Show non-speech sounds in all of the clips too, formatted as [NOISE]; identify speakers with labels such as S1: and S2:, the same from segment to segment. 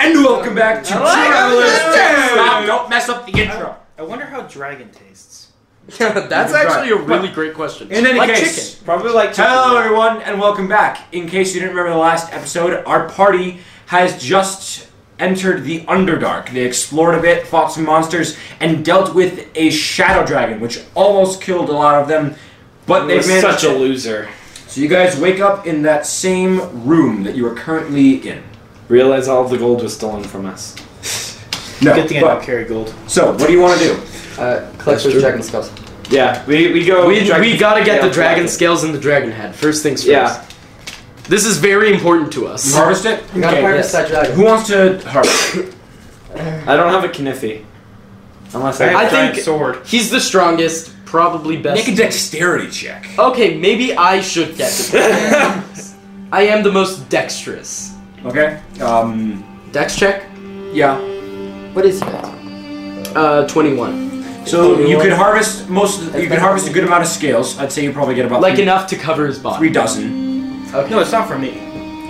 S1: back to
S2: I like
S1: Travelers.
S2: it.
S1: Stop! Don't mess up the intro.
S2: I wonder how dragon tastes.
S3: Yeah, [LAUGHS] that's
S1: Right.
S3: actually a really great question.
S1: In any
S3: like
S1: case,
S3: chicken.
S2: Probably like chicken.
S1: Hello, everyone, and welcome back. In case you didn't remember the last episode, our party has just entered the Underdark. They explored a bit, fought some monsters, and dealt with a Shadow Dragon, which almost killed a lot of them. But they
S2: You're
S1: managed.
S2: such a loser.
S1: so you guys wake up in that same room that you are currently in.
S2: Realize all the gold was stolen from us.
S1: No,
S2: Good thing I
S1: but-
S2: don't carry gold.
S1: so what do you want to do?
S4: Uh, collect those dragon skulls.
S2: Yeah, we, we go.
S3: We,
S2: dragon-
S3: we gotta get
S2: yeah,
S3: the dragon
S2: dragon.
S3: scales and the dragon head. First things first.
S2: Yeah.
S3: This is very important to
S1: You
S3: us.
S1: harvest it.
S4: You gotta harvest that dragon.
S1: Who wants to harvest?
S2: I don't have a kniffy. Unless
S3: I
S2: I, have a
S3: think-
S2: giant sword.
S3: He's the strongest, probably best.
S1: Make a dexterity check.
S3: okay, maybe I should
S2: [LAUGHS]
S3: get the I am the most dexterous.
S1: Okay. Um.
S3: Dex check?
S1: Yeah.
S4: What is that?
S3: Uh, 21.
S1: So
S3: Only
S1: you
S3: one?
S1: could harvest most. Of the,
S4: That's
S1: you could
S4: better.
S1: harvest a good amount of scales. I'd say you probably get about
S3: Like
S1: three,
S3: enough to cover his body.
S1: three dozen.
S3: Okay.
S2: No, it's not for me.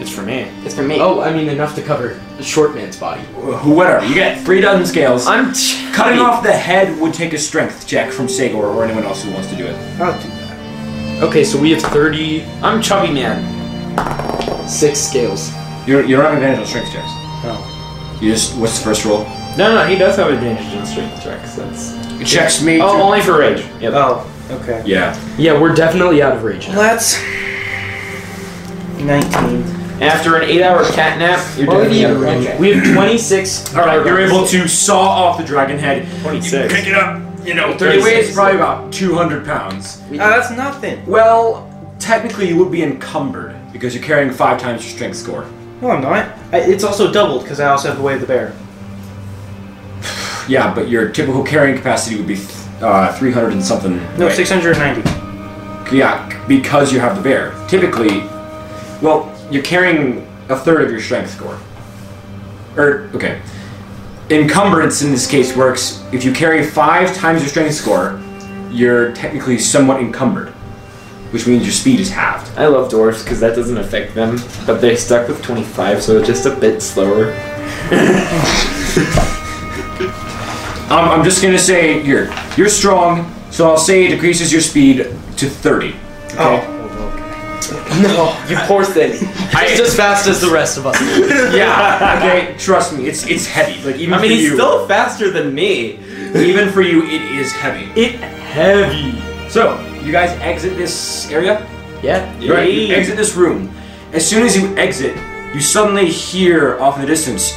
S2: It's for me.
S4: It's for me.
S3: Oh, I mean enough to cover the short man's body.
S1: Wh- Whatever. You get three dozen scales.
S2: I'm
S1: Cutting off the head would take a strength check from Segor or anyone else who wants to do it.
S5: Oh,
S2: I'll do that.
S3: Okay, so we have 36
S2: I'm chubby man. [LAUGHS]
S3: scales.
S1: You don't, you don't have advantage on strength checks.
S3: Oh.
S1: You just what's the first roll?
S2: No, no, he does have advantage in strength checks. That's.
S1: Checks me.
S2: Oh,
S1: to-
S2: only for rage. Yep.
S5: Oh, okay.
S1: Yeah.
S3: Yeah, we're definitely out of range. now.
S5: Let's. 19.
S2: After an eight-hour cat nap, you're
S4: What would
S2: definitely
S4: you
S2: out of range.
S4: okay.
S3: We have 26.
S1: All right. You're able to saw off the dragon head. You
S2: 26.
S1: pick it up. You know, it
S2: 36.
S1: weighs probably about 200 pounds.
S5: Uh, that's nothing.
S1: Well, technically, you would be encumbered because you're carrying five times your strength score.
S5: No, I'm not. I, it's also doubled because I also have the way of the bear.
S1: Yeah, but your typical carrying capacity would be th- uh, 300 and something.
S5: No,
S1: Wait.
S5: 690.
S1: Yeah, c- because you have the bear. Typically, well, you're carrying a third of your strength score. Or, okay. Encumbrance in this case works if you carry five times your strength score, you're technically somewhat encumbered, which means your speed is halved.
S2: I love dwarves because that doesn't affect them, but they're stuck with 25, so it's just a bit slower.
S1: Um, I'm just gonna say you're you're strong, so I'll say it decreases your speed to 30.
S5: Oh,
S2: You poor
S3: [LAUGHS]
S2: thing.
S3: He's as fast as the rest of us.
S1: Yeah. [LAUGHS] Okay. Trust me, it's it's heavy. Like even
S2: I mean,
S1: for
S2: he's
S1: you,
S2: still faster than me.
S1: even for you, it is heavy.
S2: It heavy.
S1: So, you guys exit this area?
S3: Yeah.
S1: [LAUGHS] Right. You exit this room. As soon as you exit, you suddenly hear off in the distance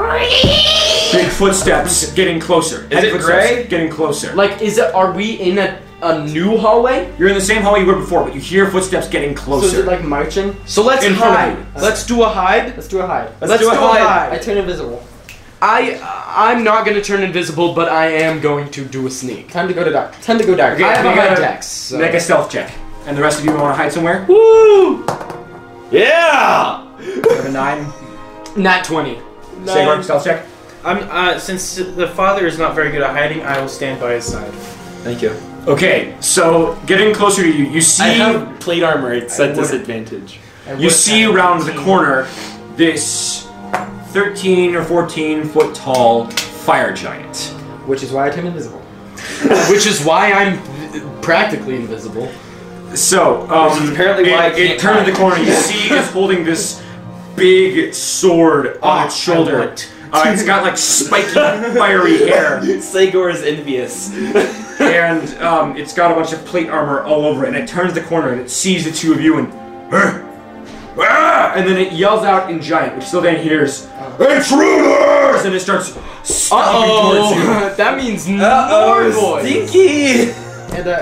S1: big footsteps getting closer. Is
S2: it gray?
S1: Getting closer.
S3: Like, is it? Are we in a, a new hallway?
S1: You're in the same hall you were before, but you hear footsteps getting
S4: So is
S1: closer.
S4: it like marching?
S3: Oh, So let's
S1: In front of
S3: hide.
S1: you.
S3: Let's do a hide.
S4: Let's do a hide.
S2: Let's, do, a hide.
S4: I turn invisible.
S3: I I'm not gonna turn invisible, but I am going to do a sneak.
S4: Time to go to dark. Time to go dark.
S1: Okay.
S3: I have
S1: we
S3: a high
S1: gotta
S3: dex. so-
S1: Make a stealth check. And the rest of you want to hide somewhere?
S3: Woo!
S2: Yeah!
S1: a nine.
S3: Nat twenty.
S1: Saber, stealth check.
S5: I'm, uh, since the father is not very good at hiding, I will stand by his side.
S2: Thank you.
S1: Okay, so getting closer to you, you see.
S2: I have plate armor, it's
S5: I
S2: at
S5: would-
S2: disadvantage.
S5: I
S1: You
S5: would
S1: see
S5: have
S1: around the
S5: 19.
S1: corner this 13 or 14 foot tall fire giant.
S4: Which is why I turn
S2: [LAUGHS]
S4: invisible.
S3: Which is why I'm practically invisible.
S1: So, um,
S2: Which is apparently
S1: it,
S2: why I
S1: it
S2: can't
S1: turned
S2: hide.
S1: the corner. You
S2: [LAUGHS]
S1: see, it's holding this big sword on
S5: Oh,
S1: its shoulder. Uh, it's got like spiky, fiery
S2: [LAUGHS]
S1: hair,
S2: Segor is envious.
S1: and um, it's got a bunch of plate armor all over it. And it turns the corner and it sees the two of you and. "Huh? Ah!" And then it yells out in giant, which Sylvan hears, Intruders! And it starts stomping towards you.
S3: Uh oh, that means more boys.
S2: [LAUGHS] Stinky!
S4: And uh,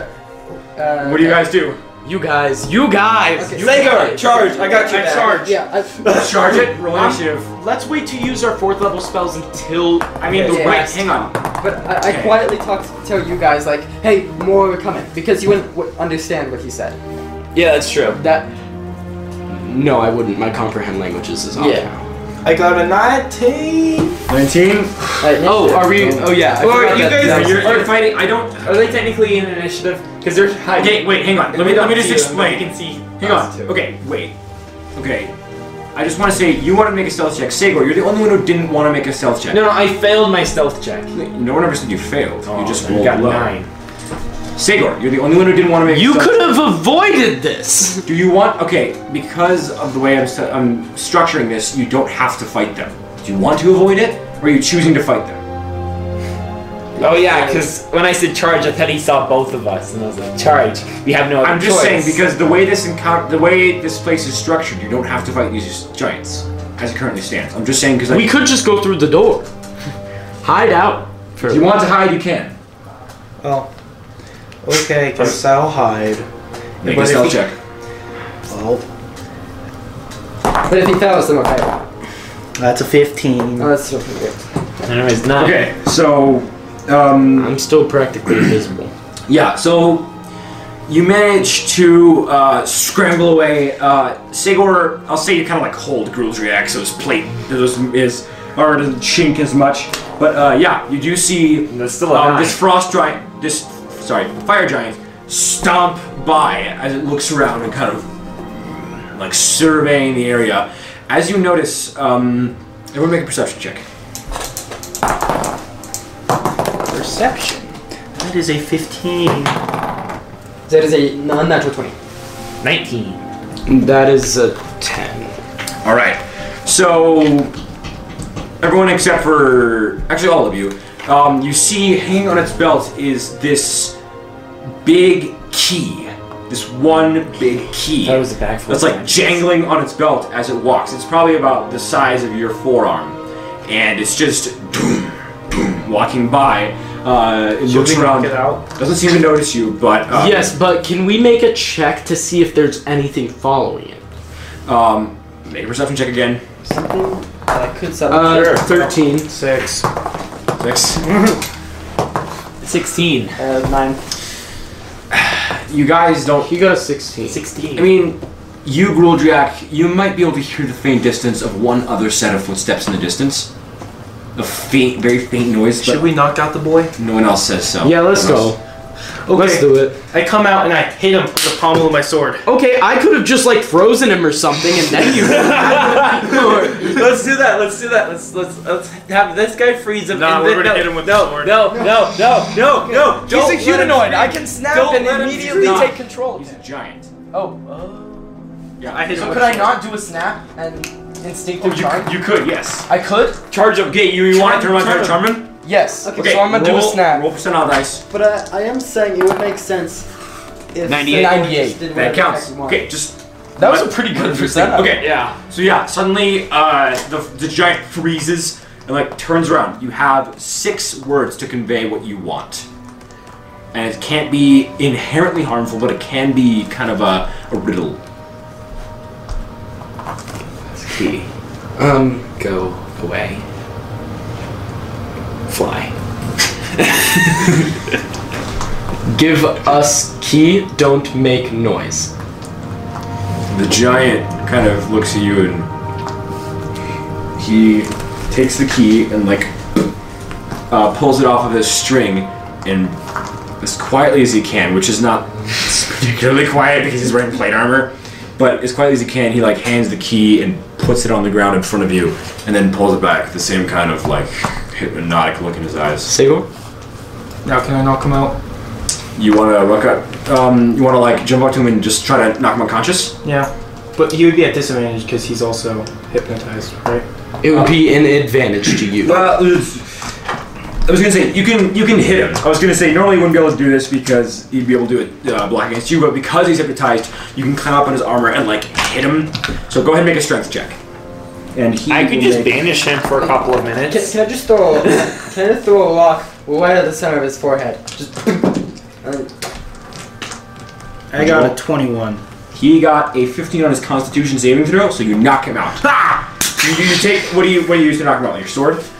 S4: uh.
S1: What do you guys do?
S3: You guys, you guys,
S4: Okay.
S3: you
S2: Segor,
S3: guys.
S2: charge! I got you.
S5: I
S2: back.
S5: charge.
S4: Yeah. I,
S1: Charge it, roll initiative.
S3: Let's wait to use our fourth level spells until
S1: I mean, the
S4: Yeah.
S1: right. Hang on.
S4: but I,
S1: Okay.
S4: I quietly talk to tell you guys like, hey, more are coming because you wouldn't w- understand what he said.
S3: Yeah, that's true.
S4: That.
S3: No, I wouldn't. My comprehend languages is off
S4: Yeah.
S3: now.
S5: I got a 19.
S1: 19.
S4: Uh,
S3: Oh, are we? Oh yeah. I
S5: Or
S3: forgot
S5: you
S3: that-
S5: guys-
S3: that-
S1: you're, you're fighting. I don't.
S4: Are they technically in initiative? Because they're hiding.
S1: Okay, wait, hang on. Let me let me just explain.
S4: see.
S1: Hang on. Okay, wait. Okay. I just want to say you want to make a stealth check. Sagor, you're the only one who didn't want to make a stealth check.
S2: No, no, I failed my stealth check.
S1: No one ever said you failed.
S3: Oh,
S1: you just
S2: I
S1: rolled
S2: got
S1: low.
S2: nine.
S1: Sagor, you're the only one who didn't want to make. a
S3: You
S1: stealth
S3: could have avoided this.
S1: Do you want? Okay, because of the way I'm, st- I'm structuring this, you don't have to fight them. Do you want to avoid it, or are you choosing to fight them?
S2: Oh yeah, because when I said charge, I thought he saw both of us, and I was like, charge. We have no. Other
S1: I'm just
S2: choice.
S1: saying because the way this encounter, the way this place is structured, you don't have to fight these giants as it currently stands. I'm just saying because
S3: We could just go through the door, hide out. For
S1: If you want to hide, you can.
S5: Oh. Okay, guess I'll hide.
S1: Make
S5: But
S1: a
S5: if
S1: stealth
S5: he-
S1: check.
S5: Oh,
S4: But if he fails, then okay. Oh,
S5: that's a 15.
S3: Oh,
S4: that's still pretty good.
S2: Anyways, nine.
S1: Okay, so um,
S3: I'm still practically invisible.
S1: Yeah, so you manage to uh, scramble away. Uh, Sigor, I'll say you kind of like hold Gruul's react, so his plate is, is or doesn't chink as much. But uh, yeah, you do see
S2: That's still a
S1: um,
S2: nine.
S1: this frost giant, this sorry, fire giant, stomp by as it looks around and kind of like surveying the area. As you notice, um, everyone make a perception check.
S5: Perception. That is a 15.
S4: That is a non-natural 20.
S2: Nineteen.
S3: That is a ten.
S1: All right. So everyone except for actually all of you, um, you see hanging on its belt is this big key. This one big key.
S2: That was a backflip.
S1: That's like jangling on its belt as it walks. It's probably about the size of your forearm, and it's just doom, doom, walking by. Uh, it looks around.
S5: Get out.
S1: Doesn't seem to notice you, but uh,
S3: yes, but can we make a check to see if there's anything following it?
S1: Um, make a perception check again.
S4: Something that could sound
S3: Uh,
S4: sure.
S3: thirteen.
S5: Six.
S1: Six.
S2: sixteen.
S4: Uh, nine.
S1: You guys don't
S3: He Oh, got a sixteen.
S2: Sixteen.
S1: I mean, you, Gruldriak, you might be able to hear the faint distance of one other set of footsteps in the distance. A faint, very faint noise,
S5: Should
S1: but
S5: we knock out the boy?
S1: no one else says so.
S3: Yeah, let's
S1: No one
S3: go.
S1: else-
S5: Okay.
S3: Let's do it.
S5: I come out and I hit him with the pommel of my sword.
S3: Okay, I could have just like frozen him or something, and then you. Or-
S2: [LAUGHS] let's do that. Let's do that. Let's let's let's have this guy freeze him.
S5: Nah,
S2: and
S5: we're
S2: then-
S5: gonna
S2: no,
S5: hit him with the
S2: no,
S5: sword.
S2: No, no, no, no, no. Don't let him scream.
S4: can snap
S2: Don't let him uh,
S1: scream.
S4: control.
S1: He's a giant.
S4: Oh.
S1: Yeah,
S5: I hit him
S4: So
S5: with
S4: could I not do a snap and
S3: Oh,
S4: instinctive charge?
S1: You could, yes.
S4: I could?
S1: Charge up gate. You, you want it to run
S2: Charm-
S1: to charm him?
S4: Yes. Okay,
S1: Okay,
S4: so I'm gonna
S1: roll,
S4: do a snap.
S1: Roll percentile dice.
S6: But I, I am saying it would make sense if
S1: 98.
S4: 98.
S1: That counts. Okay, just
S4: That was a pretty good percent.
S1: okay.
S2: Yeah.
S1: So yeah, suddenly uh, the the giant freezes and like turns around. You have six words to convey what you want, and it can't be inherently harmful, but it can be kind of a, a riddle.
S3: um, go away. Fly. [LAUGHS] Give us key. Don't make noise.
S1: The giant kind of looks at you and he takes the key and like uh, pulls it off of his string and as quietly as he can, which is not particularly quiet because he's wearing plate armor, but as quietly as he can, he like hands the key and puts it on the ground in front of you and then pulls it back. The same kind of like hypnotic look in his eyes.
S3: Sigor.
S5: Now can I knock him out?
S1: You want to look up? Um, you want to like jump up to him and just try to knock him unconscious?
S5: Yeah. But he would be at disadvantage because he's also hypnotized, right?
S3: It would be an advantage to you.
S1: Well, it's- I was gonna say you can you can hit him. I was gonna say normally you wouldn't be able to do this because he'd be able to do it uh, block against you, but because he's hypnotized, you can climb up on his armor and like hit him. So go ahead and make a strength check. And he
S2: I could
S1: will
S2: just
S1: make-
S2: banish him for a couple of
S4: Can,
S2: minutes.
S4: can I just throw? can I throw a rock right at the center of his forehead? Just. and
S5: I got a 21.
S1: He got a 15 on his Constitution saving throw, so you knock him out. Ha! You, you take what do you what do you use to knock him out? Your sword.
S3: [LAUGHS]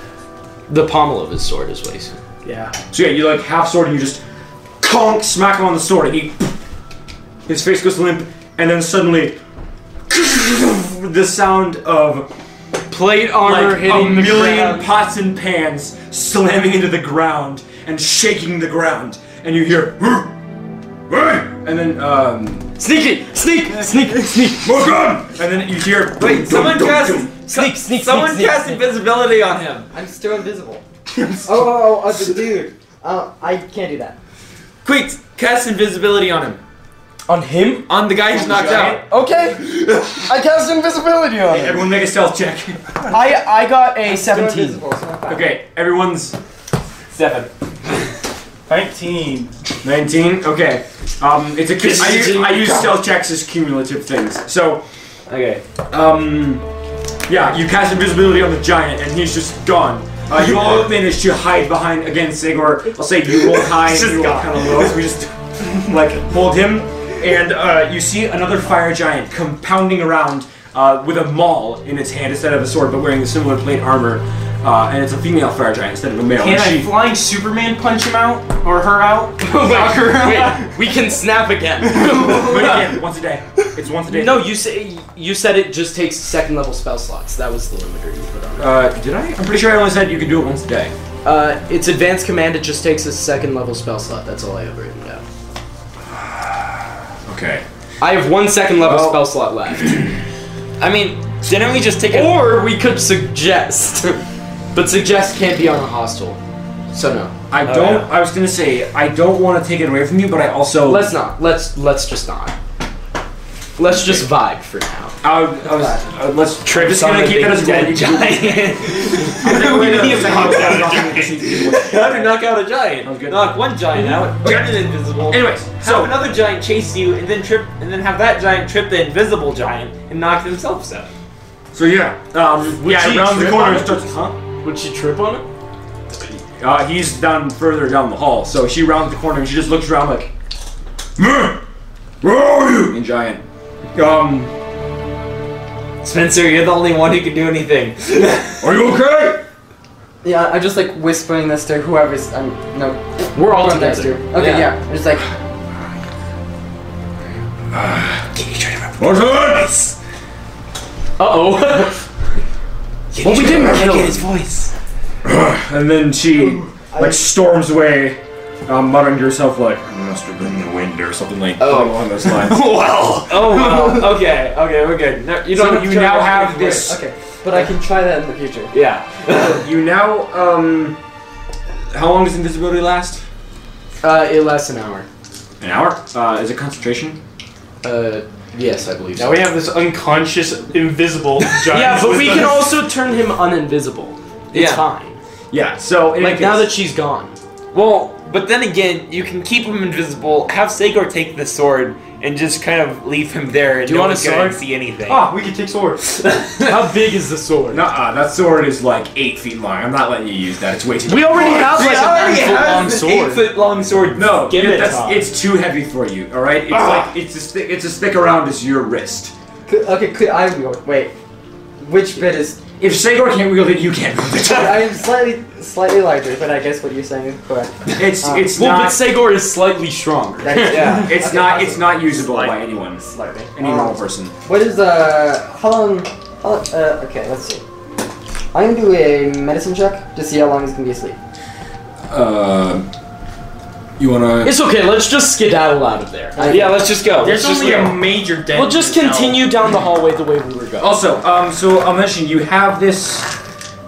S3: The pommel of his sword is what he said.
S5: Yeah.
S1: So yeah, you like half sword and you just conk smack him on the sword and he his face goes limp and then suddenly [LAUGHS] the sound of
S3: Plate armor
S4: um,
S1: like a
S3: hitting the
S1: million
S3: ground.
S1: pots and pans slamming into the ground and shaking the ground, and you hear and then um,
S2: Sneaky! Sneak! Sneak!
S4: [LAUGHS]
S2: Sneak!
S1: more gun, and then you hear
S2: Wait, someone cast
S3: Sneak, sneak,
S2: someone
S3: sneak,
S2: cast
S3: sneak,
S2: invisibility on him.
S4: I'm still invisible.
S6: Oh, oh, oh, oh dude. Uh, I can't do that.
S2: Quick, cast invisibility on him.
S3: On him?
S2: On the guy who's knocked out.
S3: Okay. I cast invisibility on him.
S1: Everyone make a stealth check. [LAUGHS]
S3: I I got a 17. [LAUGHS]
S4: Still invisible, so not bad.
S1: Okay, everyone's
S2: Seven.
S5: 19.
S1: 19. Okay, um, it's a. cu- I use, I use stealth checks as cumulative things. So,
S2: Okay.
S1: um, yeah, you cast invisibility on the giant, and he's just gone. Uh, you all manage to hide behind again, Sigor. I'll say you rolled high, and you rolled kind of low. So we just like hold him, and uh, you see another fire giant compounding around uh, with a maul in its hand instead of a sword, but wearing a similar plate armor. Uh, and it's a female fire giant instead of a male.
S5: Can
S1: and
S5: I
S1: she-
S5: flying Superman punch him out? Or her out? Knock her out?
S3: we can snap [LAUGHS] again.
S1: But again, once a day. It's once a day.
S3: No, you say you said it just takes second level spell slots. That was the limiter you put on. it.
S1: Uh, did I? I'm pretty sure I only said you could do it once a day.
S3: Uh, it's advanced command. It just takes a second level spell slot. That's all I have written down.
S1: Okay.
S3: I have one second level
S1: Well-
S3: spell slot left.
S2: [CLEARS THROAT] I mean, didn't we just take a
S3: or we could suggest, [LAUGHS] but suggest can't be on a hostile. So no,
S1: I don't. I was gonna say I don't want to take it away from you, but I also.
S3: let's not. Let's let's just not. Let's just vibe for now.
S1: I, I was. Uh, let's.
S2: trip
S1: just gonna
S2: on the
S1: keep
S2: big
S1: it as
S2: dead
S1: one.
S2: giant?
S3: [LAUGHS]
S1: [LAUGHS]
S2: How to knock out
S1: That
S2: a
S1: was
S2: giant?
S1: good.
S2: Knock one
S3: [LAUGHS]
S2: giant out, turn it invisible.
S1: Anyways,
S2: So
S1: so
S2: another giant chase you, and then trip, and then have that giant trip the invisible giant and knock themselves out.
S1: so yeah. Um,
S3: Would
S1: yeah,
S3: she
S1: around the
S3: trip
S1: corner
S3: on
S1: and
S3: it?
S1: starts. Huh?
S3: Would she trip on it?
S1: Uh, he's down further down the hall, so she rounds the corner and she just looks around like, "Man, where are you?" And giant. Um,
S2: Spencer, you're the only one who can do anything.
S1: are you okay?
S4: Yeah, I'm just like whispering this to whoever's. I'm no.
S3: [LAUGHS] We're all
S4: whoever next to.
S3: together.
S4: Okay,
S3: Yeah.
S4: yeah. I'm just like
S1: What's this?
S3: Uh oh.
S1: Well, we didn't kill his voice. and then she like storms away, um, muttering to herself like, "It "Must have been the wind or something like
S3: Oh.
S1: along those [LAUGHS] lines."
S2: oh
S1: [LAUGHS]
S2: wow. Okay. Okay. We're good. No, you don't.
S1: so
S2: have to
S1: you
S2: turn
S1: now
S2: off
S1: have
S2: anymore.
S1: this.
S4: okay, but I can try that in the future.
S2: Yeah.
S1: You now um, how long does invisibility last?
S3: uh, it lasts an hour.
S1: An hour. Uh, is it concentration?
S3: Uh, yes, I believe.
S5: Now
S3: so.
S5: we have this unconscious, [LAUGHS] invisible giant.
S3: Yeah, but
S5: with
S3: we
S5: us.
S3: can also turn him uninvisible. It's
S2: Yeah.
S3: fine.
S1: Yeah. So in any
S3: Like now that
S1: case-
S3: she's gone.
S2: Well, but then again, you can keep him invisible. Have Segor take the sword and just kind of leave him there, and
S3: Do you
S2: no
S3: want a
S2: one's gonna
S3: sword?
S2: see anything.
S5: Ah, we can take swords.
S3: How big is the sword?
S1: Nuh-uh, uh, that sword is like eight feet long. I'm not letting you use that. It's way too.
S3: We already have
S2: He
S3: like a
S2: already
S3: nine foot long
S2: has an eight
S3: sword.
S2: foot long sword.
S1: no,
S2: give
S1: you-
S2: it.
S1: that's,
S2: Tom.
S1: it's too heavy for you. All right, it's like it's as thick, it's as thick around as your wrist.
S4: C- Okay, clear. I wield. Wait, which bit is?
S1: If Segor can't wield it, you can't wield it. [LAUGHS]
S4: I am slightly, slightly larger, but I guess what you're saying is correct.
S1: It's
S4: Um,
S1: it's
S3: Ah. Well, but
S1: not
S3: Segor is slightly stronger.
S4: That is-
S2: Yeah.
S1: it's
S4: Okay,
S1: not
S4: awesome.
S1: it's not usable by anyone,
S4: slightly.
S1: any
S3: uh,
S4: Um,
S1: normal person.
S4: What is uh? How long? How, uh, okay, let's see. I'm gonna do a medicine check to see how long he's gonna be asleep.
S1: Uh, you wanna?
S3: It's okay. Let's just skedaddle out of there.
S4: I-
S2: yeah, let's just go.
S5: There's
S2: let's
S5: only
S2: just
S5: a
S2: go.
S5: major dent.
S3: We'll just
S5: in hell.
S3: continue down the hallway the way we were
S2: Oh,
S3: going.
S1: Also, um, so I'll mention you have this.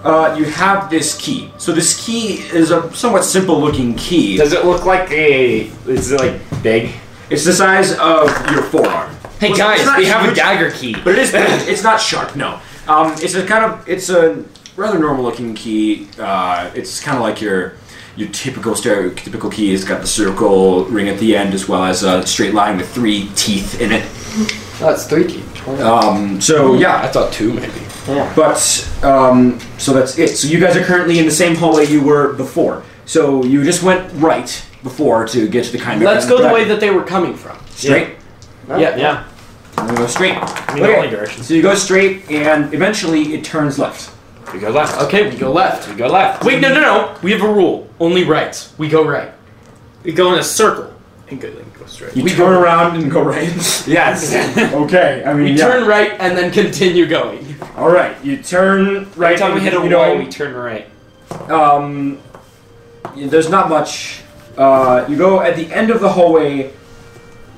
S1: Uh, you have this key. So this key is a somewhat simple-looking key.
S2: Does it look like a? Is it like big?
S1: It's the size of your forearm,
S2: Hey
S1: Well,
S2: guys,
S1: it's not
S2: we have a
S1: huge.
S2: dagger key.
S1: but it is big. it's not sharp. No. Um, it's a kind of it's a rather normal-looking key. Uh, it's kind of like your your typical stereotypical key. It's got the circle ring at the end as well as a straight line with three teeth in it.
S4: Oh, it's three key.
S1: Um, so yeah,
S3: thought two maybe.
S4: Yeah.
S1: But um, so that's it. So you guys are currently in the same hallway you were before. So you just went right before to get to the kind of.
S3: Let's go the way that they were coming from.
S1: straight.
S3: Yeah.
S2: Yeah.
S1: I'm gonna go straight.
S2: I mean, the only direction.
S1: So you go straight, and eventually it turns left.
S2: We go left.
S3: Okay, we go left.
S2: We go left.
S3: Wait, no, no, no. We have a rule. Only right. We go right.
S5: We go in a circle and go, and go straight.
S1: You turn around and go right.
S2: Yes.
S1: [LAUGHS] okay. I mean,
S3: [LAUGHS] We
S1: yeah.
S3: turn right and then continue going.
S1: All right. You turn right.
S2: Every time we
S1: and,
S2: hit a
S1: you know,
S2: wall, we turn right.
S1: um, there's not much. Uh, you go at the end of the hallway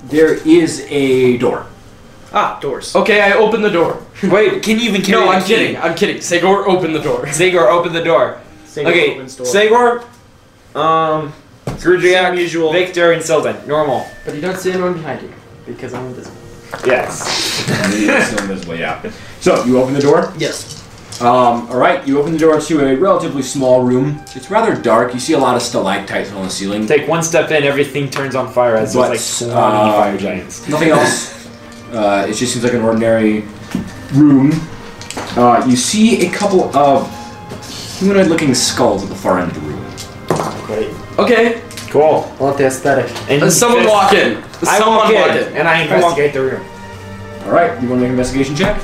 S1: there is a door.
S5: Ah, doors.
S3: Okay, I open the door. [LAUGHS]
S2: Wait, can you even carry
S3: No,
S2: the
S3: I'm
S2: key?
S3: kidding. I'm kidding. Segor, open the door.
S2: Sagor, open the door.
S5: Same
S2: okay,
S5: open store.
S2: Sagor, um, Grudriak,
S5: Same usual.
S2: Victor, and Sylvan. Normal.
S4: But you don't see anyone behind you because I'm invisible.
S2: Yes.
S1: And it is still invisible, yeah. So you open the door.
S4: Yes.
S1: Um, all right, you open the door to a relatively small room. It's rather dark. You see a lot of stalactites on the ceiling.
S2: Take one step in, everything turns on fire as
S1: But,
S2: there's like 20
S1: uh,
S2: fire giants.
S1: Nothing else. Uh, it just seems like an ordinary room. Uh, you see a couple of humanoid-looking skulls at the far end of the room.
S4: Great.
S3: Okay,
S2: Cool.
S4: I love the aesthetic.
S2: And
S3: uh, someone
S2: just-
S3: walk in.
S2: I
S3: Someone
S2: walk in,
S3: in.
S2: and I investigate the room.
S1: All right, you want to make an investigation check?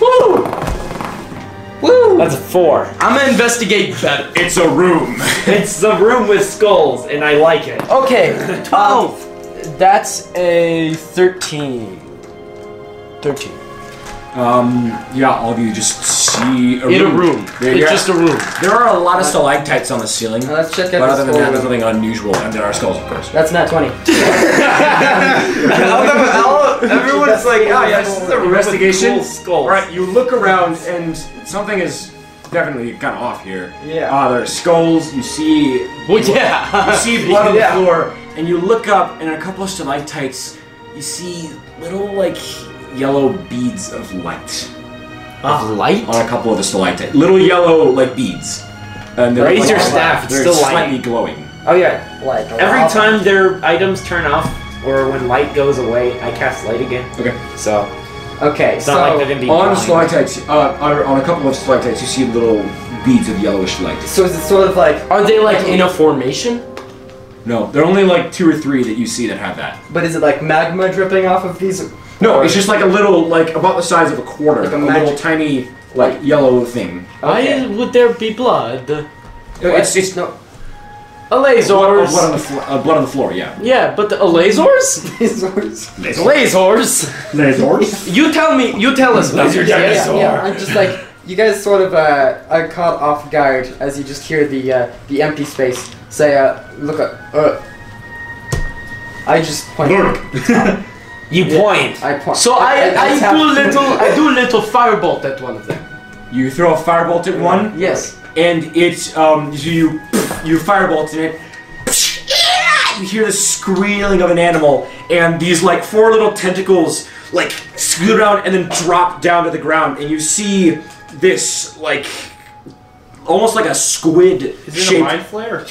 S3: Woo! Woo!
S2: That's a four.
S3: I'm gonna investigate better.
S1: It's a room.
S2: it's the room with skulls, and I like it.
S4: um,
S6: Okay. Twelve. that's a thirteen. Thirteen.
S1: Um, yeah, all of you just see a room.
S3: In a room.
S1: There,
S3: It's
S1: yeah.
S3: just a
S2: [LAUGHS]
S3: room.
S1: there are a lot of stalactites on the ceiling,
S4: Now let's check
S1: but
S4: out
S1: other
S4: the
S1: than that,
S4: score.
S1: there's nothing unusual, and there are skulls, of course.
S4: That's not 20.
S2: everyone's like, oh yeah, this is a
S1: Investigation?
S2: Cool skulls.
S1: All right, you look around, and something is definitely kind of off here.
S6: Yeah.
S1: Uh, there are skulls. You see, you
S3: Well, yeah.
S1: see blood on
S6: Yeah.
S1: the floor, and you look up, and a couple of stalactites. You see little like yellow beads of light
S3: [LAUGHS] Of light?
S1: on a couple of the stalactites. Little yellow like beads. And they're
S2: Raise
S1: like,
S2: your staff, it's
S1: They're
S2: still
S1: slightly
S2: lighting.
S1: glowing.
S2: Oh yeah.
S4: Like
S2: Every
S4: lava.
S2: time their items turn off, or when light goes away, I cast light again.
S1: Okay.
S2: So
S4: Okay,
S2: it's
S4: so
S2: not like they're gonna be
S1: On
S2: blind.
S1: stalactites, uh, on, on a couple of stalactites, you see little beads of yellowish light.
S4: so is it sort of like
S3: Are they like in a formation?
S1: No, there are only like two or three that you see that have that.
S4: [LAUGHS] but is it like magma dripping off of these?
S1: No, it's just like a little, like about the size of a quarter,
S4: Like a
S1: a,
S4: magic-
S1: little tiny, like yellow thing.
S4: Okay. [LAUGHS]
S3: Why would there be blood?
S1: It's it's no blood,
S3: Alazors.
S1: blood on the flo- uh, blood on the floor. Yeah.
S3: yeah, but the Alazors?
S4: These words.
S6: [LAUGHS]
S3: Lazors. You tell me. You tell us. about
S2: Laser
S3: it.
S2: dinosaur.
S4: Yeah, yeah, I'm just like you guys sort of uh, are caught off guard as you just hear the uh, the empty space say, uh, "Look up." Uh, I just point.
S2: You point.
S4: I point.
S3: So I, I,
S4: just
S3: do
S4: have-
S3: little I do little firebolt at one of them.
S1: [LAUGHS] You throw a firebolt at one,
S4: Yes.
S1: and it's um so you you firebolt in it. You hear the squealing of an animal, and these like four little tentacles like scoot around and then drop down to the ground, and you see this like almost like a squid
S5: Is it a
S1: shape.
S5: mind flare?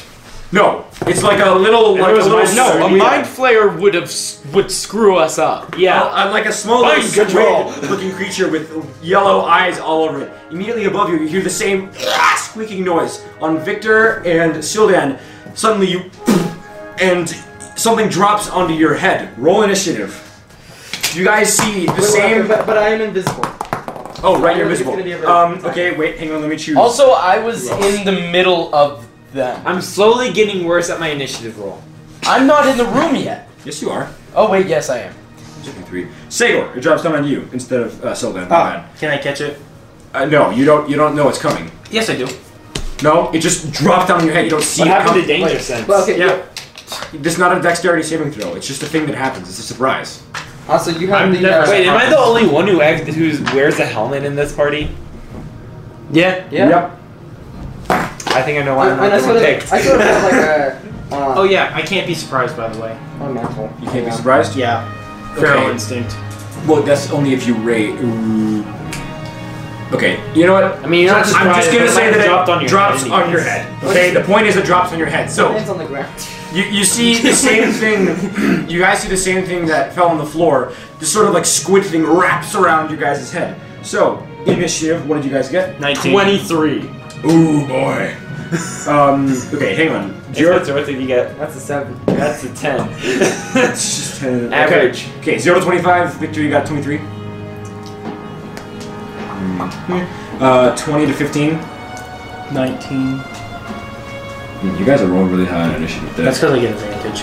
S1: No, it's like a little like
S2: it was
S1: a little
S2: mine- no,
S1: squid.
S3: No, a mind flayer would have s- would screw us up.
S1: Uh,
S2: Yeah.
S1: uh, like a small little
S2: Mind control.
S1: squid-looking creature with yellow eyes all over it. Immediately above you, you hear the same [LAUGHS] squeaking noise on Victor and Sylvan. Suddenly, you [LAUGHS] and something drops onto your head. Roll initiative. You guys see the same.
S4: But, but I am invisible.
S1: Oh, right, you're
S4: It's
S1: visible.
S4: gonna be a very-
S1: Um, okay, wait, hang on, let me choose.
S6: Also, I was in the middle of them.
S2: I'm slowly getting worse at my initiative roll.
S6: I'm not in the room yet.
S1: yes, you are.
S6: Oh wait, yes I am.
S1: Two, three. Sagor, it drops down on you instead of uh, Sylvan.
S5: Ah, can I catch it?
S1: Uh, no, you don't. You don't know it's coming.
S5: Yes, I do.
S1: No, it just dropped down on your head. You don't see
S2: What
S1: it
S2: happened
S1: coming.
S2: to danger sense?
S4: Well, okay.
S1: Yeah. This is not a dexterity saving throw. It's just a thing that happens. It's a surprise.
S4: Also, you have
S5: I'm
S4: the.
S5: never-
S4: uh,
S2: Wait, am I the only one who act- who wears a helmet in this party?
S3: Yeah.
S4: yeah.
S1: Yep.
S2: I think I know why
S4: I,
S2: I'm
S4: and I
S2: not the
S4: sort
S2: one
S4: of,
S2: picked.
S4: I sort of have like a. Uh,
S5: Oh yeah, I can't be surprised by the way.
S4: my mantle.
S1: You can't be
S4: Yeah.
S1: surprised.
S5: Yeah.
S1: Okay.
S5: Feral instinct.
S1: Well, that's only if you rate. Okay. You know what?
S2: I mean, you're not
S1: I'm just gonna
S2: surprised,
S1: say
S2: but
S1: that
S2: it
S1: it
S2: dropped on your
S1: drops
S2: head
S1: on your
S2: anyways.
S1: head. Okay. The point is it drops on your head. So
S4: Hands on the ground. [LAUGHS]
S1: you, you see
S2: [LAUGHS]
S1: the same thing. You guys see the same thing that fell on the floor. This sort of like squid thing wraps around your guys' head. So initiative. What did you guys get?
S5: 19.
S3: Twenty three.
S1: Ooh boy. um. Okay. Hang on.
S2: It's [LAUGHS] what's worth if you get.
S4: That's a seven.
S2: That's a ten.
S1: That's just ten.
S2: Average.
S1: Okay, okay 0 to 25. Victor, you got 23. Uh, 20 to 15.
S5: 19.
S1: Hmm, You guys are rolling really high on initiative there.
S5: That's because I get advantage.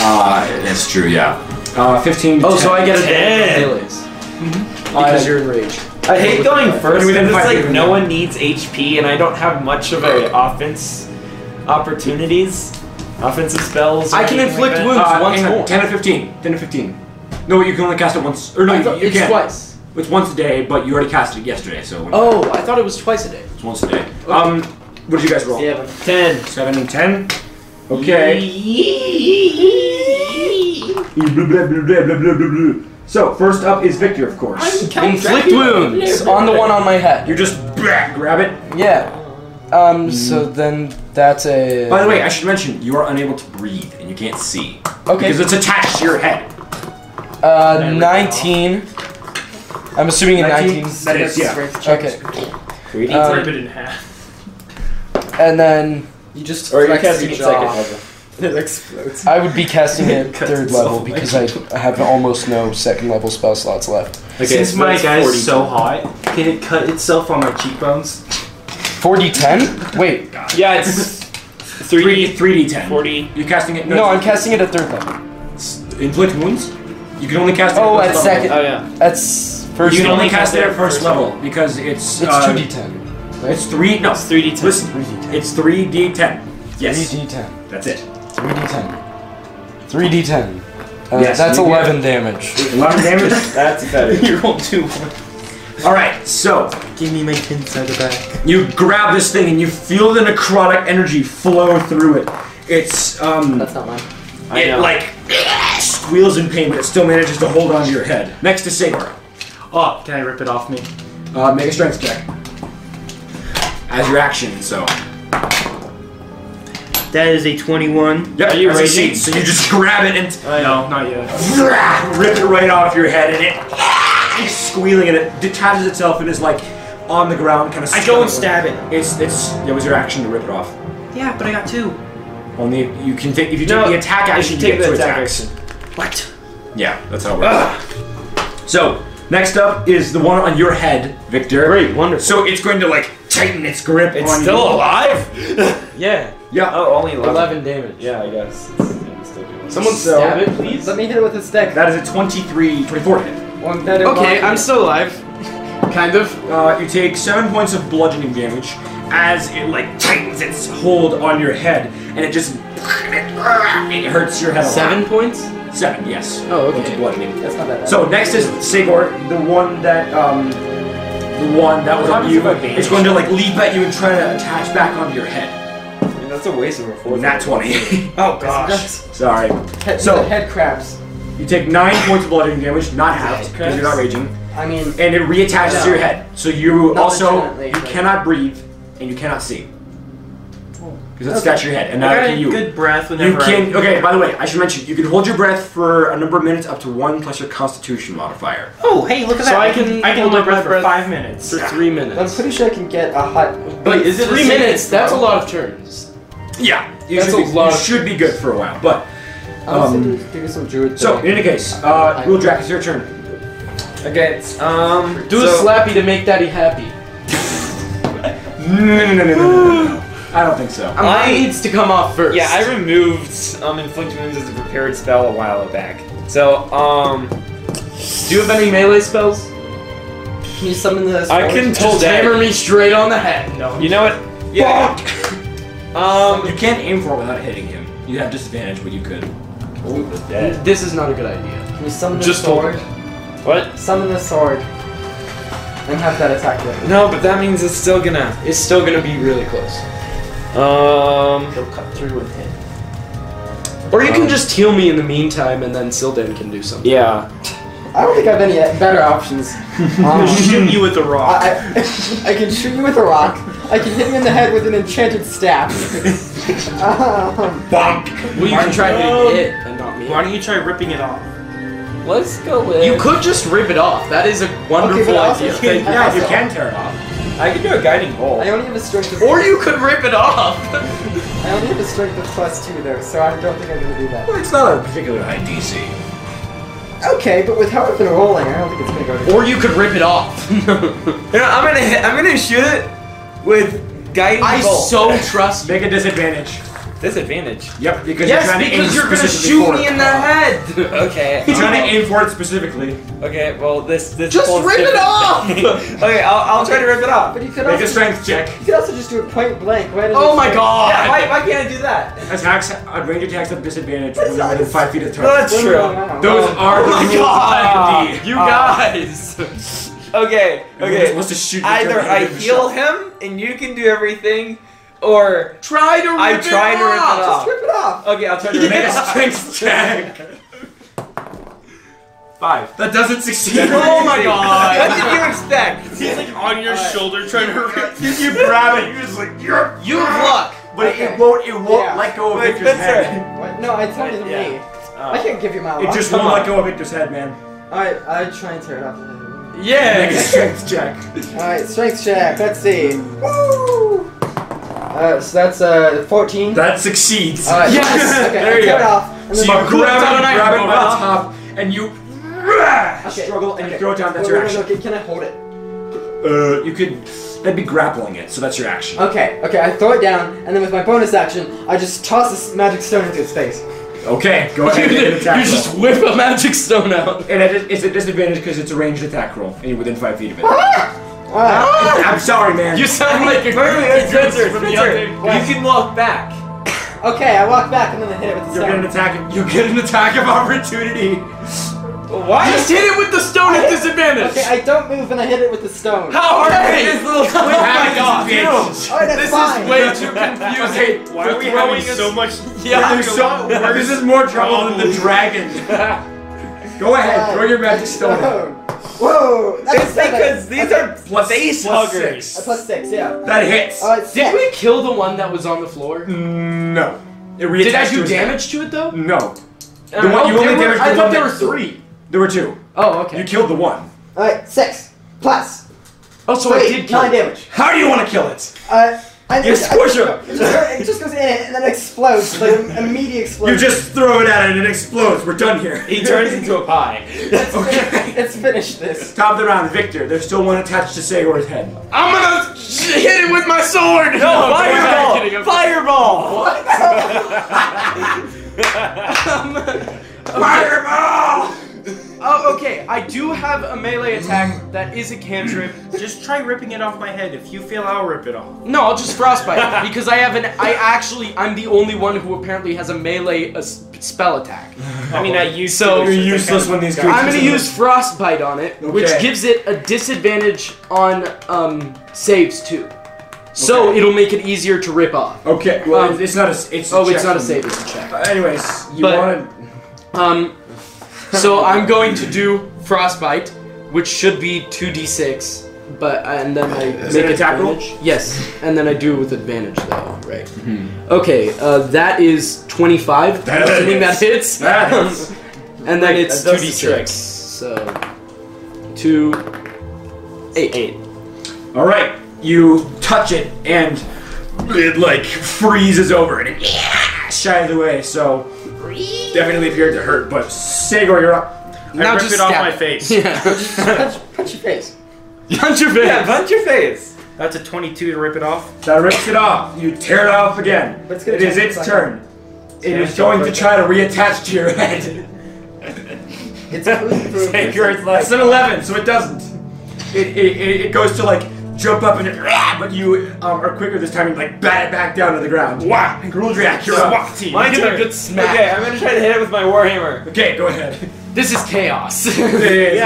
S1: uh, that's true, yeah. Uh, 15 to Uh,
S3: Oh, so I get a
S2: Ten.
S3: because you're enraged.
S2: I hate going first
S1: Within
S2: because
S1: five
S2: it's like
S1: people.
S2: no one needs HP and I don't have much of a offense opportunities. Offensive spells. or
S3: I can
S2: anything
S3: inflict
S2: that?
S3: wounds.
S1: Uh,
S3: once
S1: hang on,
S3: more.
S1: 10 to 15. 10 to 15. No, you can only cast it once. Or no,
S3: I
S1: you-
S3: thought-
S1: you
S3: it's
S1: can.
S3: twice.
S1: It's once a day, but you already cast it yesterday, so
S3: Oh, I thought it was twice a day.
S1: it's once a day. Um, what did you guys roll?
S6: Seven.
S2: Ten.
S1: 7 and 10? Okay. Blah, blah, blah, blah, blah, blah, blah, blah. So, first up is Victor, of course.
S3: Inflict wounds on the one on my head.
S1: You just bah, grab it.
S4: Yeah. Um. So then that's a.
S1: By the way, I should mention, you are unable to breathe and you can't see.
S4: Okay.
S1: Because it's attached to your head.
S4: Uh, 19. I'm assuming a 19.
S1: That is, yeah.
S4: Okay.
S5: You
S4: Um,
S5: rip it
S1: [LAUGHS]
S5: in half.
S4: And then
S6: You just
S3: Or you're
S6: flex
S3: casting
S6: your
S3: it second
S6: jaw.
S3: level.
S6: It
S4: [LAUGHS]
S6: explodes.
S4: I would be casting it
S6: Cuts
S4: third
S6: itself
S4: level because I I have almost no second level spell slots left.
S3: Okay,
S5: Since
S3: so
S5: my
S3: that's
S5: guy's
S3: 40.
S5: so hot, can it cut itself on my cheekbones?
S4: 4d10? Wait,
S2: Yeah, it's three
S1: 3D, 3D10.
S2: 40.
S1: You're casting it.
S4: no, I'm casting it at third level.
S1: S- Inflict wounds? You can only cast it
S4: Oh,
S1: at
S4: at
S1: first level.
S4: second.
S3: Oh yeah.
S4: That's first
S1: You can
S4: level.
S1: only cast it at first level because it's.
S4: It's
S1: uh,
S4: 2d10.
S1: It's 3. No,
S2: It's three d ten.
S1: Listen,
S4: 3d10.
S1: it's 3d10. Yes.
S4: 3d10.
S1: That's it.
S4: 3d10. 3d10. Uh,
S1: Yes,
S4: that's
S1: you do.
S4: 11 damage.
S1: 11
S4: [LAUGHS]
S1: damage.
S3: That's better.
S5: [LAUGHS] You rolled two. ones.
S1: Alright, so
S6: Give me my pins out of back.
S1: you grab this thing and you feel the necrotic energy flow through it. It's, um.
S6: That's not mine.
S3: I
S1: it,
S3: know.
S1: like, squeals in pain, but it still manages to hold onto your head. Next to Sagara.
S5: Oh, can I rip it off me?
S1: Uh, make a strength check. As your action, so.
S6: That is a 21.
S1: Yeah,
S2: Are you
S1: as it
S2: raging?
S1: shakes, So you just [LAUGHS] grab it and.
S5: no, not yet.
S1: [LAUGHS] rip it right off your head, and it [LAUGHS] is squealing, and it detaches itself and is like on the ground, kind of.
S5: I go and stab it.
S1: It's it's. It was your action to rip it off.
S5: Yeah, but I got two.
S1: Only you can take if you take
S2: No,
S1: the attack
S2: if
S1: action.
S2: you take
S1: get
S2: the
S1: two
S2: attack
S1: attacks.
S2: action.
S5: What?
S1: Yeah, that's how it works. So next up is the one on your head, Victor.
S3: Great, wonderful.
S1: So it's going to like tighten its grip.
S2: It's
S1: on
S2: still
S1: you.
S2: alive.
S3: yeah.
S1: Yeah.
S2: oh, only eleven.
S3: 11 damage. Yeah, I guess. Someone
S1: Someone So- stab
S3: stab it, please.
S4: me hit it with a stick.
S1: That is a 23, 24 hit.
S4: One that
S3: Okay, I'm still alive. Kind
S5: Oh,
S3: of.
S1: Uh, you take seven points of bludgeoning damage as it like tightens its hold on your head, and it just it hurts your head. A lot.
S3: Seven points?
S1: Seven, yes.
S3: Oh, okay.
S1: Points of bludgeoning.
S4: That's not that bad.
S1: So next is Sigor, the one that um, the one that was on you. It's going to like leap at you and try to attach back onto your head.
S3: that's a waste of a fourth.
S1: Not twenty.
S5: Oh gosh.
S1: [LAUGHS] Sorry.
S4: head,
S1: so-
S4: head crabs.
S1: You take nine points of bludgeoning damage, not half because you're not raging,
S4: I mean,
S1: and it reattaches to your head. So you
S4: Not
S1: also
S4: legitimately,
S1: you
S4: but-
S1: cannot breathe and you cannot see because it's attached to your head, and now
S5: I got
S1: can you.
S5: good breath whenever
S1: You can.
S5: I...
S1: Okay. By the way, I should mention you can hold your breath for a number of minutes, up to one plus your Constitution modifier.
S5: Oh, hey, look at
S3: So
S5: that.
S3: I can
S5: I can hold
S3: hold my
S5: my breath
S3: breath
S5: for five minutes. [LAUGHS]
S3: For three
S4: I'm
S3: minutes.
S4: pretty sure I can get a hot.
S3: But is it
S5: the
S3: three
S5: same
S3: minutes?
S5: thing,
S3: That's a
S5: bro?
S3: lot of turns.
S1: Yeah. You
S3: That's
S1: should
S3: a
S1: be,
S3: lot.
S1: You should be good for a while. But
S4: I'm
S1: Um,
S4: gonna do some druid.
S1: so in
S4: thing.
S1: any case, uh, Rule Jack, it's your turn.
S6: Okay.
S2: Um,
S3: Do a
S2: so-
S3: slappy to make Daddy happy.
S1: No, no, no, no, no, no, no. [SIGHS] I don't think so.
S3: Mine
S2: I-
S3: needs to come off first.
S2: Yeah, I removed um, inflict wounds as a prepared spell a while back. So um,
S3: Do you have any melee spells?
S6: Can you summon the?
S2: I can tell
S3: Just hammer
S2: that.
S3: me straight on the head. No.
S2: You know what? Yeah.
S1: You
S2: Um,
S1: can't aim for it without hitting him. You have disadvantage, but you could.
S3: This is not a good idea.
S4: Can you summon the
S3: Just
S4: sword?
S2: what?
S4: Summon the sword. And have that attack you.
S2: No, but that means it's still gonna.
S3: It's still gonna be really close.
S5: Uh,
S2: Um,
S5: He'll cut through with him.
S3: Or you
S5: Um,
S3: can just heal me in the meantime, and then Sildan can do something.
S2: yeah.
S4: I don't think I have any better options.
S5: He'll
S4: Um,
S5: shoot you with the rock.
S4: I, [LAUGHS] I, I can shoot you with a rock. I can hit you in the head with an enchanted staff. [LAUGHS] um,
S1: Bonk.
S3: Well, you can try
S5: Oh.
S3: hitting it and not me.
S5: Why don't you try ripping it off?
S6: Let's go with.
S3: You could just rip it off. That is a wonderful
S4: but also
S3: idea.
S4: you-
S1: Yeah, you can tear it off.
S2: I can do a guiding bolt.
S4: I only have a strength of
S3: Or you could rip it off.
S5: [LAUGHS]
S4: I only have a strength of plus two though, so I don't think I'm gonna do that.
S1: Well, it's not a particular high DC.
S4: Okay, but with how I've been rolling, I don't think it's gonna go. To
S3: or you could rip it [LAUGHS] off.
S2: You know, I'm gonna hit, I'm gonna shoot it with guiding
S3: I
S2: bolt.
S3: so trust you. [LAUGHS]
S1: Make a disadvantage.
S2: Disadvantage.
S1: Yep, because
S5: Yes,
S1: you're trying to aim
S5: because you're gonna
S1: specifically
S5: shoot
S1: for
S5: me
S1: it.
S5: in the head.
S3: [LAUGHS]
S2: Okay.
S1: You're trying to aim for it specifically.
S2: Okay. Well, this this.
S4: Just
S2: pulls
S4: rip it
S3: [LAUGHS]
S2: different-
S4: off!
S2: [LAUGHS] okay, I'll, I'll try to rip it off.
S6: But you could
S1: Make a
S6: also
S1: strength check.
S6: you could also just do it point blank. Why does
S3: Oh
S6: it
S3: my
S6: say-
S3: god!
S2: Yeah,
S3: [LAUGHS]
S2: [LAUGHS] why, why can't I do that?
S1: Attacks, uh, range attacks have disadvantage when you're
S6: not-
S1: within five feet of
S2: No,
S1: target.
S2: that's true.
S1: Those are
S3: Oh
S1: the
S3: my
S1: rules
S3: god!
S1: of D&D.
S3: You
S2: Uh,
S3: guys!
S2: [LAUGHS] Okay.
S1: You're
S2: Okay.
S1: supposed to shoot with your
S2: Either
S1: hand
S2: I
S1: in the
S2: heal
S1: shot.
S2: him and you can do everything, or
S5: Try to rip
S2: I
S5: it
S2: try to rip
S5: off.
S2: it
S6: Just
S2: off.
S6: rip it off.
S2: Okay, I'll try to rip [LAUGHS]
S1: Make
S2: it
S1: a
S2: off.
S1: strength check. Five. That doesn't [LAUGHS] succeed.
S2: Oh my
S3: God.
S2: What did you expect?
S5: He's like on your shoulder trying to rip.
S1: If you grab it, you're just like you're.
S3: You have luck!
S1: But
S6: Okay.
S1: it won't. It won't
S6: Yeah.
S1: let go of
S2: Wait,
S1: Victor's
S2: that's
S1: head.
S6: What? No, it's not even me. I can't give you my.
S1: It just won't let go of Victor's head, man.
S6: Alright, I try and tear it off.
S1: Make a
S3: Yeah!
S1: strength check.
S6: Alright, strength check. Let's see. Woo! Uh, so that's uh 14.
S1: That succeeds.
S6: Alright.
S3: Yes!
S6: Okay,
S3: There
S6: I
S3: you
S6: tear
S3: go. Uh-huh.
S6: it off. And
S1: so
S6: then
S1: you grab it,
S3: cool down and I
S1: grab it by the
S3: go up.
S1: top, and you
S6: Okay,
S1: struggle and you
S6: okay.
S1: throw it down. That's
S6: Wait,
S1: your
S6: wait,
S1: action.
S6: wait, okay, can I hold it?
S1: Uh, you could. That'd be grappling it. So that's your action.
S6: Okay, okay, I throw it down, and then with my bonus action, I just toss this magic stone into its face.
S1: Okay,
S3: [LAUGHS]
S1: go
S3: You,
S1: ahead and attack. roll.
S3: just whip a magic stone out.
S1: And it is, it's a disadvantage because it's a ranged attack roll, and you're within five feet of it.
S6: Alright.
S1: I'm sorry, man.
S3: You sound like a
S2: Wait, wait, wait, Spencer,
S3: from the
S2: Spencer,
S3: other-
S2: you can walk back.
S6: Okay, I walk back and then I hit it with the
S1: you're
S6: stone.
S1: getting an attack. You get an attack of opportunity.
S3: Why? Just hit it with the stone at disadvantage!
S6: Okay, I don't move and I hit it with the stone.
S3: How hard is this little Oh my god!
S6: Alright, that's
S3: This
S6: fine.
S3: is way too confusing.
S1: Okay,
S5: Why are we having so much?
S3: Yeah,
S1: There's so- this is more trouble than the dragon. Go ahead, throw your magic
S6: [LAUGHS]
S1: stone.
S6: Stone. Whoa! That's
S2: It's because these are
S1: Plus-
S2: face
S1: plus
S2: huggers.
S1: six.
S6: A plus six, yeah.
S1: That hits.
S6: Alright,
S3: Did
S6: six.
S3: we kill the one that was on the floor?
S1: no. It
S3: Did I
S1: reattached to
S3: do
S1: his head.
S3: damage to it though?
S1: No.
S3: Uh,
S1: The one you
S3: oh,
S1: only
S3: there were-
S1: damaged.
S3: I
S1: the
S3: thought
S1: one
S3: there
S1: that-
S3: were three.
S1: There were two.
S3: Oh,
S1: You
S3: okay.
S1: killed the one.
S6: Alright, six. Plus.
S3: Oh, so I
S6: three,
S3: did kill
S6: nine
S3: it.
S6: damage.
S1: How do you want to kill it?
S6: Uh, I,
S1: You squish
S6: I,
S1: him.
S6: It just, it just goes in it and then explodes. Like an immediate explosion.
S1: You just throw it at it and it explodes. We're done here. [LAUGHS]
S2: He turns into a pie.
S6: Let's,
S1: Okay.
S6: let's finish this.
S1: Top of the round, Victor. There's still one attached to Segor's head.
S3: I'm gonna hit it with my sword! [LAUGHS] No, [LAUGHS] I'm kidding,
S2: Fireball!
S3: I'm
S2: Fireball!
S1: Fireball!
S3: Oh, okay. I do have a melee attack that is a cantrip.
S5: Just try ripping it off my head. If you fail, I'll rip it off.
S3: No, I'll just frostbite it, because I have an. I actually, I'm the only one who apparently has a melee a s- spell attack.
S5: I mean, I used
S3: So-
S5: to.
S1: You're useless when these creatures.
S3: I'm gonna
S1: are-
S3: use frostbite on it, which
S1: Okay.
S3: gives it a disadvantage on um saves too. So it'll make it easier to rip off.
S1: Okay. Well,
S3: Um,
S1: it's not a. s- It's
S3: Oh, [LAUGHS] it's
S1: check.
S3: not a save; it's a check.
S1: Uh, anyways, you
S3: But-
S1: want
S3: Um, so I'm going to do frostbite, which should be two d6, but uh, and then I
S1: it
S3: make
S1: an attack roll?
S3: advantage. Yes, and then I do it with advantage though, right?
S6: Hmm.
S3: Okay, uh, that is
S1: [LAUGHS]
S3: 25.
S1: That
S3: assuming
S1: hits.
S3: that
S1: [LAUGHS]
S3: hits.
S1: That hits.
S3: [LAUGHS] and then it's
S2: that
S3: two
S2: does
S3: d6. So two, eight, eight.
S1: to. [LAUGHS] All right. You touch it and it like freezes over and it shies away. So definitely appeared to hurt. But Segor, you're up.
S5: I ripped it off my face.
S1: [LAUGHS]
S3: [LAUGHS]
S6: Punch, punch your face.
S3: Punch your face.
S2: Yeah, punch your face.
S5: That's a 22 to rip it off.
S1: That rips it off. You tear it off again.
S6: But it's gonna
S1: It is
S6: jump
S1: its
S6: back.
S1: turn. It
S5: gonna
S1: is going to
S5: jump
S1: try to reattach to your head.
S6: It's cruising through.
S1: It's like- It's an 11, so it doesn't. It, it, it it goes to like jump up and "Ah," but you um, are quicker this time and like bat it back down to the ground. Wow! And Gruldrak, you're up.
S5: SWAT team.
S3: Mine
S5: Get
S3: took a
S5: her.
S3: good smack.
S2: Okay, I'm gonna try to hit it with my warhammer.
S1: Okay, go ahead.
S3: This is
S1: [LAUGHS]
S3: chaos.
S2: Yeah,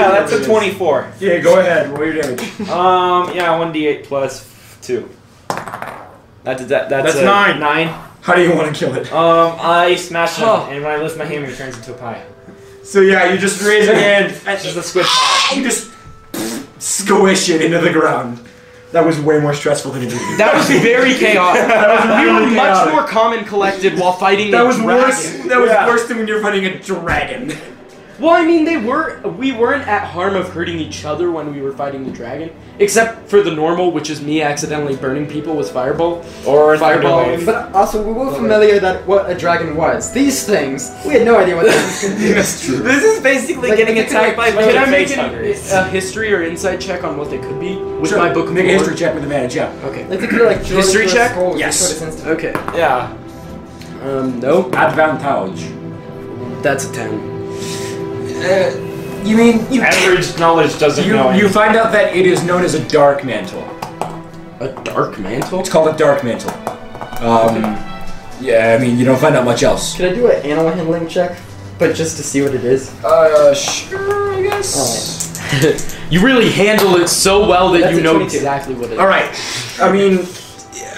S2: that's a 24.
S1: Yeah, go ahead. Roll your damage.
S2: [LAUGHS] Um, yeah, 1d8 plus f- two. That's a, that, that's,
S5: That's
S2: a
S5: nine.
S2: Nine.
S1: How do you want to kill it?
S2: Um, I smash him,
S3: Huh.
S2: and when I lift my hammer, it turns into a pie.
S1: So yeah, you just raise your hand
S2: That's just a squid pie.
S1: and you just squish it into the ground. That was way more stressful than it needed.
S3: That was very chaotic.
S1: That was
S3: We were
S1: really
S3: much
S1: chaotic.
S3: more calm and collected while fighting.
S1: That
S3: a
S1: was
S3: dragon.
S1: worse. That was
S2: Yeah.
S1: worse than when you're fighting a dragon.
S3: Well, I mean, they were. We weren't at harm of hurting each other when we were fighting the dragon, except for the normal, which is me accidentally burning people with fireball.
S2: Or
S3: Fireball.
S2: Thunderwave.
S6: But also, we were familiar that what a dragon was. These things, we had no idea what this
S1: [LAUGHS]
S6: was.
S1: That's true.
S2: This is basically
S6: Like,
S2: getting
S6: like,
S2: attacked by a
S6: like,
S2: bunch
S3: Can
S2: of
S3: I make
S2: face
S3: an,
S2: huggers.
S3: a history or insight check on what they could be with my book of
S1: Make a
S3: lore?
S1: history check with advantage. Yeah.
S3: Okay.
S6: Like, they could be like
S3: History
S6: George
S3: check?
S6: Scrolls,
S1: Yes.
S6: sort of sensitive.
S3: Okay.
S2: Yeah.
S3: Um, no.
S1: Advantage.
S3: That's a 10.
S1: Uh, you mean you?
S2: Average knowledge doesn't
S1: [LAUGHS]
S2: know.
S1: You, you
S2: anything.
S1: find out that it is known as a dark mantle.
S3: A dark mantle?
S1: It's called a dark mantle. Um, yeah, I mean you don't find out much else.
S4: Can I do an animal handling check? But just to see what it is.
S1: Uh, sure, I guess.
S3: you really handle it so well that
S4: That's
S3: you
S4: a
S3: know
S4: 22.
S3: exactly what it is.
S1: All right. I mean,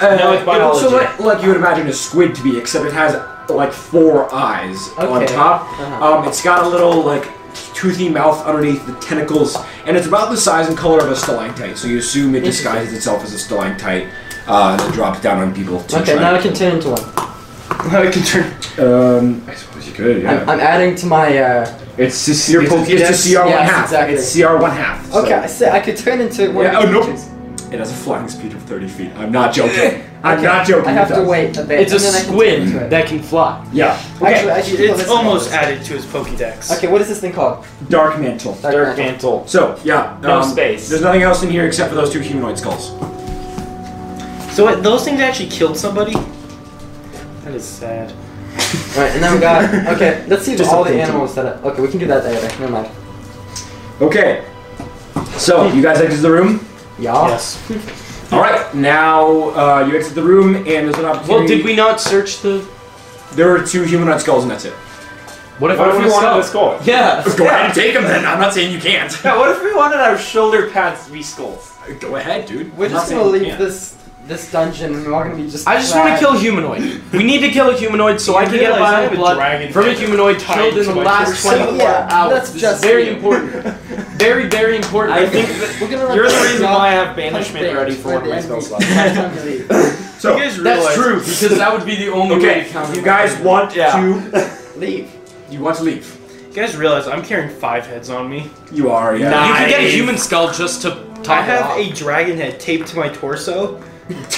S1: uh,
S2: Now it's
S1: it
S2: biology.
S1: looks a lot like you would imagine a squid to be, except it has like four eyes on
S4: Okay.
S1: top.
S4: Uh-huh.
S1: Um, it's got a little like toothy mouth underneath the tentacles, and it's about the size and color of a stalactite. So you assume it disguises itself as a stalactite uh, that drops down on people. To
S4: Okay, now
S1: try.
S4: I can turn into one.
S5: I can turn.
S1: Um, I suppose you could.
S4: I'm, I'm adding to my. Uh,
S1: It's just your
S4: it's-
S1: Pokédex. It's
S4: yes,
S1: CR one half.
S4: exactly.
S1: It's CR one half. so-
S4: okay, I said I could turn into one.
S1: Yeah,
S4: of
S1: oh,
S4: the
S1: nope.
S4: creatures.
S1: It has a flying speed of thirty feet. I'm not joking. I'm
S4: Okay,
S1: not joking.
S4: I
S1: it
S4: have to
S1: does.
S4: wait a bit.
S3: It's a
S4: and then I can turn
S3: squid
S4: into it.
S3: that can fly.
S1: Yeah. Okay.
S4: Actually, I should know this
S5: It's
S4: about
S5: almost
S4: this.
S5: added to his Pokédex.
S4: Okay, what is this thing called?
S1: Dark mantle.
S2: [LAUGHS] Dark mantle.
S1: So yeah.
S2: No
S1: um,
S2: space.
S1: There's nothing else in here except for those two humanoid skulls.
S5: So what, those things actually killed somebody. That is sad.
S4: Right, and then we got. Okay, let's see
S1: Just
S4: all the
S1: something to-
S4: animals that. Are, okay, we can do that later. Never mind.
S1: Okay. So
S4: Hmm.
S1: you guys exit the room.
S4: Y'all.
S5: Yes.
S1: All right. Now uh, you exit the room, and there's an opportunity.
S3: Well, did we not search the.
S1: There are two humanoid skulls, and that's it.
S3: What if
S2: What if
S3: I
S2: we wanted
S3: want
S2: a skull?
S3: Yeah.
S1: Go ahead and take them. Then I'm not saying you can't. [LAUGHS]
S2: Yeah, what if we wanted our shoulder pads to be skulls?
S1: Go ahead, dude.
S4: We're just
S1: Nothing.
S4: gonna leave
S2: yeah.
S4: this this dungeon, and we're all gonna be just.
S3: I just want to
S4: flat.
S3: kill a humanoid. We need to kill a humanoid so
S5: You
S3: I can get a
S5: realize I
S3: vial
S5: have
S3: of
S5: a
S3: blood
S5: dragon
S3: from a
S5: tattoo
S3: humanoid
S5: tied
S3: killed in
S5: to
S3: the
S5: my
S3: last
S5: torso.
S3: 24
S4: Yeah,
S3: hours.
S4: that's
S3: This is
S4: just
S3: very
S4: you.
S3: important. Very, very important.
S2: I think that
S4: We're gonna let
S2: you're the
S4: this
S2: reason
S4: not
S2: why I have
S4: punch
S2: banishment
S4: bait
S2: ready for
S4: by
S2: one of
S4: the
S2: my
S4: enemy.
S2: spells
S4: By [LAUGHS]
S2: left.
S4: the time we leave.
S1: So
S5: you guys realize
S3: that's [LAUGHS] true because that would be the only way
S1: okay,
S3: to counter.
S1: you guys want
S2: Yeah.
S1: to
S5: [LAUGHS]
S4: Leave.
S1: you want to leave.
S5: You guys realize I'm carrying five heads on me.
S1: You are yeah.
S3: You could get a
S2: Nice.
S3: human skull just to top
S5: I have
S3: it
S5: a dragon head taped to my torso.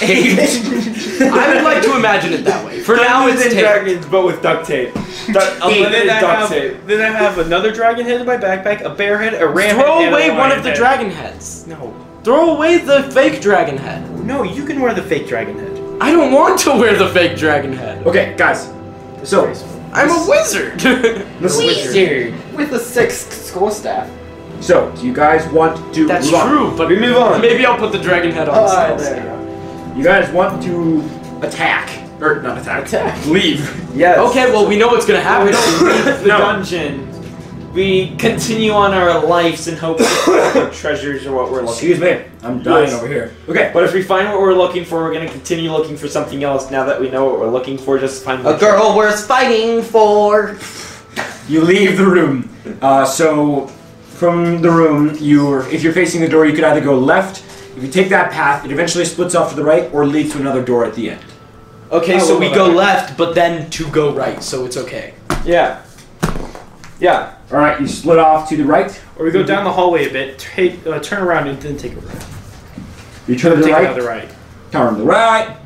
S5: [LAUGHS]
S3: off. I would like to imagine it that way. For now, it's
S2: Dungeons and
S3: tape.
S2: Dragons, but with duct tape.
S5: [LAUGHS]
S2: Duct,
S5: And
S2: unlimited
S5: then, I
S2: duct
S5: have,
S2: tape.
S5: then I have another dragon head in my backpack, a bear head, a ram head,
S3: Throw
S5: and
S3: away
S5: a
S3: one
S5: lion
S3: of the
S5: head.
S3: dragon heads.
S5: No,
S3: Throw away the fake dragon head.
S5: no, you can wear the fake dragon head.
S3: I don't want to wear the fake dragon head.
S1: Okay, guys. So
S3: I'm a wizard. [LAUGHS]
S1: this is what
S3: wizard.
S4: With a six score staff.
S1: you're- So do you guys want to
S3: That's
S1: move on?
S3: true, but
S1: we move on.
S3: Maybe I'll put the dragon head
S6: Oh,
S3: on.
S4: Alright,
S3: still.
S4: Oh, there you go.
S1: You guys want to attack. Or not attack.
S4: Attack.
S1: Leave.
S2: Yes.
S3: Okay, well we know what's gonna happen.
S2: [LAUGHS] we
S3: [LAUGHS]
S2: don't leave the
S1: No.
S2: dungeon. We continue on our lives and hope that the treasures are what we're looking
S1: Excuse me. I'm dying
S2: Yes.
S1: over here. Okay.
S2: But if we find what we're looking for, we're gonna continue looking for something else now that we know what we're looking for, just to find more
S4: worth fighting for.
S1: You leave the room. Uh, so, from the room, you if you're facing the door, you could either go left. If you take that path, it eventually splits off to the right or leads to another door at the end.
S3: [LAUGHS] Okay,
S2: Oh,
S3: so we
S2: we'll go
S3: go
S2: back.
S3: left, but then to go right, so it's okay.
S2: treasure. Yeah. Yeah.
S1: All right, you split off to the right.
S5: Or we go down the hallway a bit, take, uh, turn around, and then take a right.
S1: You turn to the
S5: take
S1: right.
S5: another right.
S1: Turn to the right.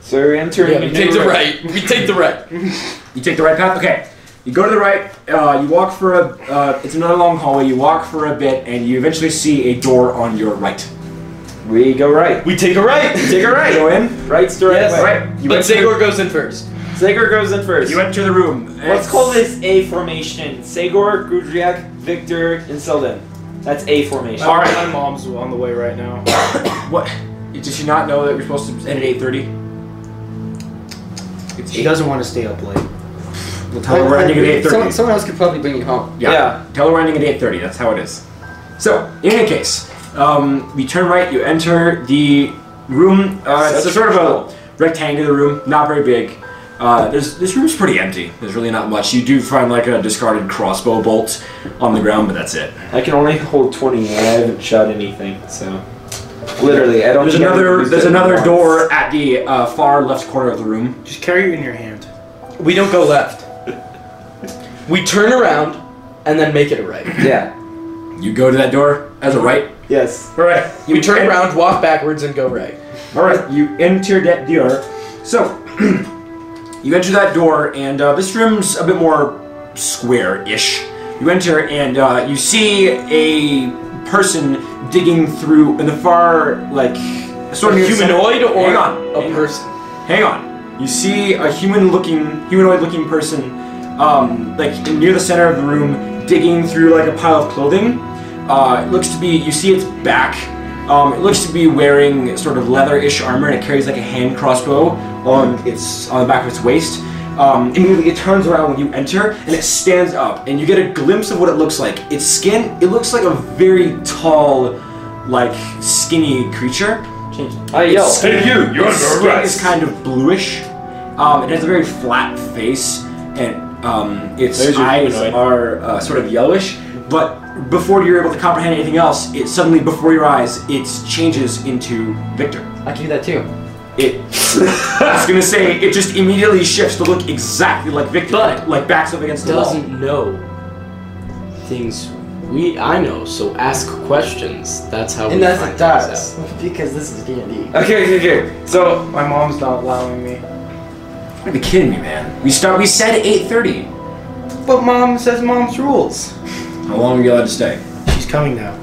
S2: So we're entering
S3: Yeah, we
S2: a
S3: take
S2: new
S3: the
S2: era.
S3: right. We take the right.
S1: You take the right path. Okay. You go to the right. Uh, you walk for a. Uh, it's another long hallway. You walk for a bit, and you eventually see a door on your right.
S2: We go right.
S5: We take a right.
S2: Take a
S1: Go
S2: right.
S1: in.
S2: Right's the right
S3: Yes.
S2: way.
S1: Right. You
S3: but
S1: enter-
S3: Zagor goes in first.
S2: Segor goes in first.
S1: You enter the room.
S2: Let's call this A formation. Segor, Gudriak, Victor, and Selden. That's A formation.
S5: All right. My mom's on the way right now.
S1: What? Did she not know that we're supposed to end at eight thirty? It's
S5: She doesn't want to stay up late.
S1: We'll tell her we're ending at eight
S4: Someone,
S1: thirty.
S4: someone else could probably bring you home.
S1: Yeah.
S2: Yeah.
S1: Tell her we're ending at eight thirty. That's how it is. So, in any case, um, we turn right. You enter the room. Uh, it's a
S2: Such
S1: sort of
S2: control.
S1: a rectangular room, not very big. Uh, there's, this room's pretty empty. There's really not much. You do find like a discarded crossbow bolt on the ground, but that's it.
S2: I can only hold 20 and I haven't shot anything, so. Literally, I don't
S1: There's
S2: think I've
S1: another
S2: used
S1: there's
S2: it
S1: another
S2: once.
S1: door at the uh, far left corner of the room.
S5: Just carry it in your hand.
S3: We don't go [LAUGHS] left. We turn around and then make it a right.
S2: Yeah.
S1: You go to that door as a right.
S2: Yes.
S1: All right.
S3: We turn around, walk backwards, and go right.
S1: All right, you enter that door. So, [CLEARS THROAT] you enter that door, and uh, this room's a bit more square-ish. You enter, and uh, you see a person digging through in the far, like, sort of
S3: A
S1: near the center-
S3: humanoid or
S1: Hang on,
S3: a
S1: hang on.
S3: person?
S1: Hang on. You see a human-looking, humanoid-looking person, um, like near the center of the room, digging through like a pile of clothing. Uh, it looks to be. You see its back. Um, it looks to be wearing sort of leather-ish armor, and it carries like a hand crossbow on its on the back of its waist. Um, immediately, it turns around when you enter, and it stands up, and you get a glimpse of what it looks like. Its skin. It looks like a very tall, like skinny creature.
S3: Oh,
S2: I yell.
S1: It's skin-
S7: Hey, you, you're
S1: its
S7: under
S1: skin
S7: arrest.
S1: is kind of bluish. Um, it has a very flat face, and um, its
S7: There's your
S1: eyes
S7: humanoid.
S1: are uh, sort of yellowish. But before you're able to comprehend anything else, it suddenly, before your eyes, it changes into Victor.
S4: I can do that too.
S1: It, I was gonna say, it just immediately shifts to look exactly like Victor,
S3: But
S1: like backs up against the wall.
S3: doesn't know things we I know, so ask questions. That's how
S4: And
S3: we
S4: that's
S3: find
S4: it
S3: things
S4: does.
S3: out.
S4: Because this is D&D.
S2: Okay, okay, okay. So
S6: My mom's not allowing me.
S1: You're be kidding me, man. We start. We said 8:30.
S5: But mom says mom's rules.
S1: How long are you allowed to stay?
S5: She's coming now.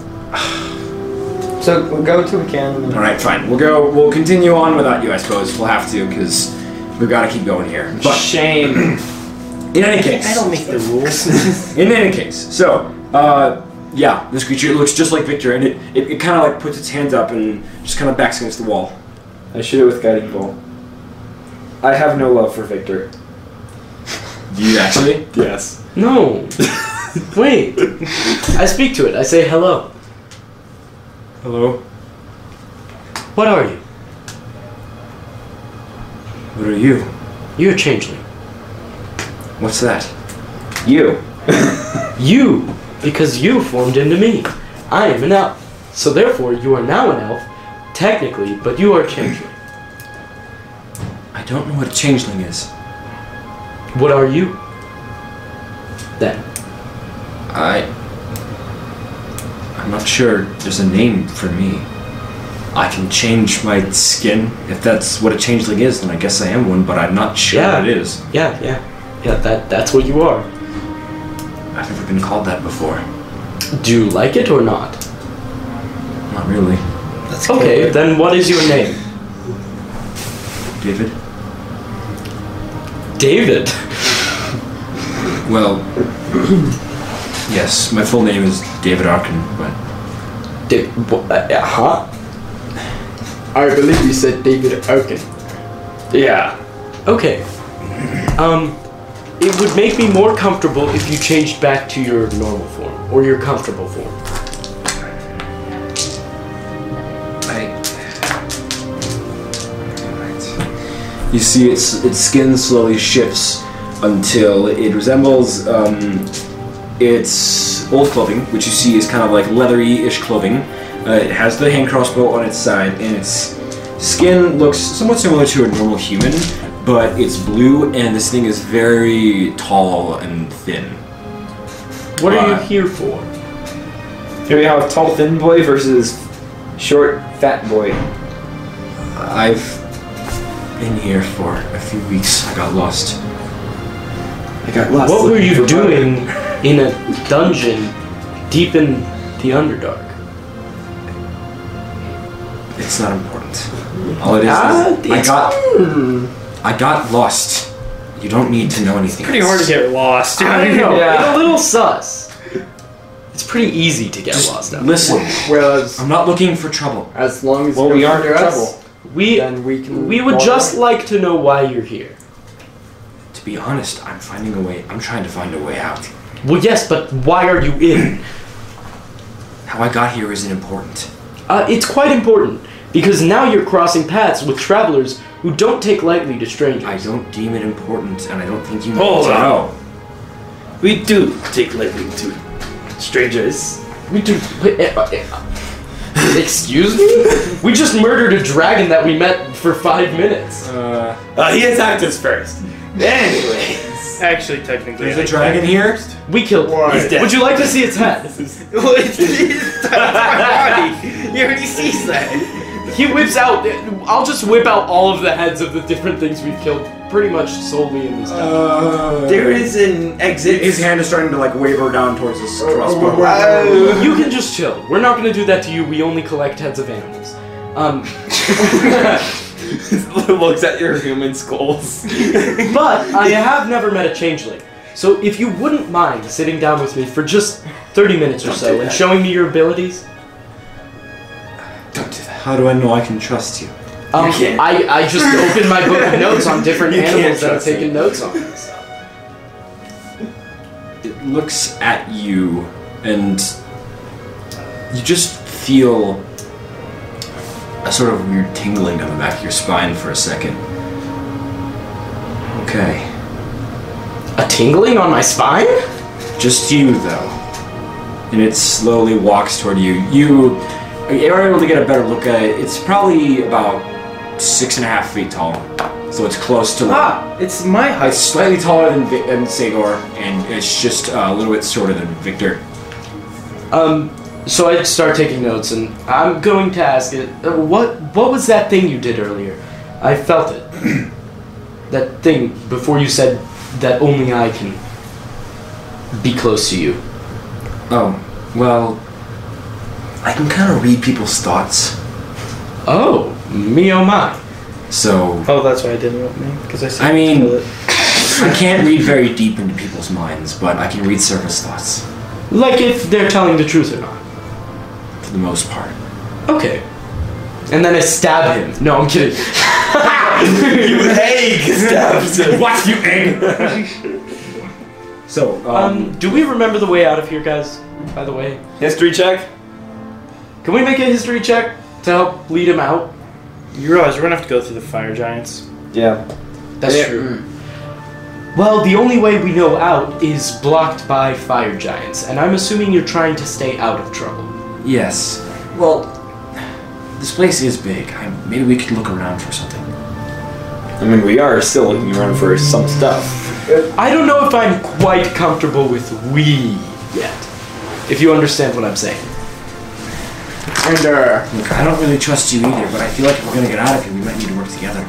S6: So go to a cannon.
S1: All right, fine. We'll go. We'll continue on without you, I suppose. We'll have to because we've got to keep going here. But
S3: Shame.
S1: [CLEARS THROAT] in any case,
S5: I don't make the
S1: [LAUGHS]
S5: rules.
S1: In any case, so uh, yeah, this creature looks just like Victor, and it, it, it kind of like puts its hands up and just kind of backs against the wall.
S7: I shoot it with guiding bolt. I have no love for Victor.
S1: Do you actually?
S7: Yes.
S3: no. Wait. I speak to it. I say hello.
S7: Hello.
S3: What are you?
S1: What are you?
S3: You're a changeling.
S1: What's that?
S7: You.
S3: You, because you formed into me. I am an elf. So therefore, you are now an elf, technically, but you are a changeling.
S1: I don't know what a changeling is.
S3: What are you? Then.
S1: I. I'm not sure there's a name for me. I can change my skin. If that's what a changeling is, then I guess I am one, but I'm not sure what it is.
S3: Yeah, yeah. Yeah, that, that's what you are.
S1: I've never been called that before.
S3: Do you like it or not?
S1: Not really.
S5: That's
S3: Okay, then what is your name?
S1: David?
S3: David.
S1: Well, yes, my full name is David Arkin, but
S3: David. Uh, huh?
S6: I believe you said David Oaken.
S3: Yeah. Okay. Um, it would make me more comfortable if you changed back to your normal form or your comfortable form.
S1: You see, its its skin slowly shifts until it resembles um, its old clothing, which you see is kind of like leathery-ish clothing. Uh, it has the hand crossbow on its side, and its skin looks somewhat similar to a normal human, but it's blue, and this thing is very tall and thin.
S3: What are you
S1: Uh,
S3: here for?
S7: Here we have tall, thin boy versus short, fat boy.
S1: I've been here for a few weeks. I got lost.
S7: I got lost.
S3: What were
S7: looking
S3: you
S7: for
S3: doing in a
S2: [LAUGHS]
S3: dungeon deep in the Underdark?
S1: It's not important. All it is,
S3: Ah,
S1: is I
S3: it's-
S1: got I got lost. You don't need to know anything.
S5: pretty hard to get lost.
S3: I don't know.
S7: Yeah.
S3: It's a little sus. It's pretty easy to get
S1: Just
S3: lost. Out.
S1: listen.
S6: Whereas,
S1: I'm not looking for trouble.
S6: as long as
S7: Well,
S6: you
S7: we
S6: don't
S7: aren't
S6: murder
S7: in
S6: us,
S7: trouble.
S3: We
S6: then we can.
S3: we would
S6: walk
S3: just
S6: away.
S3: like to know why you're here.
S1: To be honest, I'm finding a way. I'm trying to find a way out.
S3: Well, yes, but why are you in?
S1: How I got here isn't important.
S3: Uh, it's quite important because now you're crossing paths with travelers who don't take lightly to strangers.
S1: I don't deem it important, and I don't think you
S5: Hold
S1: need to
S5: on.
S1: know.
S5: We do take lightly to strangers.
S3: We do. wait, eh, uh, eh, uh, Excuse me? We just murdered a dragon that we met for five minutes.
S5: Uh, he attacked us first. Anyways. [LAUGHS] Actually, technically.
S1: There's a dragon here.
S3: We killed one.
S5: He's dead.
S3: Would you like to see its head?
S5: [LAUGHS] Well, it's, it's my body. He already sees that.
S3: He whips out. I'll just whip out all of the heads of the different things we've killed, pretty much solely in this. Uh,
S5: There is an exit.
S1: His hand is starting to like waver down towards his crossbow.
S5: Uh,
S3: you can just chill. We're not gonna do that to you. We only collect heads of animals. Um,
S2: [LAUGHS] looks at your human
S3: [LAUGHS]
S2: skulls.
S3: But I have never met a changeling. So if you wouldn't mind sitting down with me for just 30 minutes or so and showing me your abilities,
S1: Don't do that. How do I know I can trust you?
S3: um,
S1: can't.
S3: I, I
S1: [LAUGHS]
S3: just opened my book of notes on different
S1: You can't
S3: animals that I've
S1: trust me.
S3: taken notes on.
S1: It looks at you and you just feel a sort of weird tingling on the back of your spine for a second. Okay.
S3: A tingling on my spine?
S1: Just you, though. And it slowly walks toward you. You are able to get a better look at it. It's probably about six and a half feet tall. So it's close to.
S5: Ah, it's my
S1: Uh, It's
S5: height.
S1: slightly taller than, Vi- than Sagor, and it's just uh, a little bit shorter than Victor.
S3: Um, so I start taking notes and I'm going to ask it, uh, what, what was that thing you did earlier? I felt it.
S1: [CLEARS THROAT]
S3: that thing before you said that only I can be close to you.
S1: Oh, well. I can kind of read people's thoughts.
S3: Oh, me oh my.
S1: So,
S5: Oh, that's why I didn't want me because I said
S1: I mean-
S5: kill it.
S1: I can't read very deep into people's minds, but I can read surface thoughts
S3: Like if they're telling the truth or not.
S1: for the most part.
S3: Okay. And then I stab him. No, I'm kidding.
S1: [LAUGHS] what, you egg? so, um,
S3: Um, do we remember the way out of here, guys? By the way,
S2: History check.
S3: can we make a history check to help lead him out?
S5: You realize we're gonna have to go through the fire giants.
S7: Yeah.
S3: That's true. Well, the only way we know out is blocked by fire giants, and I'm assuming you're trying to stay out of trouble.
S1: Yes. Well, this place is big. I, maybe we could look around for something.
S7: I mean, we are still looking around for some stuff.
S3: I don't know if I'm quite comfortable with we yet. If you understand what I'm saying.
S4: And uh,
S1: Look, I don't really trust you either, but I feel like if we're gonna get out of here, we might need to work together.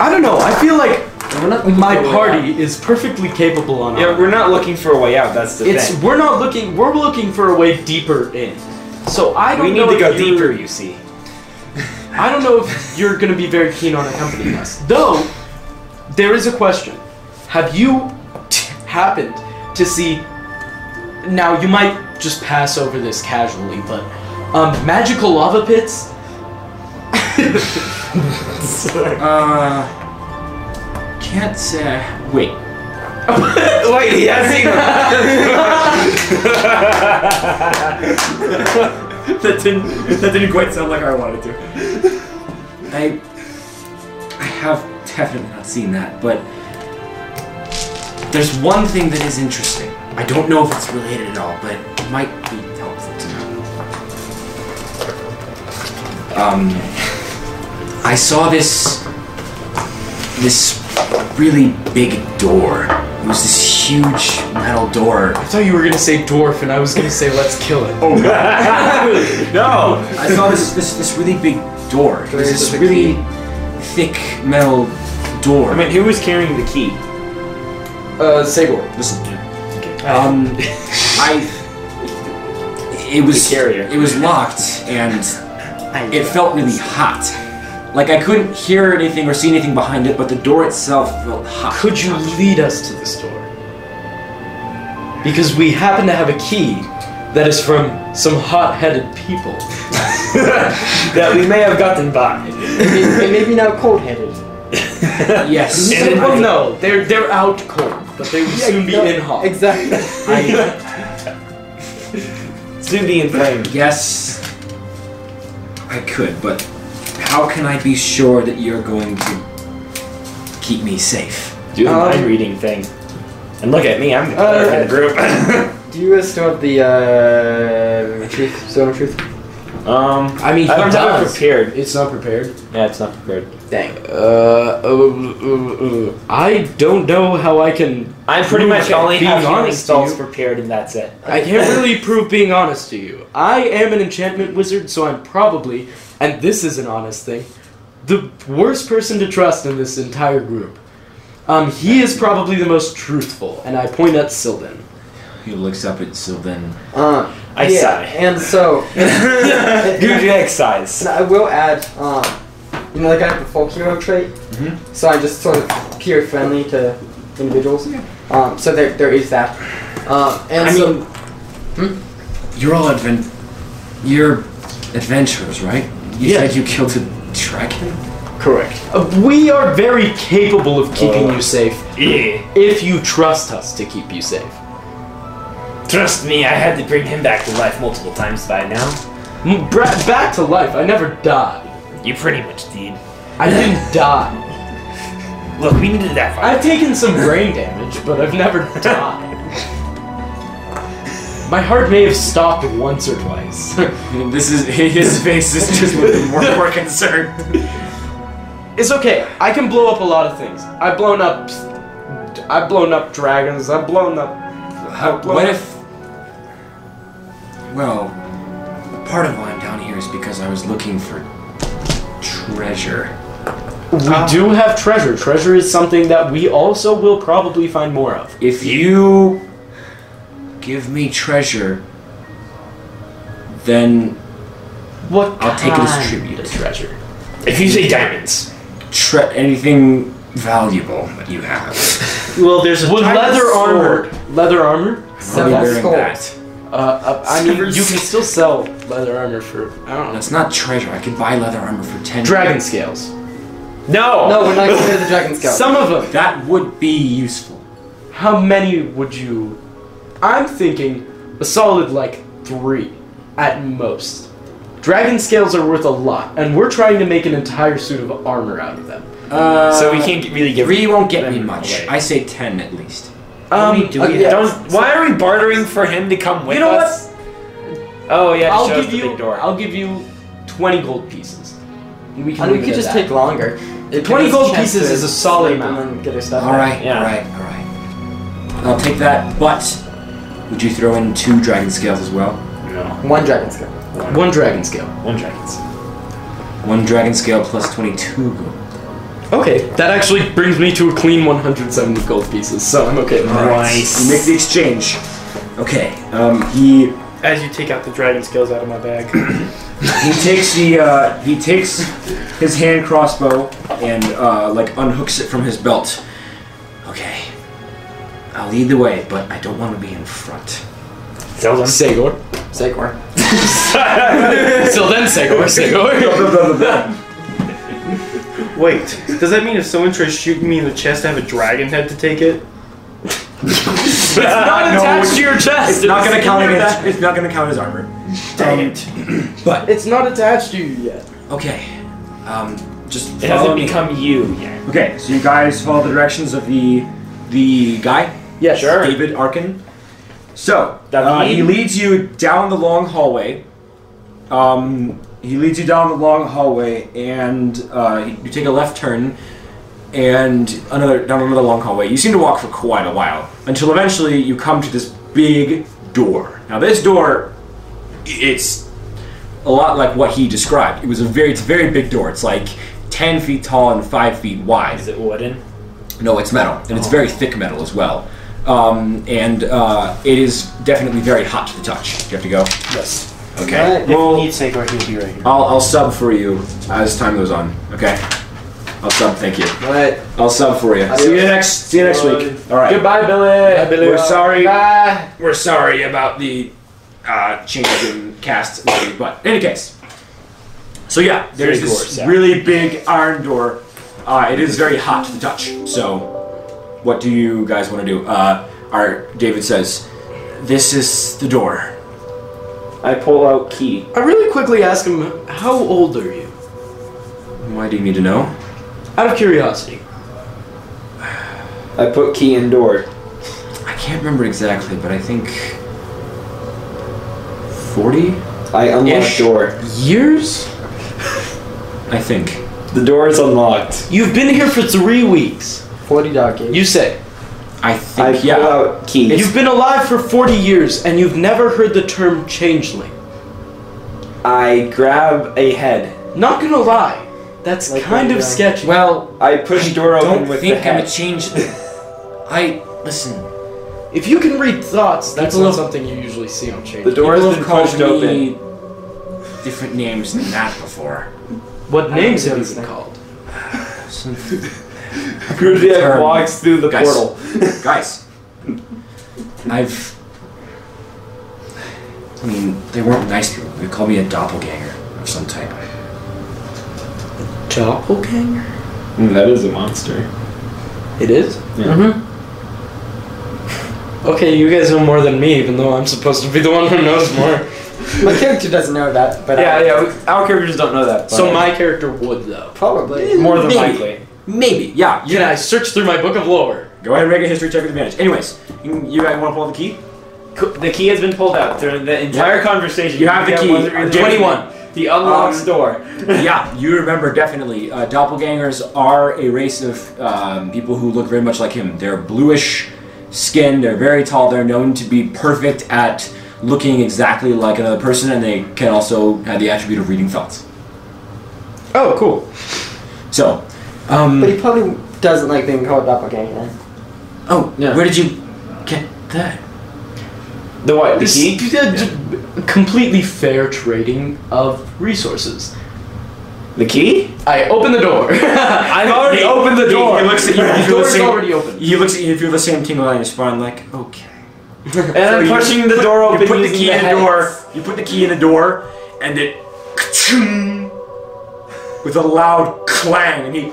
S3: I don't know. I feel like
S1: We're not
S3: my party is perfectly capable on. our
S2: Yeah, we're not looking for a way out. That's the
S3: It's
S2: thing.
S3: we're not looking. We're looking for a way deeper in. So I don't
S2: We
S3: know
S2: need to
S3: if
S2: go
S3: you're-
S2: deeper. You see.
S3: I don't know if you're going to be very keen on accompanying us. Though there is a question: Have you t- happened to see? Now you might just pass over this casually, but um, magical lava pits.
S1: [LAUGHS] Uh, can't say. [LAUGHS] Wait.
S2: Wait,
S3: [LAUGHS]
S2: he hasn't.
S1: That didn't. That didn't quite sound like I wanted to. I. I have definitely not seen that, but there's one thing that is interesting. I don't know if it's related at all, but it might be helpful to know. Um, I saw this this really big door. It was this huge metal door.
S3: I thought you were going to say dwarf, and I was going to say let's kill it.
S1: [LAUGHS]
S2: no.
S1: I saw this this this really big door. It was this really thick metal door.
S2: I mean, who was carrying the key?
S3: Uh, Sabor.
S1: listen.
S3: [LAUGHS]
S1: Um, I. It was
S2: The carrier.
S1: it was locked and it felt really hot. Like I couldn't hear anything or see anything behind it, but the door itself felt hot.
S3: Could you lead us to this door? Because we happen to have a key that is from some hot-headed people.
S2: [LAUGHS] That we may have gotten by.
S4: may- maybe now cold-headed.
S1: [LAUGHS] Yes.
S3: And it- [LAUGHS] well, no, they're they're out cold, but they will soon be
S4: no,
S3: in hot.
S4: Exactly.
S1: I,
S2: Soon be inflamed.
S1: yes. I could, but how can I be sure that you're going to keep me safe?
S2: Do the
S4: Um,
S2: mind reading thing. And look at me. I'm the cleric in the [LAUGHS] group.
S4: Do you uh, still have the uh, truth, zone of truth?
S2: um,
S3: I mean, he
S2: I don't have it
S3: does.
S2: prepared.
S3: It's not prepared.
S2: Yeah, it's not prepared.
S4: Dang.
S3: Uh, uh, uh, uh, I don't know how I can.
S2: I'm pretty
S3: Ooh,
S2: much
S3: okay.
S2: only
S3: Being
S2: have healing
S3: honest to
S2: spells
S3: you.
S2: prepared, and that's it.
S3: I can't really prove being honest to you. I am an enchantment wizard, so I'm probably, and this is an honest thing, the worst person to trust in this entire group. Um, he is probably the most truthful, and I point at Sylvan.
S1: He looks up at Sylvan.
S4: Uh,
S2: I
S4: yeah,
S2: sigh.
S4: And so,
S6: [LAUGHS]
S2: Good exercise.
S4: And I will add, um,
S6: You know, like I have the folk hero trait,
S1: Mhm.
S6: so I'm just sort of peer friendly to individuals. Um, so there, there is that. Um, and
S5: I
S6: so,
S5: mean,
S1: You're all advent. You're adventurers, right? You
S3: Yeah.
S1: said you killed a dragon.
S3: Correct. Uh, we are very capable of
S2: Oh.
S3: keeping you safe
S2: Uh, Yeah.
S3: if you trust us to keep you safe.
S2: Trust me, I had to bring him back to life multiple times by now.
S3: M- bra- back to life. I never died.
S2: You pretty much did.
S3: I didn't die.
S2: Look, we needed that fight.
S3: I've taken some brain damage, but I've never died. My heart may have stopped once or twice.
S1: This is his face is just looking more and more concerned.
S3: [LAUGHS] It's okay. I can blow up a lot of things. I've blown up. I've blown up dragons. I've blown up. I've blown
S1: What
S3: up-
S1: if? Well, part of why I'm down here is because I was looking for treasure.
S3: we do have treasure? Treasure is something that we also will probably find more of.
S1: If you give me treasure, then
S3: What?
S1: I'll take it as
S3: kind
S1: tribute.
S3: of treasure.
S2: If you say diamonds,
S1: tre- anything valuable that you
S3: [LAUGHS]
S1: have.
S5: well, there's a
S3: Would
S5: type of
S3: leather
S5: sword.
S3: armor? Leather armor?
S1: I'm
S6: that's
S1: wearing
S6: gold.
S1: that.
S3: Uh, uh, I mean, you
S5: Silver
S3: can still sell leather armor for I don't know.
S1: That's not treasure. I could buy leather armor for ten.
S3: Dragon scales.
S2: no.
S6: no,
S3: [LAUGHS]
S6: we're not going to the dragon scout.
S3: Some of them.
S1: That would be useful.
S3: How many would you? I'm thinking a solid like three at most. Dragon scales are worth a lot, and we're trying to make an entire suit of armor out of them.
S1: Uh,
S2: So we can't really give.
S1: Three won't get me
S2: them
S1: much.
S2: away.
S1: I say ten at least.
S5: How many
S3: Um,
S5: do
S6: uh,
S5: we
S6: yeah.
S5: have?
S2: Don't. Why are we bartering for him to come with
S3: you know
S2: us?
S3: what?
S2: Oh yeah,
S3: I'll
S2: show us
S3: give
S2: the
S3: you.
S2: big door.
S3: I'll give you twenty gold pieces. We can.
S6: and
S3: leave it
S6: we could
S3: at
S6: just
S3: that.
S6: take longer. It'd
S3: 20
S6: give us a
S3: gold
S6: chance
S3: pieces
S6: to
S3: is a solid
S6: sleep
S3: amount.
S6: And then get our stuff
S1: All right,
S2: Yeah.
S1: all right, all right. I'll take that. But would you throw in two dragon scales as well?
S2: No.
S6: One dragon scout.
S3: one dragon scale.
S2: One dragons.
S1: One dragon scale plus twenty-two gold.
S3: Okay, that actually brings me to a clean 170 gold pieces, so I'm okay. with that.
S2: Nice.
S1: You make the exchange. Okay. Um, he
S5: As you take out the dragon scales out of my bag.
S1: He takes the uh, he takes his hand crossbow and uh, like unhooks it from his belt. Okay, I'll lead the way, but I don't want to be in front.
S2: Tell them.
S3: Segor. [LAUGHS]
S6: Sagor.
S3: Till then, Segor.
S6: [LAUGHS]
S3: Segor.
S5: [CLEARS THROAT] Wait, does that mean if someone tries shooting me in the chest, I have a dragon head to take it?
S3: Not attached to your chest.
S1: It's not gonna count against. It's not gonna count as armor. Dang it! [CLEARS THROAT] But
S3: It's not attached to you yet.
S1: okay, um, just
S2: It
S1: follow
S2: hasn't
S1: me.
S2: become you yet.
S1: Okay, so you guys follow the directions of the the guy.
S3: Yeah,
S1: David Arkin. So
S2: That
S1: uh,
S2: lead?
S1: he leads you down the long hallway. Um, he leads you down the long hallway, and uh, you take a left turn, and another down another long hallway. You seem to walk for quite a while until eventually you come to this big door. Now this door, it's a lot like what he described. It was a very it's a very big door. It's like ten feet tall and five feet wide.
S2: Is it wooden?
S1: No, it's metal, and it's very thick metal as well. Um, and uh, it is definitely very hot to the touch. Do you have to go?
S2: Yes.
S1: Okay.
S5: If you
S1: Well,
S5: need Sagor, he'll be right here.
S1: I'll, I'll sub for you as time goes on. Okay. I'll sub. Thank you.
S6: Alright.
S1: I'll sub for you. See you next. See you next week. All right.
S3: Goodbye, Billy.
S1: We're sorry. We're sorry about the uh, change in cast, lady, but in any case. So yeah, there's
S2: Three
S1: this
S2: doors, yeah.
S1: really big iron door. Uh, it is very hot to the touch. So, what do you guys want to do? Uh, our David says, "This is the door."
S7: I pull out key.
S3: I really quickly ask him, how old are you?
S1: Why do you need to know?
S3: Out of curiosity.
S7: I put key in door.
S1: I can't remember exactly, but I think forty.
S7: I unlock
S1: Ish.
S7: door.
S3: Years?
S1: I think.
S7: The door is unlocked.
S3: You've been here for three weeks.
S6: 40 dog
S3: You say.
S1: I
S7: I
S1: think.
S7: pull
S1: yeah.
S7: out key.
S3: You've been alive for 40 years and you've never heard the term changeling.
S7: I grab a head.
S3: Not gonna lie, that's
S6: Like
S3: kind of
S6: what you-
S3: sketchy.
S1: Well,
S7: I push door
S1: I
S7: open
S1: don't
S7: with the
S1: think I'm
S7: head.
S1: a change. I listen.
S3: if you can read thoughts, that's
S1: People
S3: not
S1: have-
S3: something you usually see on
S7: the
S3: changeling.
S7: door
S1: People
S7: has
S1: have
S7: been
S1: called
S7: pushed open.
S1: me Different names than that before.
S3: What names have you
S4: it's
S3: been
S4: there.
S3: called?
S7: Grudiev
S1: Turn.
S7: walks through the
S1: Guys.
S7: portal.
S1: [LAUGHS] Guys, I've. I mean, they weren't nice to me. They called me a doppelganger of some type.
S3: Doppelganger?
S7: Mm, that is a monster.
S3: It is?
S7: Yeah.
S3: Okay, you guys know more than me, even though I'm supposed to be the one who knows more.
S4: My character doesn't know that, but
S7: Yeah,
S4: I,
S7: yeah. we- Our characters don't know that.
S3: so
S7: but-
S3: my character would, though. Eh,
S4: probably.
S7: more than
S1: Maybe.
S7: likely.
S1: Maybe, yeah. You
S3: Can I search through my book of lore?
S1: go ahead and make a history check with advantage. Anyways, you, you guys want to pull out the key?
S7: Co- The key has been pulled out during the entire conversation.
S1: You have the
S7: Yeah,
S1: key.
S7: wasn't really-
S1: 21.
S7: The unlocked
S1: Um,
S7: door.
S1: yeah, you remember definitely. Uh, doppelgangers are a race of um, people who look very much like him. They're bluish skin, they're very tall, they're known to be perfect at looking exactly like another person, and they can also have the attribute of reading thoughts.
S3: Oh, cool.
S1: So, um,
S6: But he probably doesn't like being called doppelganger.
S1: oh,
S3: Yeah.
S1: where did you get that?
S7: The what? The
S3: This-
S7: key?
S3: yeah, just Completely fair trading of resources.
S7: The key?
S3: I open the door. [LAUGHS]
S7: I've already opened the
S1: He-
S7: door.
S1: He, looks at you.
S3: The
S1: you feel
S3: door
S1: the
S3: is
S1: same,
S3: already open.
S1: He looks at you. You feel the same tingle on your spine. Like, okay.
S7: and I'm
S1: you
S7: pushing the door open.
S1: You put the
S7: using
S1: key in the
S7: hex.
S1: door. You put the key in the door, and it with a loud clang, and he,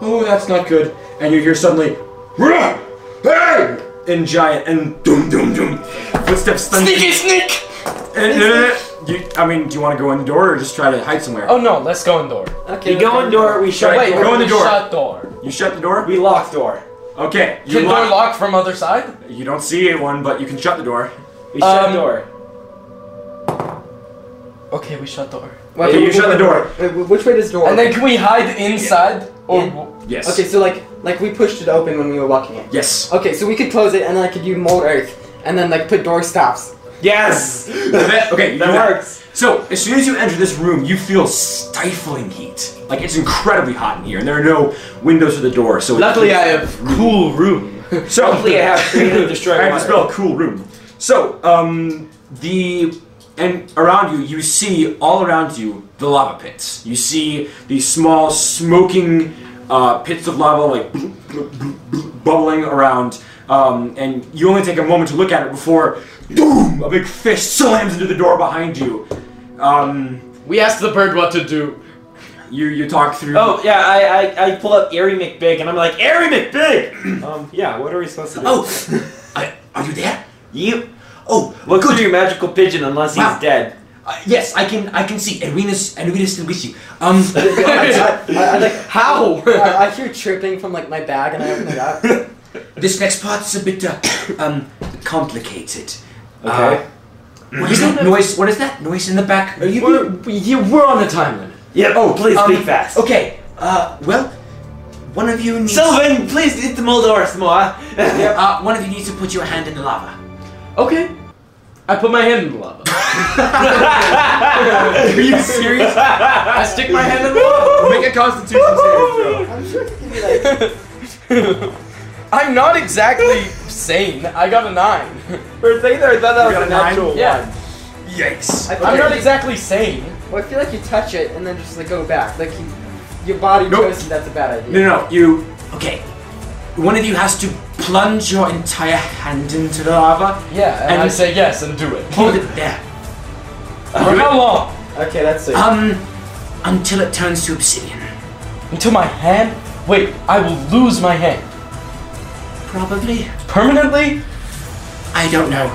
S1: oh, that's not good. And you hear suddenly, "Rah! hey, in giant and doom doom doom, footsteps. Sneaky sneak. And, uh, you, I mean, do you want to go in the door or just try to hide somewhere?
S3: Oh no, let's go in door.
S4: Okay.
S7: We go in door. We shut
S3: Wait,
S7: door.
S1: in the door.
S3: Shut door.
S1: You shut the door.
S7: We lock door.
S1: Okay. You
S3: Can door
S1: lock-
S3: lock from other side?
S1: You don't see one, but you can shut the door.
S7: We shut
S3: Um,
S7: door.
S3: Okay, we shut door.
S6: Well,
S1: you shut the door.
S6: wait, wait, Which way does
S3: [LAUGHS]
S6: door?
S3: And then can we hide inside? Or
S1: Yes.
S6: okay, so like like we pushed it open when we were walking in.
S1: Yes.
S6: Okay, so we could close it and then I could do mold earth and then like put door stops.
S7: Yes.
S1: That- okay, you do
S7: That works.
S1: So, as soon as you enter this room, you feel stifling heat. Like, it's incredibly hot in here, and there are no windows or the door, so...
S3: luckily I have cool room.
S1: So,
S7: Hopefully, I have
S1: [LAUGHS]
S7: created destroy
S1: I have
S7: water.
S1: to spell cool room. So, um, the... And around you, you see, all around you, the lava pits. You see these small, smoking uh, pits of lava, like, bubbling around. Um, and you only take a moment to look at it before, boom, a big fish slams into the door behind you. Um,
S3: We asked the bird what to do.
S1: You you talk through.
S7: Oh yeah, I, I I pull up Airy McBig and I'm like Airy McBig. [CLEARS THROAT] um yeah, what are we supposed to do?
S1: oh, [LAUGHS] I, are you there?
S7: you
S1: Oh,
S7: look
S1: good.
S7: through your magical pigeon unless he's
S1: Wow.
S7: dead.
S1: Uh, yes, I can I can see Edwina's Edwina's still with you. Um,
S6: I, I, I, like,
S3: How?
S6: I, I hear tripping from like my bag and I open it up.
S1: this next part's a bit uh, um complicated.
S7: Okay.
S1: Uh, what is that noise? What is that noise in the back? Are you
S3: We're, you, we're on the time limit.
S7: yeah. Oh please
S1: um,
S7: speak fast.
S1: Okay. Uh, well, one of you needs.
S7: Sylvan, please hit the Moldor some more. [LAUGHS]
S1: Uh, one of you needs to put your hand in the lava.
S3: Okay. I put my hand in
S7: [LAUGHS]
S3: the lava.
S1: Are you serious?
S3: I stick my hand in the
S7: [LAUGHS]
S3: lava.
S1: Make a Constitution saving throw.
S3: [LAUGHS] I'm not exactly sane. I got a nine.
S7: For a second there, I thought that
S1: You got
S7: was
S1: a
S7: a
S1: nine?
S7: natural one.
S3: Yeah.
S1: Yikes.
S3: I'm not exactly sane.
S6: Well, I feel like you touch it and then just like go back. Like you, your body
S1: Nope.
S6: knows that that's a bad idea.
S1: No, no, no, you. Okay. One of you has to plunge your entire hand into the lava.
S3: Yeah, and,
S1: And-
S3: I say yes and
S7: [LAUGHS]
S3: do it.
S1: Hold it there.
S3: For how long?
S6: Okay, that's it.
S1: Um, until it turns to obsidian.
S3: Until my hand. Wait, I will lose my hand
S1: Probably.
S3: permanently.
S1: I don't know.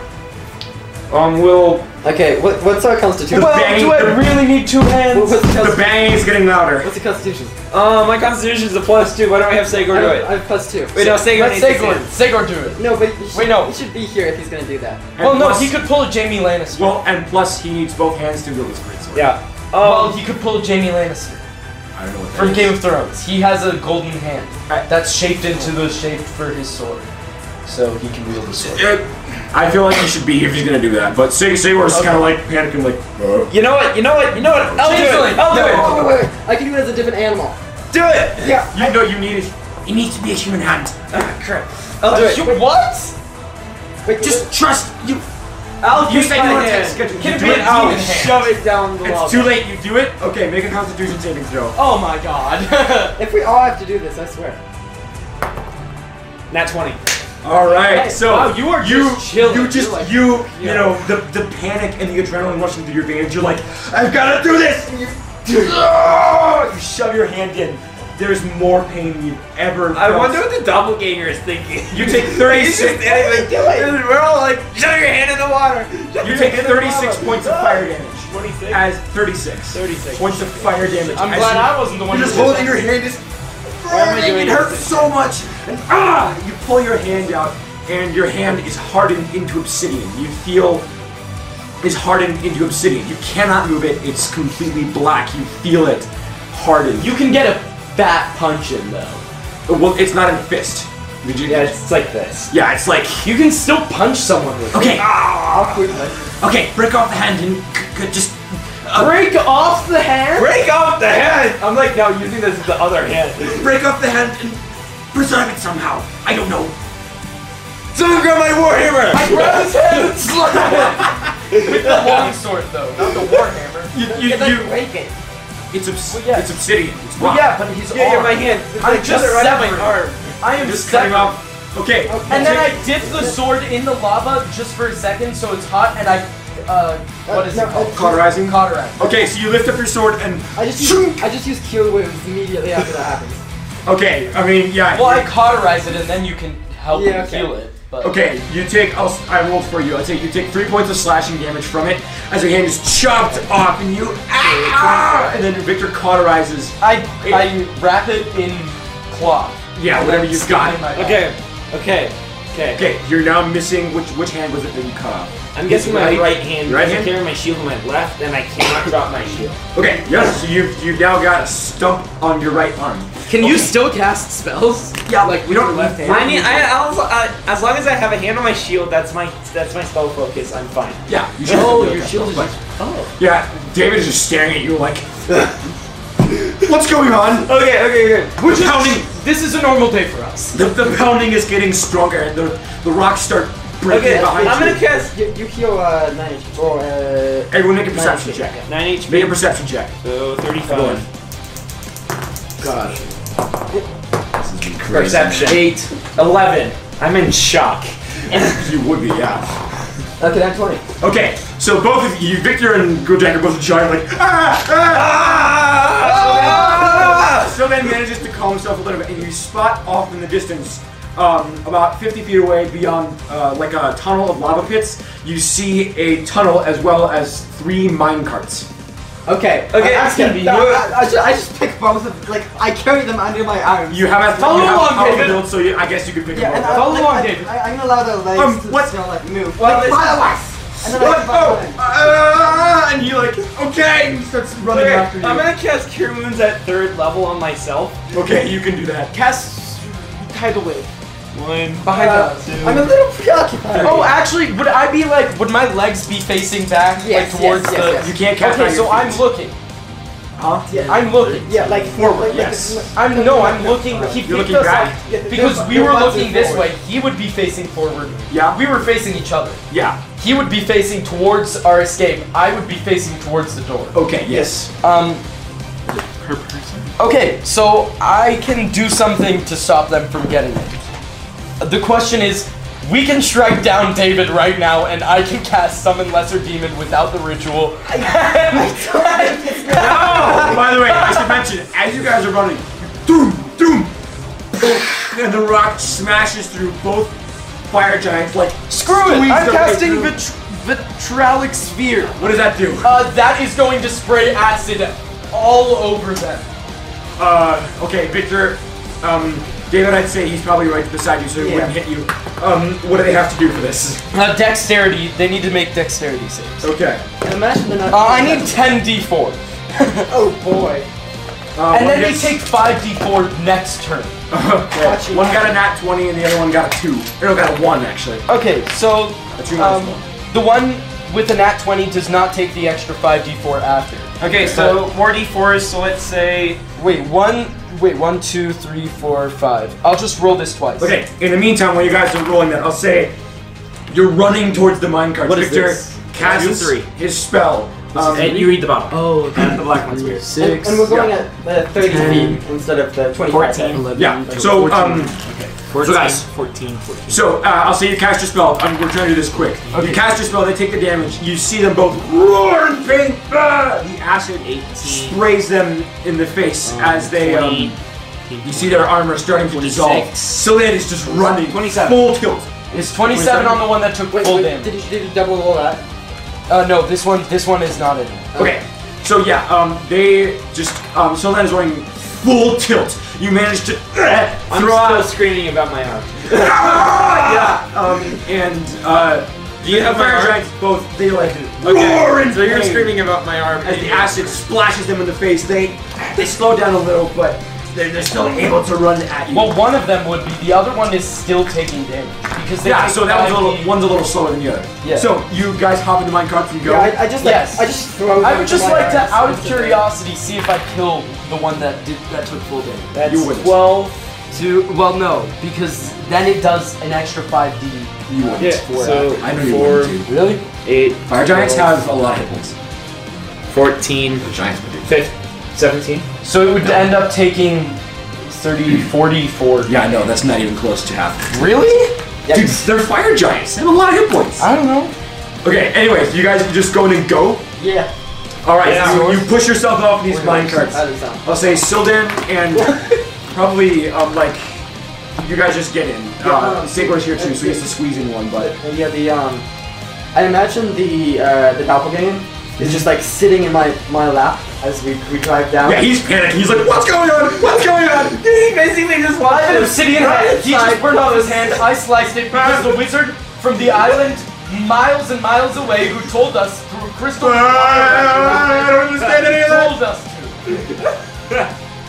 S7: Um, we'll.
S6: Okay, what, what's our constitution?
S3: Well,
S1: bang-
S3: do I really need two
S6: What-
S7: [LAUGHS]
S3: hands?
S6: what's, the
S1: [LAUGHS]
S6: constitution?
S1: bang is getting louder.
S6: what's the constitution?
S7: Uh, my constitution is a plus two. Why don't I have Sagor
S6: I
S7: do
S6: have,
S7: it?
S6: I have plus two.
S7: Wait, no, Sagor
S3: Let
S7: needs to
S3: Segor.
S7: do it.
S3: Segor do it.
S6: No, but you should,
S3: Wait, no.
S6: you should be here if he's gonna do that.
S3: Well, no, he could pull a Jamie Lannister. Well,
S1: Well, and plus he needs both hands to wield his greatsword.
S7: Yeah. Um,
S3: he could pull a Jamie Lannister
S1: I don't know what that
S3: from
S1: is.
S3: Game of Thrones. He has a golden hand
S1: Right.
S3: that's shaped into the shape for his sword, so he can wield the sword.
S1: Uh, I feel like he should be if he's gonna do that, but Sig Sigur's
S3: Okay.
S1: kind of like panicking, like. Uh.
S7: you know what? You know what? You know what? I'll do
S3: Changeling.
S7: it. I'll do
S3: No.
S7: it.
S6: Oh, wait, wait, wait. I can do it as a different animal.
S7: Do it.
S1: You know you need. It needs to be a human hand.
S7: Ah, crap. I'll do it.
S3: You- what?
S6: Wait,
S1: Just trust you.
S6: I'll
S1: You
S6: take
S1: said
S6: my
S1: you were
S6: hand.
S1: texting- you
S6: Give
S1: do
S6: me
S1: it.
S6: an
S1: I'll
S6: demon hand. Shove it down the
S1: It's
S6: lava.
S1: too late. You do it. Okay, make a Constitution saving throw.
S3: Oh my god.
S4: If we all have to do this, I swear.
S5: Nat 20.
S1: All right.
S3: Hey,
S1: so
S3: wow, you are
S1: you
S3: just chilling.
S1: you just
S3: You're like-
S1: you you
S3: Yeah.
S1: know the the panic and the adrenaline rushing through your veins. You're like, I've got to do this. And you, ah, you shove your hand in. There's more pain than you've ever.
S2: I
S1: felt.
S2: wonder what the doppelganger is thinking.
S1: You take 36.
S3: [LAUGHS]
S2: We're all like, shove your hand in the water.
S1: You take 36 points of fire damage.
S2: 26.
S1: As 36.
S2: 36.
S1: Points of fire damage.
S3: I'm
S1: as
S3: glad
S1: you-
S3: I wasn't the one
S1: You're
S3: who
S1: just
S3: did
S1: holding your
S3: that.
S1: hand. Just,
S3: am I doing
S1: it hurts so much. And ah, you pull your hand out, and your hand is hardened into obsidian. You feel is hardened into obsidian. You cannot move it. It's completely black. You feel it harden. You,
S3: You can get a fat punch in though.
S1: well, it's not in a fist. Did you-
S5: Yeah, it's like this.
S1: yeah, it's like
S3: You can still punch someone with
S1: okay.
S4: Awkwardly.
S1: Ah. Okay, break off the hand and c- c- just uh,
S3: it. Break off the hand.
S2: Break off the hand! I'm like, no, using this as the other hand.
S1: break off the hand and preserve it somehow. I don't know.
S2: Someone grab my war hammer!
S3: Grab his hand and slap it. With the longsword though, not the warhammer.
S1: You, you, you,
S6: break it.
S1: it's, obs-
S3: Well, yeah.
S1: it's obsidian. It's black.
S3: Yeah, but he's
S2: Yeah, yeah,
S3: armed.
S2: my hand.
S3: I'm just
S2: right up my
S3: severing.
S2: arm.
S3: I am
S1: Just cutting
S3: stuck.
S1: off. Okay.
S3: And then I dip the sword in the lava just for a second so it's hot and I, uh, what is
S4: Uh,
S3: it
S4: no,
S3: called?
S1: Cauterizing?
S3: Cauterize.
S1: Okay, so you lift up your sword and.
S4: I just use, I just use cure wounds immediately after that happens.
S1: Okay, I mean, yeah.
S3: Well, I cauterize it and then you can help
S4: Yeah,
S3: me
S4: okay.
S3: heal it. But
S1: Okay, you take. I'll, I rolled for you. I take. You take three points of slashing damage from it as your hand is chopped off, and you. Ah! And then Victor cauterizes.
S3: I, I wrap it in cloth.
S1: Yeah,
S3: And
S1: whatever
S3: then
S1: you've
S3: stick it
S1: got.
S3: in my bag.
S2: Okay, okay, okay.
S1: Okay, you're now missing which which hand was it that you cut off?
S7: I'm guessing my right hand.
S1: Your right
S7: because
S1: hand?
S7: I carry my shield in my left, and I cannot drop my shield.
S1: Okay, yes. So you've you've now got a stump on your right arm.
S5: Can you still cast spells?
S1: Yeah, like we don't left
S2: I mean,
S1: hand.
S2: I, I also, uh, as long as I have a hand on my shield, that's my that's my spell focus. I'm fine.
S1: Yeah, you should. Oh, your shield is. Oh. Yeah, David is just staring at you like. [LAUGHS] What's going on?
S2: Okay, okay, okay.
S1: We're pounding.
S3: This is a normal day for us.
S1: The, the pounding is getting stronger, and the, the rocks start breaking
S2: Okay,
S1: behind
S2: I'm
S1: you.
S2: gonna cast.
S4: You, you heal uh, nine HP. Or, uh,
S1: Everyone make a perception check.
S7: Nine
S1: Make a
S7: HP.
S1: perception check.
S7: So
S1: Everyone.
S7: thirty-five.
S2: Perception. Eight. Eleven. I'm in shock.
S1: You would be, yeah.
S4: okay, that's 20.
S1: Okay, so both of you, Victor and Gojek, are both giant, like, ah, ah, ah. Sylvan manages to calm himself a little bit, and you spot off in the distance, um, about 50 feet away beyond, uh, like a tunnel of lava pits, you see a tunnel as well as three mine carts.
S4: Okay.
S2: Okay,
S4: I'm
S2: it's gonna be
S4: no,
S2: you.
S4: I, I, should, I just pick both of Like, I carry them under my arms.
S1: You have a
S3: Follow
S1: you have
S3: along,
S1: a power
S3: David.
S1: build, so you, I guess you could pick
S4: yeah,
S1: them
S4: and
S1: up.
S4: I,
S3: Follow
S4: I,
S3: along,
S4: I,
S3: David.
S4: I, I'm gonna allow their legs
S1: Um,
S4: to
S1: what-
S4: still, like, move.
S1: what
S4: like,
S1: is-
S4: follow us! And then I can follow them.
S1: uh, and you like, okay, and starts running
S2: Okay,
S1: after
S2: I'm
S1: you.
S2: gonna cast Cure Wounds at third level on myself.
S1: Okay, you can do that.
S3: Cast tidal wave
S2: One.
S1: Uh,
S3: behind us.
S4: I'm a little preoccupied.
S3: Oh, actually, would I be like? Would my legs be facing back,
S4: Yes,
S3: like towards
S4: yes, yes,
S3: the?
S4: yes.
S1: You can't cast.
S3: Okay, so I'm looking.
S1: Huh?
S4: yeah,
S3: I'm looking.
S4: yeah, like
S1: Forward,
S4: like- like-
S1: yes.
S3: I'm no. I'm looking. He
S1: You're
S3: picked
S1: looking
S3: us
S1: back?
S3: up
S4: Yeah,
S3: because
S4: they're-
S3: we
S4: they're
S3: were
S4: facing
S3: looking this
S4: forward.
S3: way. He would be facing forward.
S1: Yeah.
S3: We were facing each other.
S1: Yeah.
S3: He would be facing towards our escape. I would be facing towards the door.
S1: Okay. Yes.
S3: Um. Okay, so I can do something to stop them from getting it. The question is, we can strike down David right now, and I can cast summon lesser demon without the ritual. [LAUGHS]
S1: Oh, [LAUGHS] by the way, I should mention, as you guys are running, doom, doom, [SIGHS] and the rock smashes through both fire giants. Like, [LAUGHS]
S3: Screw it!
S1: Squeeze
S3: I'm
S1: the
S3: casting
S1: way
S3: vit- vitralic sphere.
S1: what does that do?
S3: Uh, that is going to spray acid all over them.
S1: Uh, okay, Victor. Um, David, I'd say he's probably right beside you, so he wouldn't hit you. Um, what do they have to do for this? [LAUGHS]
S3: Uh, dexterity. They need to make dexterity saves.
S1: Okay.
S4: Imagine they're not.
S3: Uh, I need [LAUGHS] 10d4,
S4: Oh boy.
S1: Uh,
S3: and
S1: one
S3: then they
S1: gets-
S3: take 5d4 next turn.
S1: [LAUGHS] Okay. One got a nat 20 and the other one got a 2. Or no, got a 1 actually.
S3: Okay, so
S1: A 2 minus
S3: um, the one with the nat 20 does not take the extra 5d4 after.
S2: Okay, so more d4s. So let's say
S3: Wait, one. Wait, one, two, three, four, five. I'll just roll this twice.
S1: 1. Okay, in the meantime, while you guys are rolling that, I'll say You're running towards the minecart.
S5: What is
S1: Victor
S5: this?
S1: casts
S5: Two, three.
S1: his spell. Um,
S5: and you read the bottom.
S4: Oh,
S5: the black one's weird.
S4: six.
S6: And we're going
S1: Yeah.
S6: at uh, 30
S4: Ten.
S6: feet instead of the 25 feet.
S4: 11,
S1: yeah. So um,
S5: 14,
S1: guys.
S5: 14, 14.
S1: so uh, I'll say you cast your spell. I'm, we're trying to do this quick. You cast your spell. They take the damage. You see them both roar in pain. Ah! The acid
S5: 18.
S1: sprays them in the face
S5: Oh,
S1: as they um,
S5: 20,
S1: You see their armor starting to dissolve.
S5: 26.
S1: Sylvan is just running.
S2: 27.
S1: Full tilt.
S3: It's 27 on the one that took
S6: Wait,
S3: full
S6: wait,
S3: damage.
S6: Did, you, did you double roll that?
S3: Uh, no, this one, this one is not in.
S1: Okay. So yeah, um, they just um, Sylvan is going full tilt. You manage to [CLEARS THROAT] uh,
S2: I'm
S1: throw
S2: still
S1: out.
S2: screaming about my arm.
S1: yeah. Um, and uh,
S2: Do you
S1: the
S2: have my
S1: fire
S2: arm?
S1: giants both they like roar
S2: Okay.
S1: in
S2: So you're
S1: pain
S2: screaming about my arm.
S1: as the acid splashes them in the face. They they slow down a little, but they're, they're still able to run at you.
S3: Well, one of them would be. The other one is still taking damage because they.
S1: yeah.
S3: take
S1: So that was a little
S3: 5d.
S1: one's a little slower than the other.
S3: Yeah.
S1: So you guys hop into minecarts and go.
S6: Yeah, I, I just like,
S3: Yes.
S6: I just throw
S3: I
S6: them
S3: would just
S6: my
S3: like to,
S6: arms
S3: out of
S6: into the-
S3: curiosity, see if I kill the one that did that took full damage.
S4: That's
S1: You wouldn't.
S4: 12 to. Well, no, because then it does an extra 5d.
S1: you wouldn't.
S2: Yeah. So
S1: I know you
S2: four,
S1: wouldn't. dude.
S4: Really?
S2: eight,
S1: Fire giants have a lot of hit points.
S2: 14,
S1: The giants would do.
S2: 15, 17.
S3: So it would end up taking 30, 44.
S1: Yeah, no, that's not even close to half.
S3: Really?
S1: Dude, they're fire giants. They have a lot of hit points.
S3: I don't know.
S1: Okay, anyways, you guys just going and go.
S6: Yeah.
S1: All right,
S2: Yeah.
S1: you, you push yourself off these mine
S6: That
S1: carts.
S6: doesn't sound.
S1: I'll say Sildan and probably um, like you guys just get in. Uh, Sigur's here too, so he has to squeeze in one. But
S6: And yeah, the um, I imagine the uh, the doppelganger is just like sitting in my my lap as we, we drive down.
S1: yeah, he's panicking. He's like, "What's going on? What's going on?"
S2: He basically just
S3: I have an
S2: watched
S3: obsidian hand. He just burned off his hand. I sliced it because the wizard from the island miles and miles away who told us through crystal.
S1: I don't understand any of that.
S3: Told us to.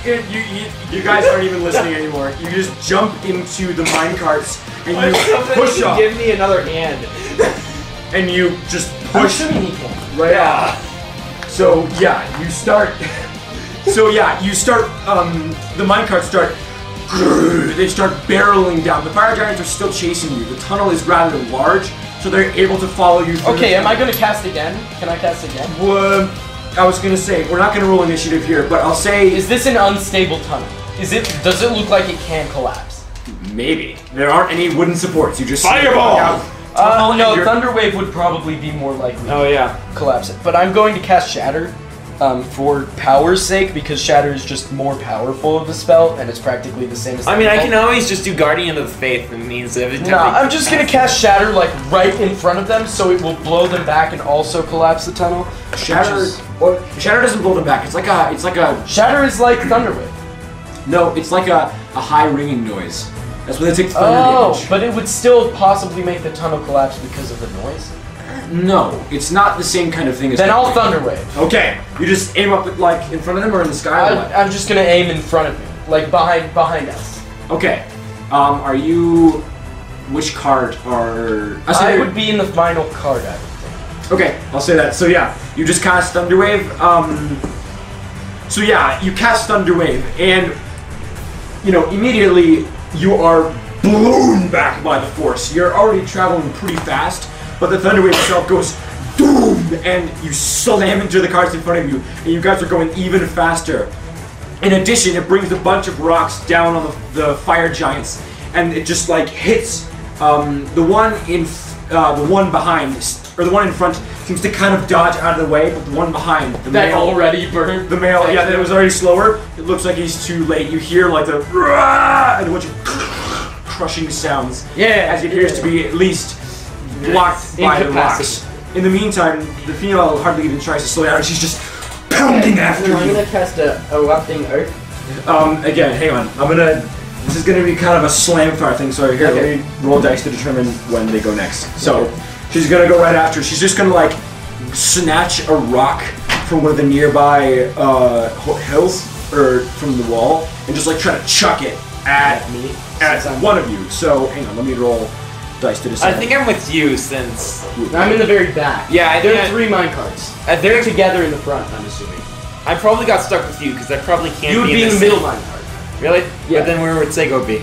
S1: You, you, you, you guys aren't even listening anymore. You just jump into the mine carts and you push up
S2: Give me another hand.
S1: and you just
S3: I'm
S1: push
S3: assuming he can.
S1: right yeah. So yeah, you start. [LAUGHS] so yeah, you start. Um, the minecarts start. They start barreling down. The fire giants are still chasing you. The tunnel is rather large, so they're able to follow you. Through
S3: Okay,
S1: the
S3: am I gonna cast again? Can I cast again?
S1: Well, I was gonna say we're not gonna roll initiative here, but I'll say
S3: Is this an unstable tunnel? Is it? Does it look like it can collapse?
S1: maybe there aren't any wooden supports. You just
S2: Fireball!
S3: Uh, no,
S1: you're-
S3: Thunderwave would probably be more likely
S2: Oh yeah.
S3: to collapse it. But I'm going to cast Shatter um, for power's sake because Shatter is just more powerful of a spell and it's practically the same as.
S2: I mean, I can
S3: Thunderbolt.
S2: always just do Guardian of the Faith. It means every time.
S3: Oh. Nah,
S2: I-
S3: I'm just gonna cast Shatter like right in front of them, so it will blow them back and also collapse the tunnel.
S1: Shatter,
S3: Just-
S1: or Shatter doesn't blow them back. It's like a, it's like a,
S3: Shatter is like Thunderwave.
S1: no, it's like a, a high ringing noise. That's when they take thunder
S3: Oh,
S1: damage.
S3: but it would still possibly make the tunnel collapse because of the noise.
S1: No, it's not the same kind of thing as.
S3: Then I'll Thunderwave.
S1: Okay, you just aim up like in front of them or in the sky. or
S3: I, I'm just gonna aim in front of me, like behind behind us.
S1: what? Okay, um, are you? Which card are? I'll say
S3: I
S1: they're-
S3: would be in the final card. I would.
S1: Okay, I'll say that. So yeah, you just cast Thunderwave. Um, so yeah, you cast Thunderwave, and you know immediately you are blown back by the force. You're already traveling pretty fast, but the Thunderwave itself goes boom, and you slam into the cars in front of you, and you guys are going even faster. In addition, it brings a bunch of rocks down on the, the fire giants, and it just like hits um, the one in f- uh, the one behind or the one in front seems to kind of dodge out of the way, but the one behind the
S3: That
S1: male
S3: already burned.
S1: the male yeah that was already slower. It looks like he's too late. You hear like the "Rah!" and a bunch of [LAUGHS] crushing sounds.
S3: Yeah,
S1: as it appears to be at least blocked by the rocks. In the meantime, the female hardly even tries to slow down. She's just pounding after
S6: I'm
S1: you.
S6: gonna cast a erupting oath.
S1: Um, again, hang on. I'm gonna. This is gonna be kind of a slam fire thing, so here,
S6: Okay.
S1: let me roll dice to determine when they go next. So, she's gonna go right after. She's just gonna, like, snatch a rock from one of the nearby uh, ho- hills, or from the wall, and just, like, try to chuck it at me, at one of you. So, hang on, let me roll dice to
S2: I
S1: decide.
S2: think I'm with you since.
S4: I'm in the very back.
S2: Yeah, I
S4: There
S2: think
S4: are
S2: I,
S4: three mine cards.
S2: I
S4: They're
S2: think
S4: together in the front, I'm assuming.
S2: I probably got stuck with you because I probably can't.
S4: You would
S2: be, in
S4: be in the
S2: this-
S4: middle mine card.
S2: Really?
S4: Yeah.
S2: But then where would Sego be?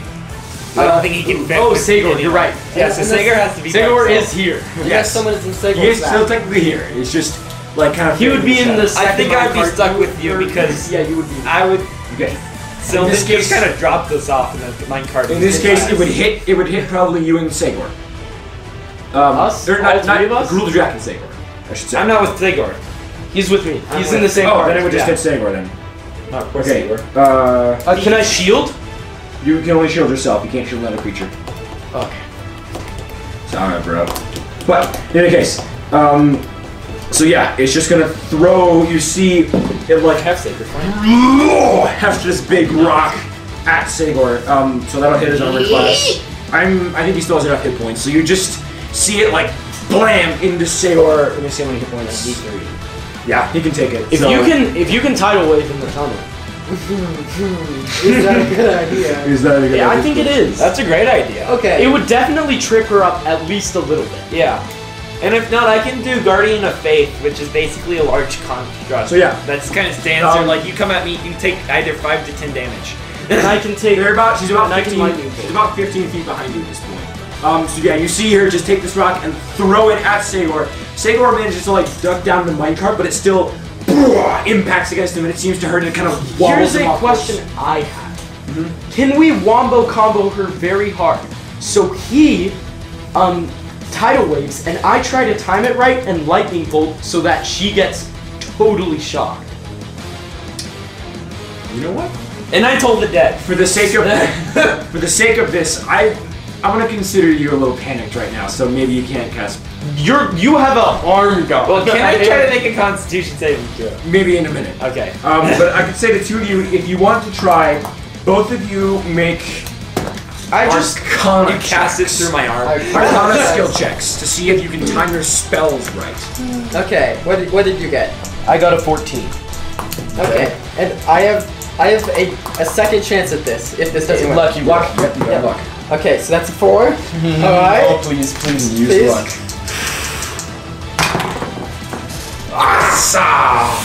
S2: I don't think he can. vet
S3: Oh,
S2: with
S3: Sagor,
S2: anyone.
S3: you're right.
S2: Yeah, so Sagor has to be. by
S3: Sagor
S2: himself.
S3: is here.
S1: Yes.
S6: someone is in
S1: He is
S6: Segway's
S1: still
S6: lap.
S1: technically here. It's just like kind of.
S3: He would be in the
S2: I
S3: second
S2: think
S3: line
S2: I'd be
S3: part.
S2: stuck with you because
S6: Yeah, you would be.
S2: I would.
S1: Okay.
S2: So
S1: In
S2: this
S1: this
S2: just
S1: case-
S2: kind of dropped us off in the mine cart.
S1: In this case, it would hit. It would hit probably you and Sagor. Um,
S3: Us?
S1: Or not,
S3: All
S1: not
S3: three of us?
S1: Gruul the Dragon Sagor. I should say.
S2: I'm not with Sagor.
S3: He's with me. He's in the same
S1: Oh,
S3: part.
S1: then it would just
S3: Yeah.
S1: hit Sagor then.
S2: Not of course
S1: Okay.
S2: Sagor.
S1: Uh,
S3: Uh, can I shield?
S1: you can only shield yourself. You can't shield another creature.
S3: Okay.
S1: Sorry, bro. But in any case, um, so yeah, it's just gonna throw. You see, it like
S2: Have Sagor.
S1: [SIGHS]
S2: Fine.
S1: heft this big rock at Sigor. Um, so that'll hit his armor class. I'm. I think he still has enough hit points. So you just see it like blam into Sigor. Let me see how many hit points. Yeah, he can take it.
S3: If
S1: So-
S3: you can, if you can tidal wave in the tunnel.
S6: Is that a good
S1: [LAUGHS]
S6: idea?
S1: Is that a good
S3: Yeah, I
S1: idea?
S3: think it is.
S2: That's a great idea.
S6: Okay.
S3: It would definitely trip her up at least a little bit.
S2: Yeah. And if not, I can do Guardian of Faith, which is basically a large construct.
S1: So yeah.
S2: That's kind of stands
S1: Um,
S2: there like you come at me, you take either five to ten damage.
S3: And I can take.
S1: They're about. She's about
S3: And I can
S1: 15.
S3: lightning bolt.
S1: She's about 15 feet behind you at this point. Um, so yeah, you see her just take this rock and throw it at Sagor. Sagor manages to like duck down the minecart, but it still impacts against him, and it seems to hurt and it kind of walls
S3: Here's
S1: him
S3: a
S1: off course.
S3: question I have. Can we wombo combo her very hard? So he, um, tidal waves, and I try to time it right and lightning bolt so that she gets totally shocked.
S1: You know what?
S2: And I told the dead. [LAUGHS]
S1: For the sake of
S3: [LAUGHS]
S1: for the sake of this, I I'm gonna consider you a little panicked right now, so maybe you can't cast.
S3: You're you have a arm guard.
S2: Well, can I try to make a Constitution saving throw?
S1: Maybe in a minute.
S2: Okay.
S3: [LAUGHS]
S1: Um, but I could say the two of you, if you want to try, both of you make
S3: I just
S1: Arcana
S2: You cast it
S1: checks.
S2: through my arm.
S1: [LAUGHS] Arcana skill checks to see if you can time your spells right.
S6: Okay. What did, what did you get?
S3: I got a 14.
S6: Okay. And I have I have a, a second chance at this if this doesn't work.
S3: Lucky
S1: Luck. Yep, you got
S6: Yeah.
S1: luck.
S6: Okay, so that's a
S1: [LAUGHS]
S6: four. All right.
S3: Oh, please, please.
S1: Use
S6: Please.
S1: luck. Asa!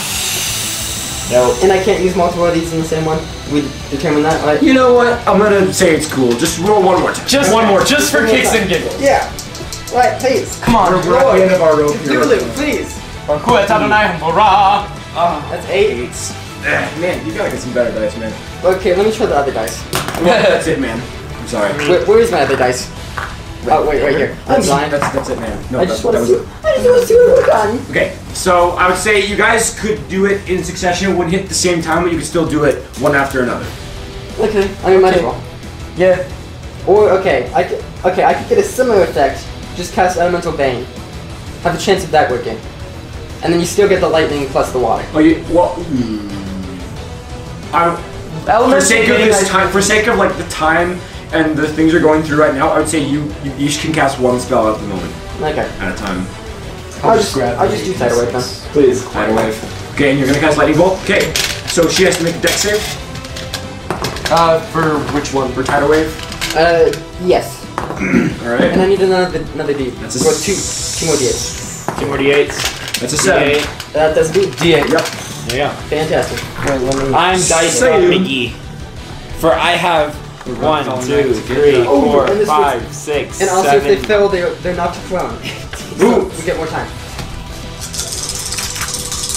S6: And I can't use multiple of these in the same one. We determine that, right?
S1: You know what? I'm gonna say it's cool. Just roll one more time.
S3: Just one more, just for kicks and giggles.
S6: Yeah. Right, please. Come
S1: We're, we're at the end of our rope here.
S6: Lulu, please. That's eight.
S1: Eights. Eh, Man, you gotta get some better dice, [LAUGHS] man.
S6: Okay, let me try the other dice.
S1: Well,
S3: [LAUGHS]
S1: that's it, man. I'm sorry.
S6: Where, where is my other dice? Oh, wait, right here. I'm
S1: That's,
S6: blind.
S1: that's, that's it, man. No,
S6: I
S1: that-
S6: just want
S1: that
S6: to
S1: was-
S6: see. I just want to see what we've done.
S1: Okay, so I would say you guys could do it in succession. It wouldn't hit the same time, but you could still do it one after another.
S6: Okay, I mean, might as well.
S3: Yeah.
S6: Or okay, I could, okay, I could get a similar effect. Just cast Elemental Bane. Have a chance of that working, and then you still get the lightning plus the water.
S1: Oh, you well. mm. I, for sake of this time, for sake of like the time and the things you're going through right now, I would say you you each can cast one spell at the moment
S6: Okay,
S1: at a time.
S6: I'll, just I'll just do tidal wave then.
S3: Please.
S1: Tidal wave. Okay, and you're gonna cast lightning bolt. Okay, so she has to make a dex save
S3: Uh, for which one?
S1: for tidal wave.
S6: Uh, yes,
S1: All right.
S6: and I need another another D.
S1: That's a
S6: well, two
S1: s-
S6: two more Ds.
S2: Two more d8s.
S1: That's a seven.
S6: That does D.
S3: D8.
S1: Yep.
S2: Yeah.
S6: Fantastic.
S2: I'm dice
S1: Same.
S2: Biggie. For I have one,
S1: going
S2: two,
S1: back to
S2: three,
S1: get
S6: Oh,
S2: four,
S6: and this
S2: five, six,
S6: And also, if they
S2: seven.
S6: fail, they're they're knocked prone.
S1: Ooh.
S6: [LAUGHS] so we get more time.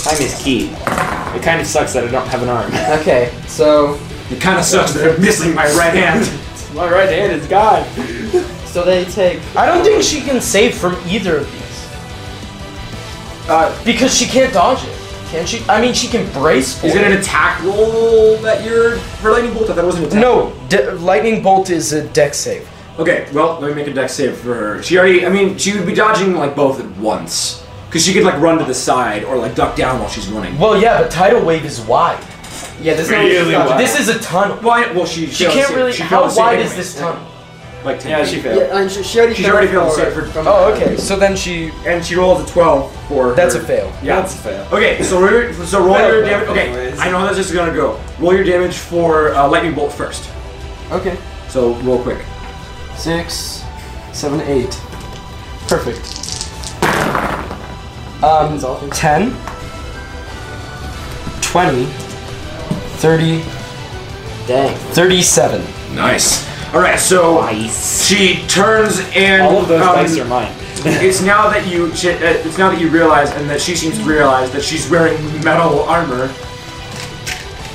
S2: Time is key. It kind of sucks that I don't have
S3: [LAUGHS]
S2: an arm.
S6: Okay, so
S1: It kind of sucks that I'm missing my right hand.
S2: [LAUGHS] My right hand is gone.
S6: so they take.
S3: I don't think she can save from either of these.
S1: Uh,
S3: Because she can't dodge it. Can she? I mean, she can brace for
S1: is it an attack roll that you're for lightning bolt? I thought it was an attack.
S3: No, de- lightning bolt is a deck save.
S1: Okay, well, let me make a dex save for her. She already, I mean, she would be dodging like both at once. Because she could like run to the side or like duck down while she's running.
S3: Well, yeah, but tidal wave is wide.
S6: Yeah, this
S2: Really
S6: is
S2: wide.
S3: This is a tunnel.
S1: Why? Well, she
S3: She
S1: failed
S3: can't
S1: save-
S3: really.
S1: She
S3: how
S1: failed save
S3: wide is
S1: anyways.
S3: this tunnel?
S1: Like 10
S2: Yeah,
S1: feet.
S2: she failed.
S6: Yeah, and she, she already
S1: She's
S6: failed
S1: already failed
S6: for-
S1: save for-
S6: from-
S3: Oh, okay. So then she.
S1: And she rolls a 12 for.
S3: That's
S1: her-
S3: a fail.
S1: Yeah.
S2: That's a fail.
S1: Okay, so roll, so roll your
S2: Fail,
S1: damage.
S2: fail,
S1: Okay,
S2: anyways.
S1: I know how this is gonna go. Roll your damage for uh, lightning bolt first.
S6: Okay.
S1: So roll quick.
S6: Six, seven, eight.
S3: Perfect. Um, 10, 20, 30,
S6: Dang.
S3: 37.
S1: Nice. All right, so she turns and
S7: All of those
S1: um,
S7: dice are mine.
S1: it's now that you she- uh, it's now that you realize and that she seems to realize that she's wearing metal armor.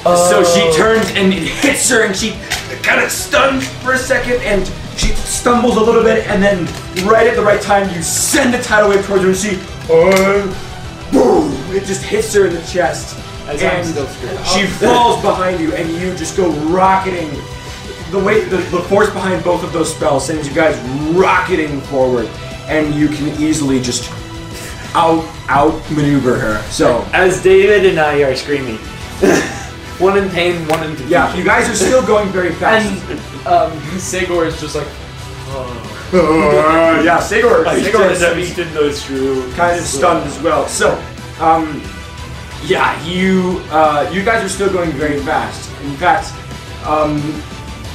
S1: So she
S5: Oh.
S1: turns and it hits her and she kind of stuns for a second and she stumbles a little bit and then right at the right time you send the tidal wave towards her and she uh, boom it just hits her in the chest
S5: As
S1: and
S5: I'm still screwed up. [LAUGHS]
S1: she falls behind you and you just go rocketing the weight the, the force behind both of those spells sends you guys rocketing forward and you can easily just out out maneuver her so
S2: As David and I are screaming. one in pain, one in confusion.
S1: yeah you guys are still going very fast
S3: And um, Segor is just like, oh.
S1: Uh, yeah, Sigurd.
S2: I
S1: Sigurd
S2: didn't- I
S1: is
S2: didn't know it's true.
S1: kind of stunned as well. So, um, yeah, you uh, you guys are still going very fast. In fact, um,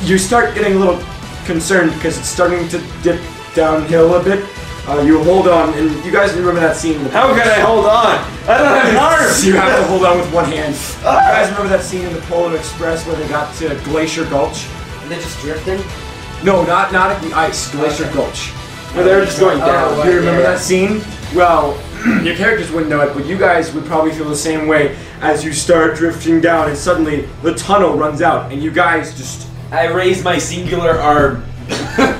S1: you start getting a little concerned because it's starting to dip downhill a bit. Uh, you hold on, and you guys remember that scene. With
S2: How can I hold on? I don't have an arm!
S1: [LAUGHS] You have to hold on with one hand. You guys remember that scene in the Polar Express where they got to Glacier Gulch?
S6: And they're just drifting.
S1: No, not not at the ice, Glacier Gulch.
S2: Well, they're just going down.
S6: Oh,
S1: You remember
S6: yeah.
S1: that scene? Well, [CLEARS THROAT] your characters wouldn't know it, but you guys would probably feel the same way as you start drifting down, and suddenly the tunnel runs out, and you guys just
S2: I raised my singular arm.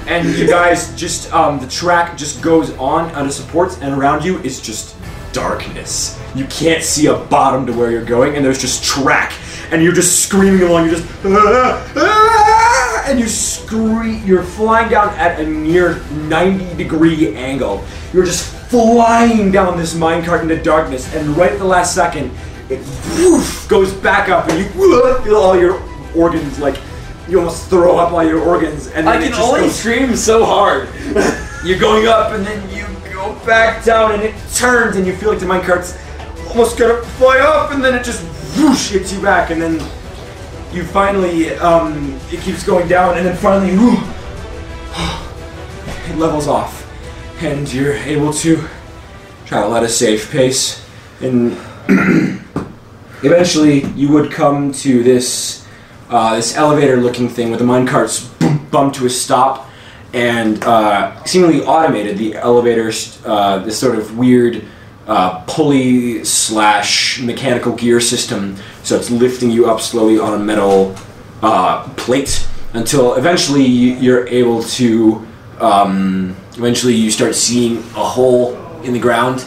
S1: and you guys just um, the track just goes on out of supports, and around you is just darkness. You can't see a bottom to where you're going, and there's just track, and you're just screaming along. You're just "Ah, ah," and you scream. You're flying down at a near 90 degree angle. You're just flying down this minecart into darkness, and right at the last second, it woof, goes back up, and you "Ah," feel all your organs like. You almost throw up all your organs, and then
S2: I
S1: it
S2: can
S1: just
S2: only
S1: goes-
S2: scream so hard.
S1: you're going up and then you go back down and it turns and you feel like the minecart's almost gonna fly up and then it just whoosh hits you back and then you finally um, it keeps going down and then finally whoo, [SIGHS] it levels off and you're able to travel at a safe pace and eventually you would come to this uh, this elevator looking thing where the minecart's boom, bumped to a stop and uh, seemingly automated the elevator uh, this sort of weird uh, pulley slash mechanical gear system so it's lifting you up slowly on a metal uh, plate until eventually you- you're able to um, eventually you start seeing a hole in the ground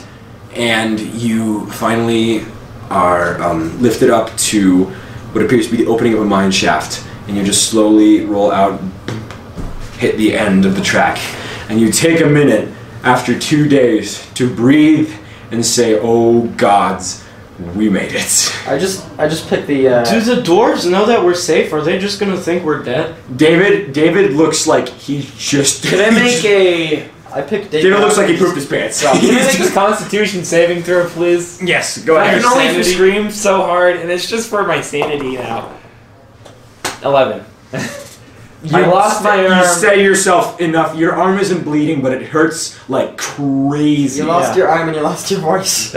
S1: and you finally are um, lifted up to what appears to be the opening of a mine shaft and you just slowly roll out hit the end of the track and you take a minute after two days to breathe and say oh gods we made it
S6: I just I just picked the. Uh,
S3: Do the dwarves know that we're safe? Are they just gonna think we're dead?
S1: david david looks like he just
S2: Can I
S1: [LAUGHS]
S2: make a
S6: I picked.
S1: david looks like he pooped his pants [LAUGHS]
S2: can I make a Constitution saving throw, please?
S1: yes go
S2: I
S1: ahead
S2: can only
S3: sanity.
S2: scream so hard, and it's just for my sanity now.
S1: [LAUGHS]
S2: Eleven. I lost my
S1: You
S2: arm.
S1: stay yourself enough. Your arm isn't bleeding, but it hurts like crazy.
S6: You lost your arm and you lost your voice.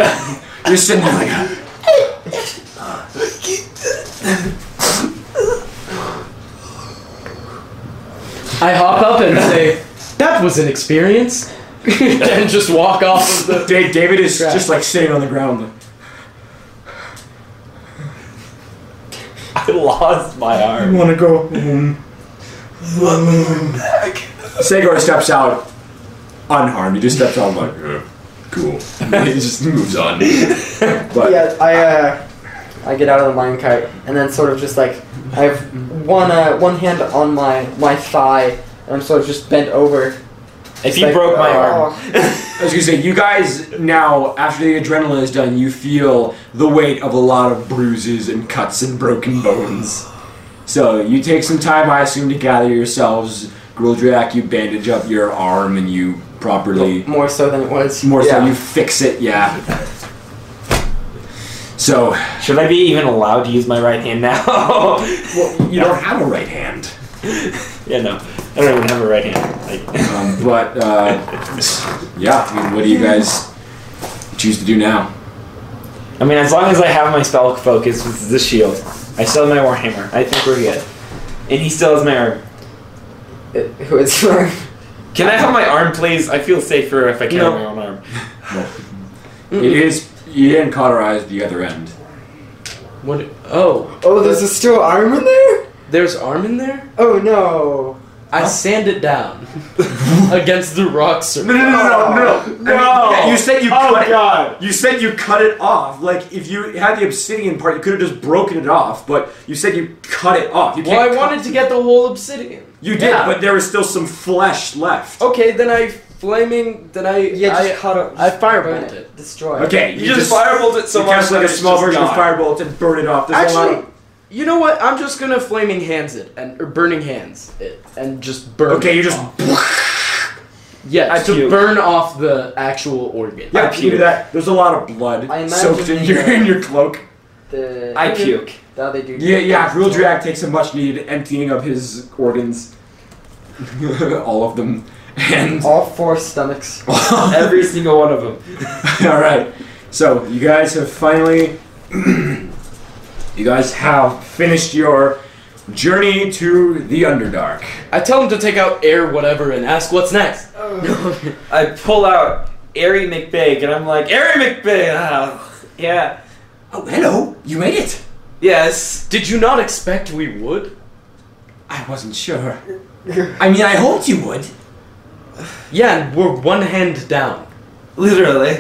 S1: You're sitting there
S2: [LAUGHS]
S1: like,
S3: I hop up and say, that was an experience. and just walk off
S1: [LAUGHS]
S3: of the.
S1: Da- David is
S3: Crap.
S1: just like sitting on the ground. Like,
S7: I lost my
S1: I
S7: arm.
S1: want to go home. Segor steps out unharmed. He just steps out like, "Yeah, cool. [LAUGHS] And he just moves
S2: [LAUGHS]
S1: on. But
S6: yeah, I uh, I get out of the minecart and then sort of just like I have one uh, one hand on my my thigh and I'm sort of just bent over.
S2: If
S6: It's
S2: you
S6: like,
S2: broke my arm,
S6: "Oh."
S1: I was gonna say, you guys now, after the adrenaline is done, you feel the weight of a lot of bruises and cuts and broken bones. So you take some time, I assume, to gather yourselves. Gruldrak, you bandage up your arm and you properly,
S6: More so than it was.
S1: more so,
S6: Yeah.
S1: you fix it. Yeah. So
S2: should I be even allowed to use my right hand now? [LAUGHS]
S1: well, you don't have a right hand,
S2: yeah, no, I don't even have a right hand. Like,
S1: um, but uh, yeah. I mean, what do you guys choose to do now?
S2: [LAUGHS] I mean, as long as I have my spell focus with the shield, I still have my warhammer. I think we're good, and he still has my arm.
S6: it, who it's from.
S2: Can I have my arm, please? I feel safer if I carry my own arm.
S1: It is. You didn't cauterize the other end.
S3: What? Oh,
S6: Oh, there's a still arm in there?
S3: there's arm in there.
S6: Oh no.
S3: I sand it down [LAUGHS] against the rock surface.
S1: no, no, no,
S7: No.
S1: Yeah, You said you
S7: Oh,
S1: cut
S7: God.
S1: it. You said you cut it off. Like if you had the obsidian part, you could have just broken it off. But you said you cut it off. You
S3: Well,
S1: can't
S3: I
S1: cut-
S3: wanted to get the whole obsidian.
S1: You did,
S3: Yeah.
S1: but there was still some flesh left.
S2: Oh.
S3: Okay, then I flaming. Then I
S6: Yeah, just
S3: I,
S6: cut up.
S3: I
S6: just
S3: firebolt
S6: burn
S3: it.
S6: Destroy it.
S1: Okay,
S2: You, just, firebolt it so
S1: you
S2: much
S1: cast like
S2: that
S1: a
S2: it's
S1: small
S2: just
S1: version of
S2: gone.
S1: firebolt and burn it off. There's no lot
S3: Actually,
S1: of-
S3: you know what? I'm just gonna flaming hands it and or burning hands it and just burn.
S1: okay,
S3: it
S1: you just
S3: off. yeah
S2: I
S3: to
S2: puke.
S3: burn off the actual organ.
S1: yeah,
S2: I
S1: you do that. There's a lot of blood
S6: I
S1: soaked in
S6: imagine
S1: your
S6: the, uh,
S1: in your cloak.
S6: The,
S2: I puke.
S6: The other dude.
S1: Yeah, yeah. Gruldrak takes a much needed emptying of his organs, [LAUGHS] all of them, and
S6: All four stomachs.
S1: [LAUGHS]
S2: Every single one of them.
S1: All right. So you guys have finally, [CLEARS THROAT] you guys have finished your journey to the Underdark.
S3: I tell him to take out air whatever and ask what's next.
S2: I pull out Airy McBig and I'm like, Airy McBig! Ah, yeah.
S1: Oh, hello! You made it.
S2: Yes.
S3: Did you not expect we would?
S1: I wasn't sure. I mean, I hoped you would.
S3: Yeah, and we're one hand down.
S2: Literally.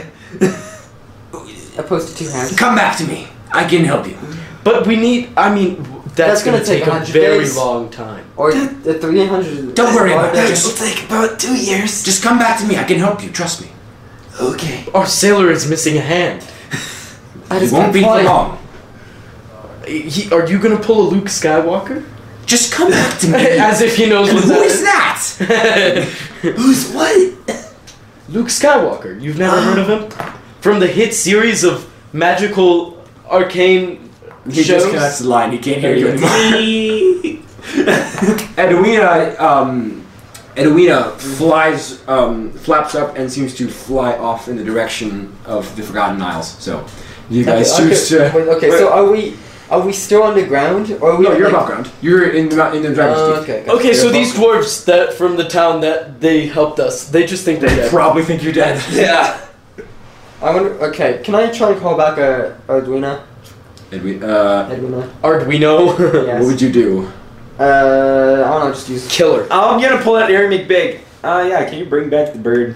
S6: Opposed to two hands.
S1: Come back to me. I can help you.
S3: But we need. I mean, w- that's,
S6: That's gonna take
S3: take, a
S6: 100
S3: very
S6: days.
S3: long time.
S6: Or the 300.
S1: Don't worry
S6: or
S1: about
S6: the-
S1: it. Just
S2: take about two years.
S1: just come back to me. I can help you. Trust me.
S2: Okay.
S3: Our sailor is missing a hand.
S6: I
S1: It
S6: just
S1: won't
S6: can't
S1: be for
S6: fly.
S1: long.
S3: He, are you gonna pull a Luke Skywalker?
S1: Just come back to me. [LAUGHS]
S3: As if he knows
S1: And
S3: what
S1: who [LAUGHS] is that? Who's what?
S3: [LAUGHS] Luke Skywalker. You've never heard of him? From the hit series of magical arcane
S1: He
S3: shows.
S1: just connects the line. He can't hear you [LAUGHS] anymore. Edwina, um, Edwina flies, um, flaps up and seems to fly off in the direction of the Forgotten Isles. So, you guys
S6: Okay,
S1: choose
S6: okay.
S1: to.
S6: Wait, okay, so are we are we still underground or are we?
S1: No, you're
S6: like,
S1: above ground. You're in the mou- in the driver's
S6: Uh,
S1: seat.
S6: okay, okay.
S3: Okay, so
S1: They're
S3: these dwarves that from the town that they helped us, they just think
S1: They
S3: [LAUGHS] they're dead.
S2: [LAUGHS]
S1: probably think you're dead.
S2: Yeah.
S6: I wonder. Okay, can I try and call back uh, a Arduino?
S1: Edwina, uh,
S6: Arduino.
S3: Arduino.
S1: what
S6: Yes.
S1: would you do?
S6: Uh, I don't know. Just use.
S3: Killer.
S2: I'm gonna pull out Airy McBig. Uh, yeah, can you bring back the bird?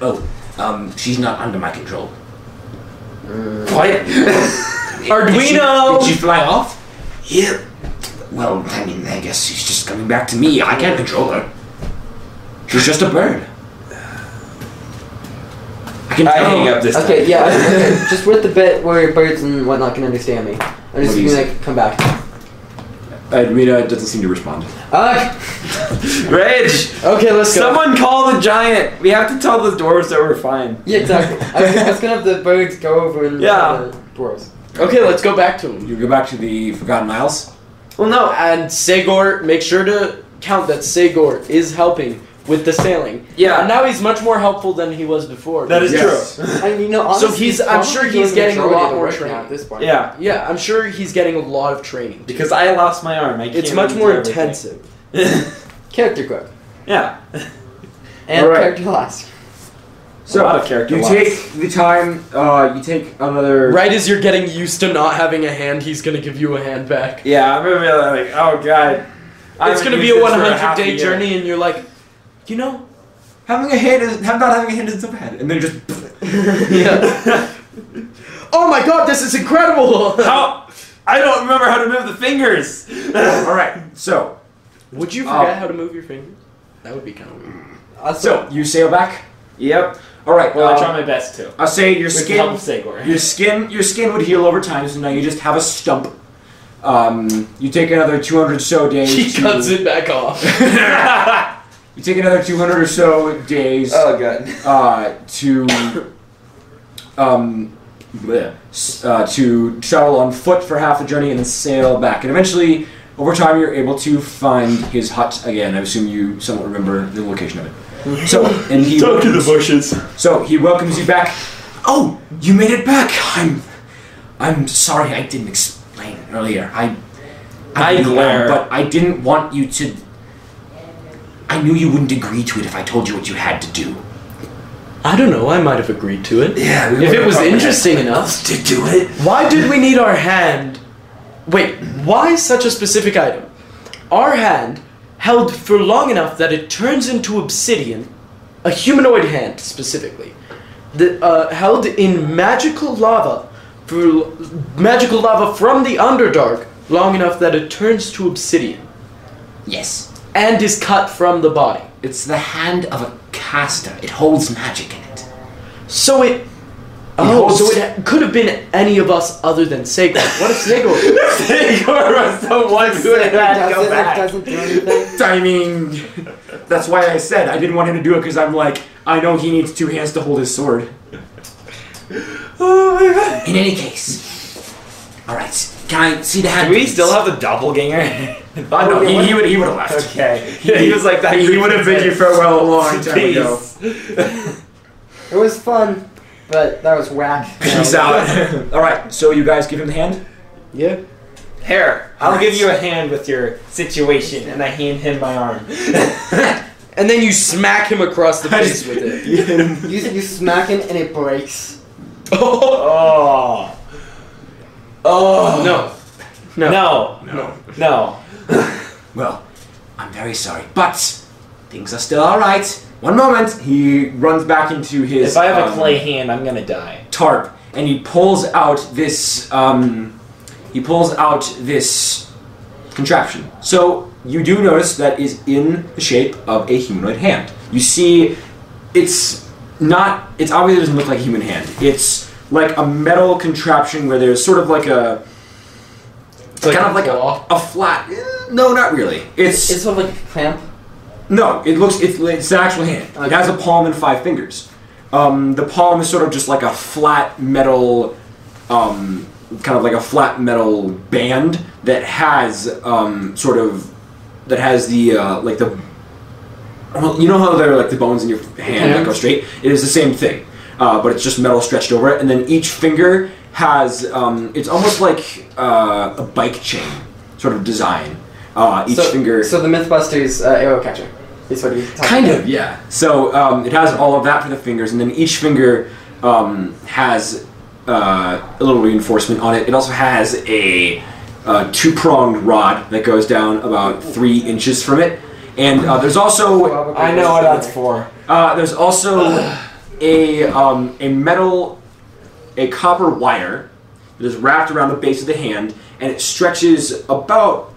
S1: Oh, um, she's not under my control. Mm. [LAUGHS]
S2: What?
S3: Arduino!
S1: Did she fly off? Yep. Well, I mean, I guess she's just coming back to me. I can't control her. She's just a bird. I can
S2: I
S1: tell.
S2: hang up this time.
S6: Okay, yeah, okay. just with the bit where birds and whatnot can understand me. I'm
S1: What
S6: just
S1: do you
S6: gonna
S1: say?
S6: like, come back.
S1: Edwina doesn't seem to respond.
S6: Uh,
S2: Rage!
S3: [LAUGHS] Okay, let's go.
S2: Someone call the giant. We have to tell the dwarves that we're fine.
S6: yeah, exactly. I was, I was gonna have the birds go over and
S2: Yeah.
S6: the dwarves.
S3: Okay, let's go back to him.
S1: You go back to the Forgotten Isles.
S3: Well, no, and Segor, make sure to count that Segor is helping with the sailing.
S2: Yeah.
S3: And now he's much more helpful than he was before.
S2: That is
S1: Yes.
S2: true.
S6: And you know,
S3: So
S6: honestly,
S3: he's- I'm
S6: probably
S3: sure
S6: doing
S3: he's
S6: the
S3: getting a
S6: majority
S3: lot
S6: of the
S3: more
S6: work
S3: training.
S6: now at this point.
S2: [LAUGHS] Yeah,
S3: Yeah, I'm sure he's getting a lot of training.
S2: because I lost my arm. I can't
S3: It's much
S2: really
S3: more
S2: do everything.
S3: intensive.
S6: [LAUGHS] Character growth
S2: yeah.
S6: and
S1: Alright.
S6: character loss.
S2: So, a lot of character
S1: You
S2: loss.
S1: take the time. Uh, you take another.
S3: Right as you're getting used to not having a hand, he's gonna give you a hand back.
S2: Yeah, I'm gonna be like, oh god. I
S3: it's
S2: haven't
S3: gonna be
S2: used
S3: a
S2: this for half
S3: 100
S2: a
S3: day
S2: year.
S3: journey, and you're like, you
S2: [LAUGHS]
S3: know, [LAUGHS]
S1: Having a hand is have not having a hand is so bad, and then just. [LAUGHS]
S3: yeah. oh my god, this is incredible!
S2: How? I don't remember how to move the fingers.
S1: All right. So,
S3: Would you
S1: Oh.
S3: forget how to move your fingers? That would be kind of weird.
S1: so you sail back.
S2: yep.
S1: All right.
S2: Well, I
S1: uh,
S2: try my best to.
S1: I'll say your
S2: With the
S1: skin.
S2: help of Segor.
S1: Your skin, your skin would heal over time, so now you just have a stump. Um, you take another 200 so days.
S3: He
S1: to-
S3: cuts it back off.
S1: You take another 200 or so days
S2: Oh god.
S1: uh, to um, bleh, s- uh, to travel on foot for half the journey and then sail back. And eventually, over time, you're able to find his hut again. I assume you somewhat remember the location of it. So, and he
S2: bushes.
S1: So he welcomes you back. Oh, you made it back. I'm, I'm sorry I didn't explain earlier. I,
S2: I
S1: really am,
S2: glare.
S1: but I didn't want you to I knew you wouldn't agree to it if I told you what you had to do.
S3: [LAUGHS] I don't know. I might have agreed to it.
S1: Yeah,
S3: If it was
S1: [LAUGHS]
S3: interesting enough.
S1: to do it.
S3: Why did we need our hand? Wait, why such a specific item? Our hand held for long enough that it turns into obsidian, a humanoid hand specifically, that uh, held in magical lava, for l- magical lava from the Underdark, long enough that it turns to obsidian
S1: Yes.
S3: and is cut from the body.
S1: It's the hand of a caster. It holds magic in it.
S3: So it. Oh,
S1: holds-
S3: so it could have been any of us other than Segor. What if [LAUGHS] Segor?
S6: does it, it doesn't do anything.
S1: I mean, that's why I said I didn't want him to do it because I'm like, I know he needs two hands to hold his sword. Oh In any case, all right. Can I see the hand?
S2: Do we
S1: please?
S2: still have the doppelganger? [LAUGHS]
S1: Oh, no, he, he would. He would have left.
S2: okay. he was like that.
S1: He, would have bid you farewell a long time ago.
S2: Peace.
S6: It was fun, but that was whack.
S3: [LAUGHS]
S1: Peace
S2: [LAUGHS]
S1: out. all right. So you guys give him the hand.
S3: yeah.
S2: Hair.
S7: I'll give you a hand with your situation, and I hand him my arm.
S3: And then you smack him across [LAUGHS] the face with it.
S6: You, you smack him and it breaks.
S3: Oh
S7: Oh. Oh.
S3: no!
S7: No.
S1: No.
S7: No.
S1: Well, I'm very sorry, but things are still all right. One moment. He runs back into his.
S7: If I have a
S1: um,
S7: clay hand, I'm gonna die.
S1: tarp and he pulls out this um, he pulls out this contraption so you do notice that is in the shape of a humanoid hand you see it's not it's obviously doesn't look like a human hand it's like a metal contraption where there's sort of like a it's
S3: like
S1: kind
S3: a
S1: of like
S3: claw?
S1: a, a flat eh, no not really it's
S6: It's sort of like a clamp.
S1: no, it looks it's, it's an actual hand. It has a palm and five fingers. Um, the palm is sort of just like a flat metal, um, kind of like a flat metal band that has um, sort of that has the uh, like the well, you know how they're like the bones in your hand that go straight. It is the same thing, uh, but it's just metal stretched over it, and then each finger has um, it's almost like uh, a bike chain sort of design. Uh, each
S6: so,
S1: finger
S6: So the MythBusters uh, arrow catcher is what he's talking
S1: Kind
S6: about.
S1: of, yeah. So um, it has all of that for the fingers, and then each finger um, has uh, a little reinforcement on it. It also has a uh, two pronged rod that goes down about three inches from it, and uh, there's also
S6: Probably
S7: I know what
S6: similar.
S7: that's for.
S1: uh, there's also a um, a metal a copper wire that is wrapped around the base of the hand, and it stretches about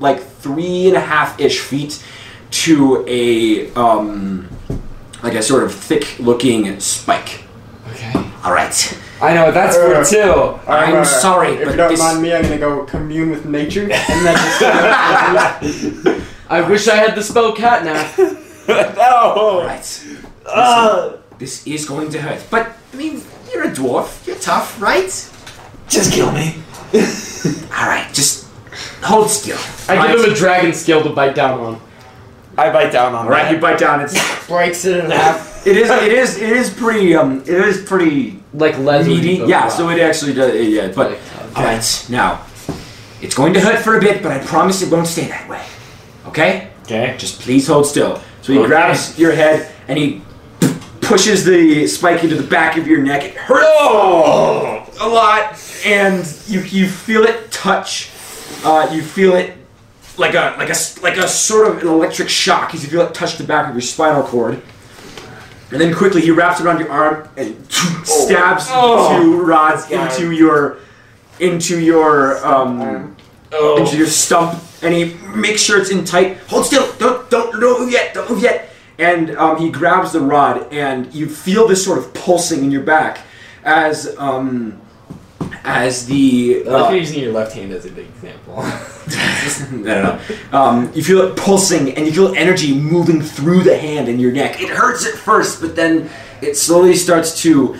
S1: like three and a half ish feet to a um, like a sort of thick looking spike.
S7: Okay.
S1: All right,
S7: I know what that's for too.
S1: I'm
S6: uh,
S1: sorry,
S6: If
S1: but
S6: you don't
S1: this-
S6: mind me, I'm gonna go commune with nature, and then just
S3: I wish I had the spell catnap.
S1: all
S7: no.
S1: right. Listen,
S7: Uh,
S1: this is going to hurt, but I mean, you're a dwarf. You're tough, right?
S7: Just kill me.
S1: All right, just hold still.
S3: [LAUGHS] I give him a dragon scale to bite down on.
S7: I bite down on
S1: All right, you
S7: that.
S1: bite down. It's
S6: breaks it in half.
S1: It is. It is. It is pretty. Um. It is pretty
S3: [LAUGHS] Like leather.
S1: meaty. Yeah. So it actually does. it- Yeah. But all right. Now, it's going to hurt for a bit, but I promise it won't stay that way. Okay.
S7: Okay.
S1: Just please hold still. So he grabs your head and he pushes the spike into the back of your neck. It hurts a lot, and you you feel it touch. Uh, you feel it like a like a s- like a sort of an electric shock as you feel it touch the back of your spinal cord. And then quickly he wraps around your arm and [LAUGHS] stabs two rods into your into your um, into your stump, and he makes sure it's in tight. Hold still! Don't don't don't move yet! Don't move yet! And um, he grabs the rod, and you feel this sort of pulsing in your back as um, as the
S7: I like
S1: uh,
S7: you're using your left hand as an example.
S1: [LAUGHS] I don't know. Um, you feel it pulsing, and you feel energy moving through the hand and your neck. It hurts at first, but then it slowly starts to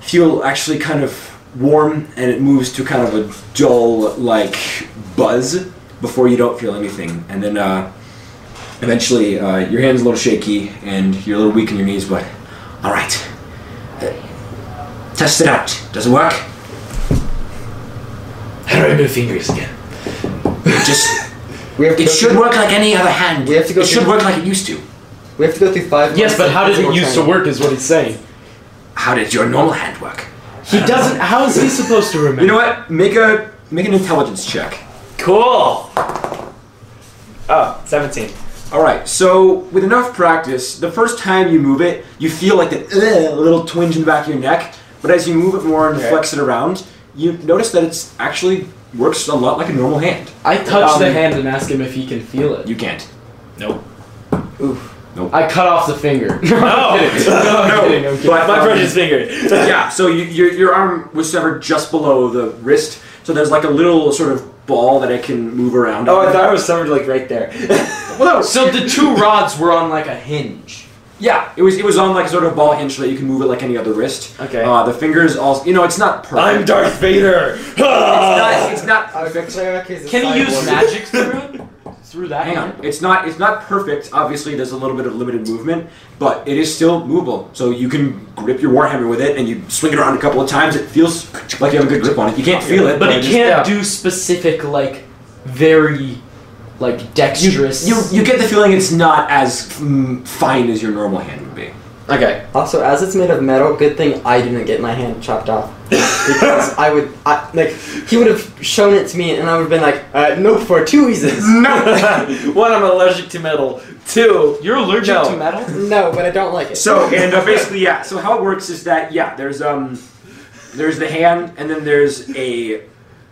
S1: feel actually kind of warm, and it moves to kind of a dull like buzz before you don't feel anything, and then uh, eventually uh, your hand's a little shaky and you're a little weak in your knees. But all right, Uh, test it out. Does it work?
S7: How do I move fingers again?
S4: [LAUGHS]
S1: Just
S4: We have to
S1: It
S4: go
S1: should
S4: through,
S1: work like any other hand.
S4: We have to go
S1: It should
S4: through-
S1: work like it used to.
S4: We have to go through five.
S3: Yes,
S4: months
S3: but
S4: of
S3: how does it
S4: physical
S3: used to
S4: training.
S3: work is what he's saying.
S1: How did your normal hand work?
S3: He doesn't. How is he supposed to remember?
S1: You know what? Make a make an intelligence check.
S2: Cool. Oh, 17.
S1: All right. So with enough practice, the first time you move it, you feel like that "Ugh," little twinge in the back of your neck. But as you move it more and flex it around, you notice that it's actually works a lot like a normal hand.
S3: I touch
S1: Um,
S3: the hand and ask him if he can feel it.
S1: You can't.
S3: I cut off the finger. No, I'm kidding.
S7: [LAUGHS]
S3: no, I'm
S1: No, [LAUGHS]
S3: kidding. I'm kidding.
S1: but-
S2: My
S1: Um,
S2: precious finger.
S1: yeah. So you, your your arm was severed just below the wrist. So there's like a little sort of ball that I can move around.
S7: Oh, I thought I was summoned like right there.
S1: Well, no.
S3: so the two rods were on like a hinge.
S1: Yeah, it was it was on like sort of ball hinge so that you can move it like any other wrist.
S3: Okay.
S1: Uh, the fingers also, you know, it's not perfect.
S7: [LAUGHS] I'm Darth Vader.
S1: It's not, it's not perfect.
S3: Can he use magic through it? Through that?
S1: Hang on, it's not it's not perfect. Obviously, there's a little bit of limited movement, but it is still movable. So you can grip your warhammer with it, and you swing it around a couple of times. It feels like you have a good grip on it. You can't feel it,
S3: But it
S1: just-
S3: can't do specific like very like dexterous.
S1: You you get the feeling it's not as mm, fine as your normal hand would be.
S3: okay?
S6: Also, as it's made of metal, good thing I didn't get my hand chopped off. because I would, I, like, he would have shown it to me and I would have been like, uh, no, for two reasons.
S7: [LAUGHS]
S2: One, I'm allergic to metal. Two,
S3: You're allergic
S2: No.
S3: to metal.
S6: [LAUGHS] no, but I don't like it.
S1: So and uh, basically, yeah. So how it works is that yeah, there's um, there's the hand, and then there's a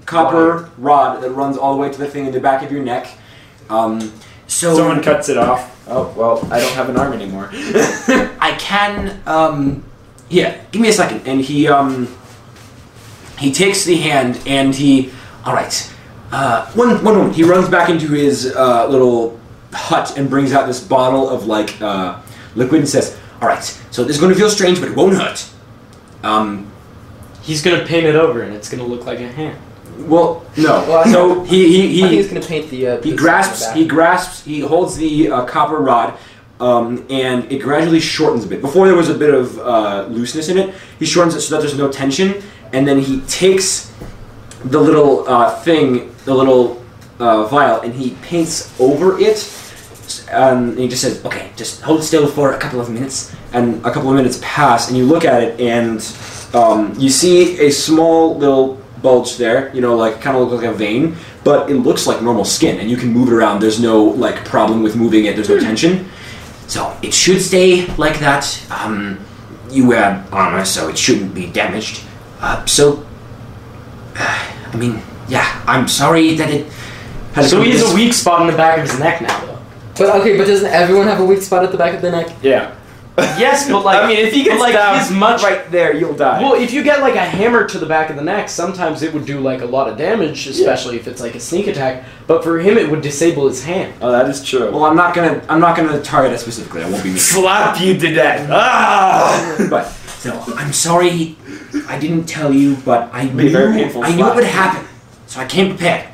S1: copper rod that runs all the way to the thing in the back of your neck. Um, so
S7: Someone cuts it off. Oh well, I don't have an arm anymore.
S1: [LAUGHS] I can um, yeah. Give me a second, and he um, he takes the hand and he all right. Uh, one one moment. He runs back into his uh, little hut and brings out this bottle of like uh, liquid and says, "All right, so this is going to feel strange, but it won't hurt." Um,
S3: He's gonna paint it over and it's gonna look like a hand.
S1: Well, no.
S6: Well, I-
S1: so he
S6: I think
S1: he,
S6: he's
S1: he,
S6: gonna paint the. Uh,
S1: he
S6: the
S1: grasps
S6: back.
S1: he grasps he holds the uh, copper rod, um, and it gradually shortens a bit. Before there was a bit of uh, looseness in it. He shortens it so that there's no tension, and then he takes the little uh, thing, the little uh, vial, and he paints over it. Um, and he just says, "Okay, just hold still for a couple of minutes." And a couple of minutes pass, and you look at it, and um, you see a small little bulge there. You know, like kind of looks like a vein, but it looks like normal skin, and you can move it around. There's no like problem with moving it. There's no tension, so it should stay like that. Um, you wear armor, so it shouldn't be damaged. Uh, so, uh, I mean, yeah, I'm sorry that it. Has
S3: So
S1: come
S3: he
S1: this
S3: has a weak spot in the back of his neck now, though.
S6: But okay, but doesn't everyone have a weak spot at the back of the neck?
S7: Yeah.
S3: Yes, but like
S7: I mean, if he
S3: but,
S7: gets
S3: like
S7: stabbed
S3: he's much
S7: right there, you'll die.
S3: Well, if you get like a hammer to the back of the neck, sometimes it would do like a lot of damage, especially if it's like a sneak attack. But for him, it would disable his hand.
S7: oh, that is true.
S1: Well, I'm not gonna I'm not gonna target it specifically. I won't be
S7: [LAUGHS]
S1: mean.
S2: slap you to death. Ah!
S1: but so I'm sorry, I didn't tell you, but I
S7: Be
S1: knew
S7: a very painful
S1: I knew it
S7: slap.
S1: would happen, so I came prepared.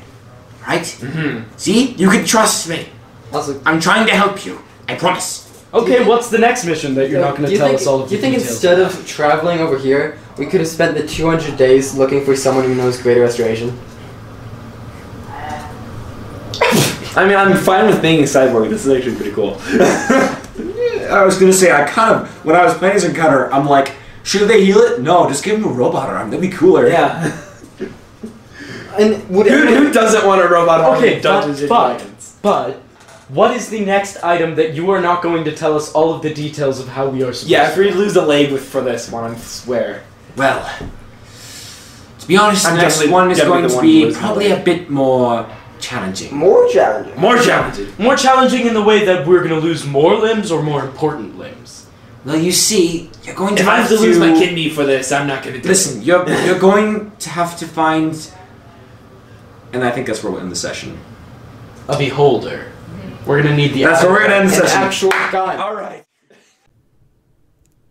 S1: Right?
S7: Mm-hmm.
S1: See, you can trust me.
S6: Also,
S1: I'm trying to help you. I promise.
S3: Okay, what's the next mission that you're not going
S6: do
S3: to
S6: you
S3: tell
S6: think,
S3: us all of
S6: Do you
S3: the
S6: think
S3: details?
S6: instead of traveling over here, we could have spent the 200 days looking for someone who knows Greater Restoration?
S7: I mean, I'm fine with being a cyborg. This is actually pretty cool.
S1: I was gonna say I kind of when I was playing as a cutter, I'm like, should they heal it? No, just give him a robot arm. That'd be cooler.
S7: yeah.
S6: And would
S7: Who,
S6: everyone-
S7: who doesn't want a robot arm
S3: Okay,
S7: in Dungeons
S3: but-
S7: and
S3: but-
S7: Dragons?
S3: but what is the next item that you are not going to tell us all of the details of how we are supposed?
S7: Yeah, if
S3: to?
S7: we lose a leg with for this one, I swear.
S1: Well, to be honest,
S7: I'm
S1: the next
S7: definitely-
S1: one is
S7: definitely
S1: going
S7: the
S1: to
S7: one who
S1: be
S7: is
S1: probably a bit more challenging.
S6: More challenging.
S7: More challenging.
S3: More challenging in the way that we're going to lose more limbs or more important limbs.
S1: Well, you see, you're going to
S2: If I
S1: have
S2: have to lose my
S1: to-
S2: kidney for this, I'm not gonna do it.
S7: [LAUGHS]
S1: Listen, you're you're going to have to find, and I think that's where we'll end the session.
S3: A beholder. We're going to need the.
S1: That's where we're gonna end the
S6: An
S1: session.
S6: actual gun.
S7: All right.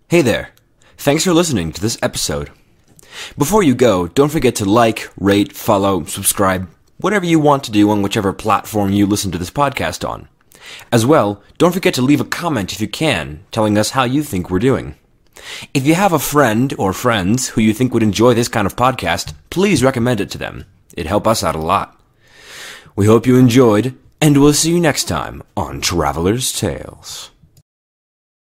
S8: Hey there. Thanks for listening to this episode. Before you go, don't forget to like, rate, follow, subscribe, whatever you want to do on whichever platform you listen to this podcast on. As well, don't forget to leave a comment if you can, telling us how you think we're doing. If you have a friend or friends who you think would enjoy this kind of podcast, please recommend it to them. It'd help us out a lot. We hope you enjoyed,
S1: And we'll see you next time on Traveler's Tales.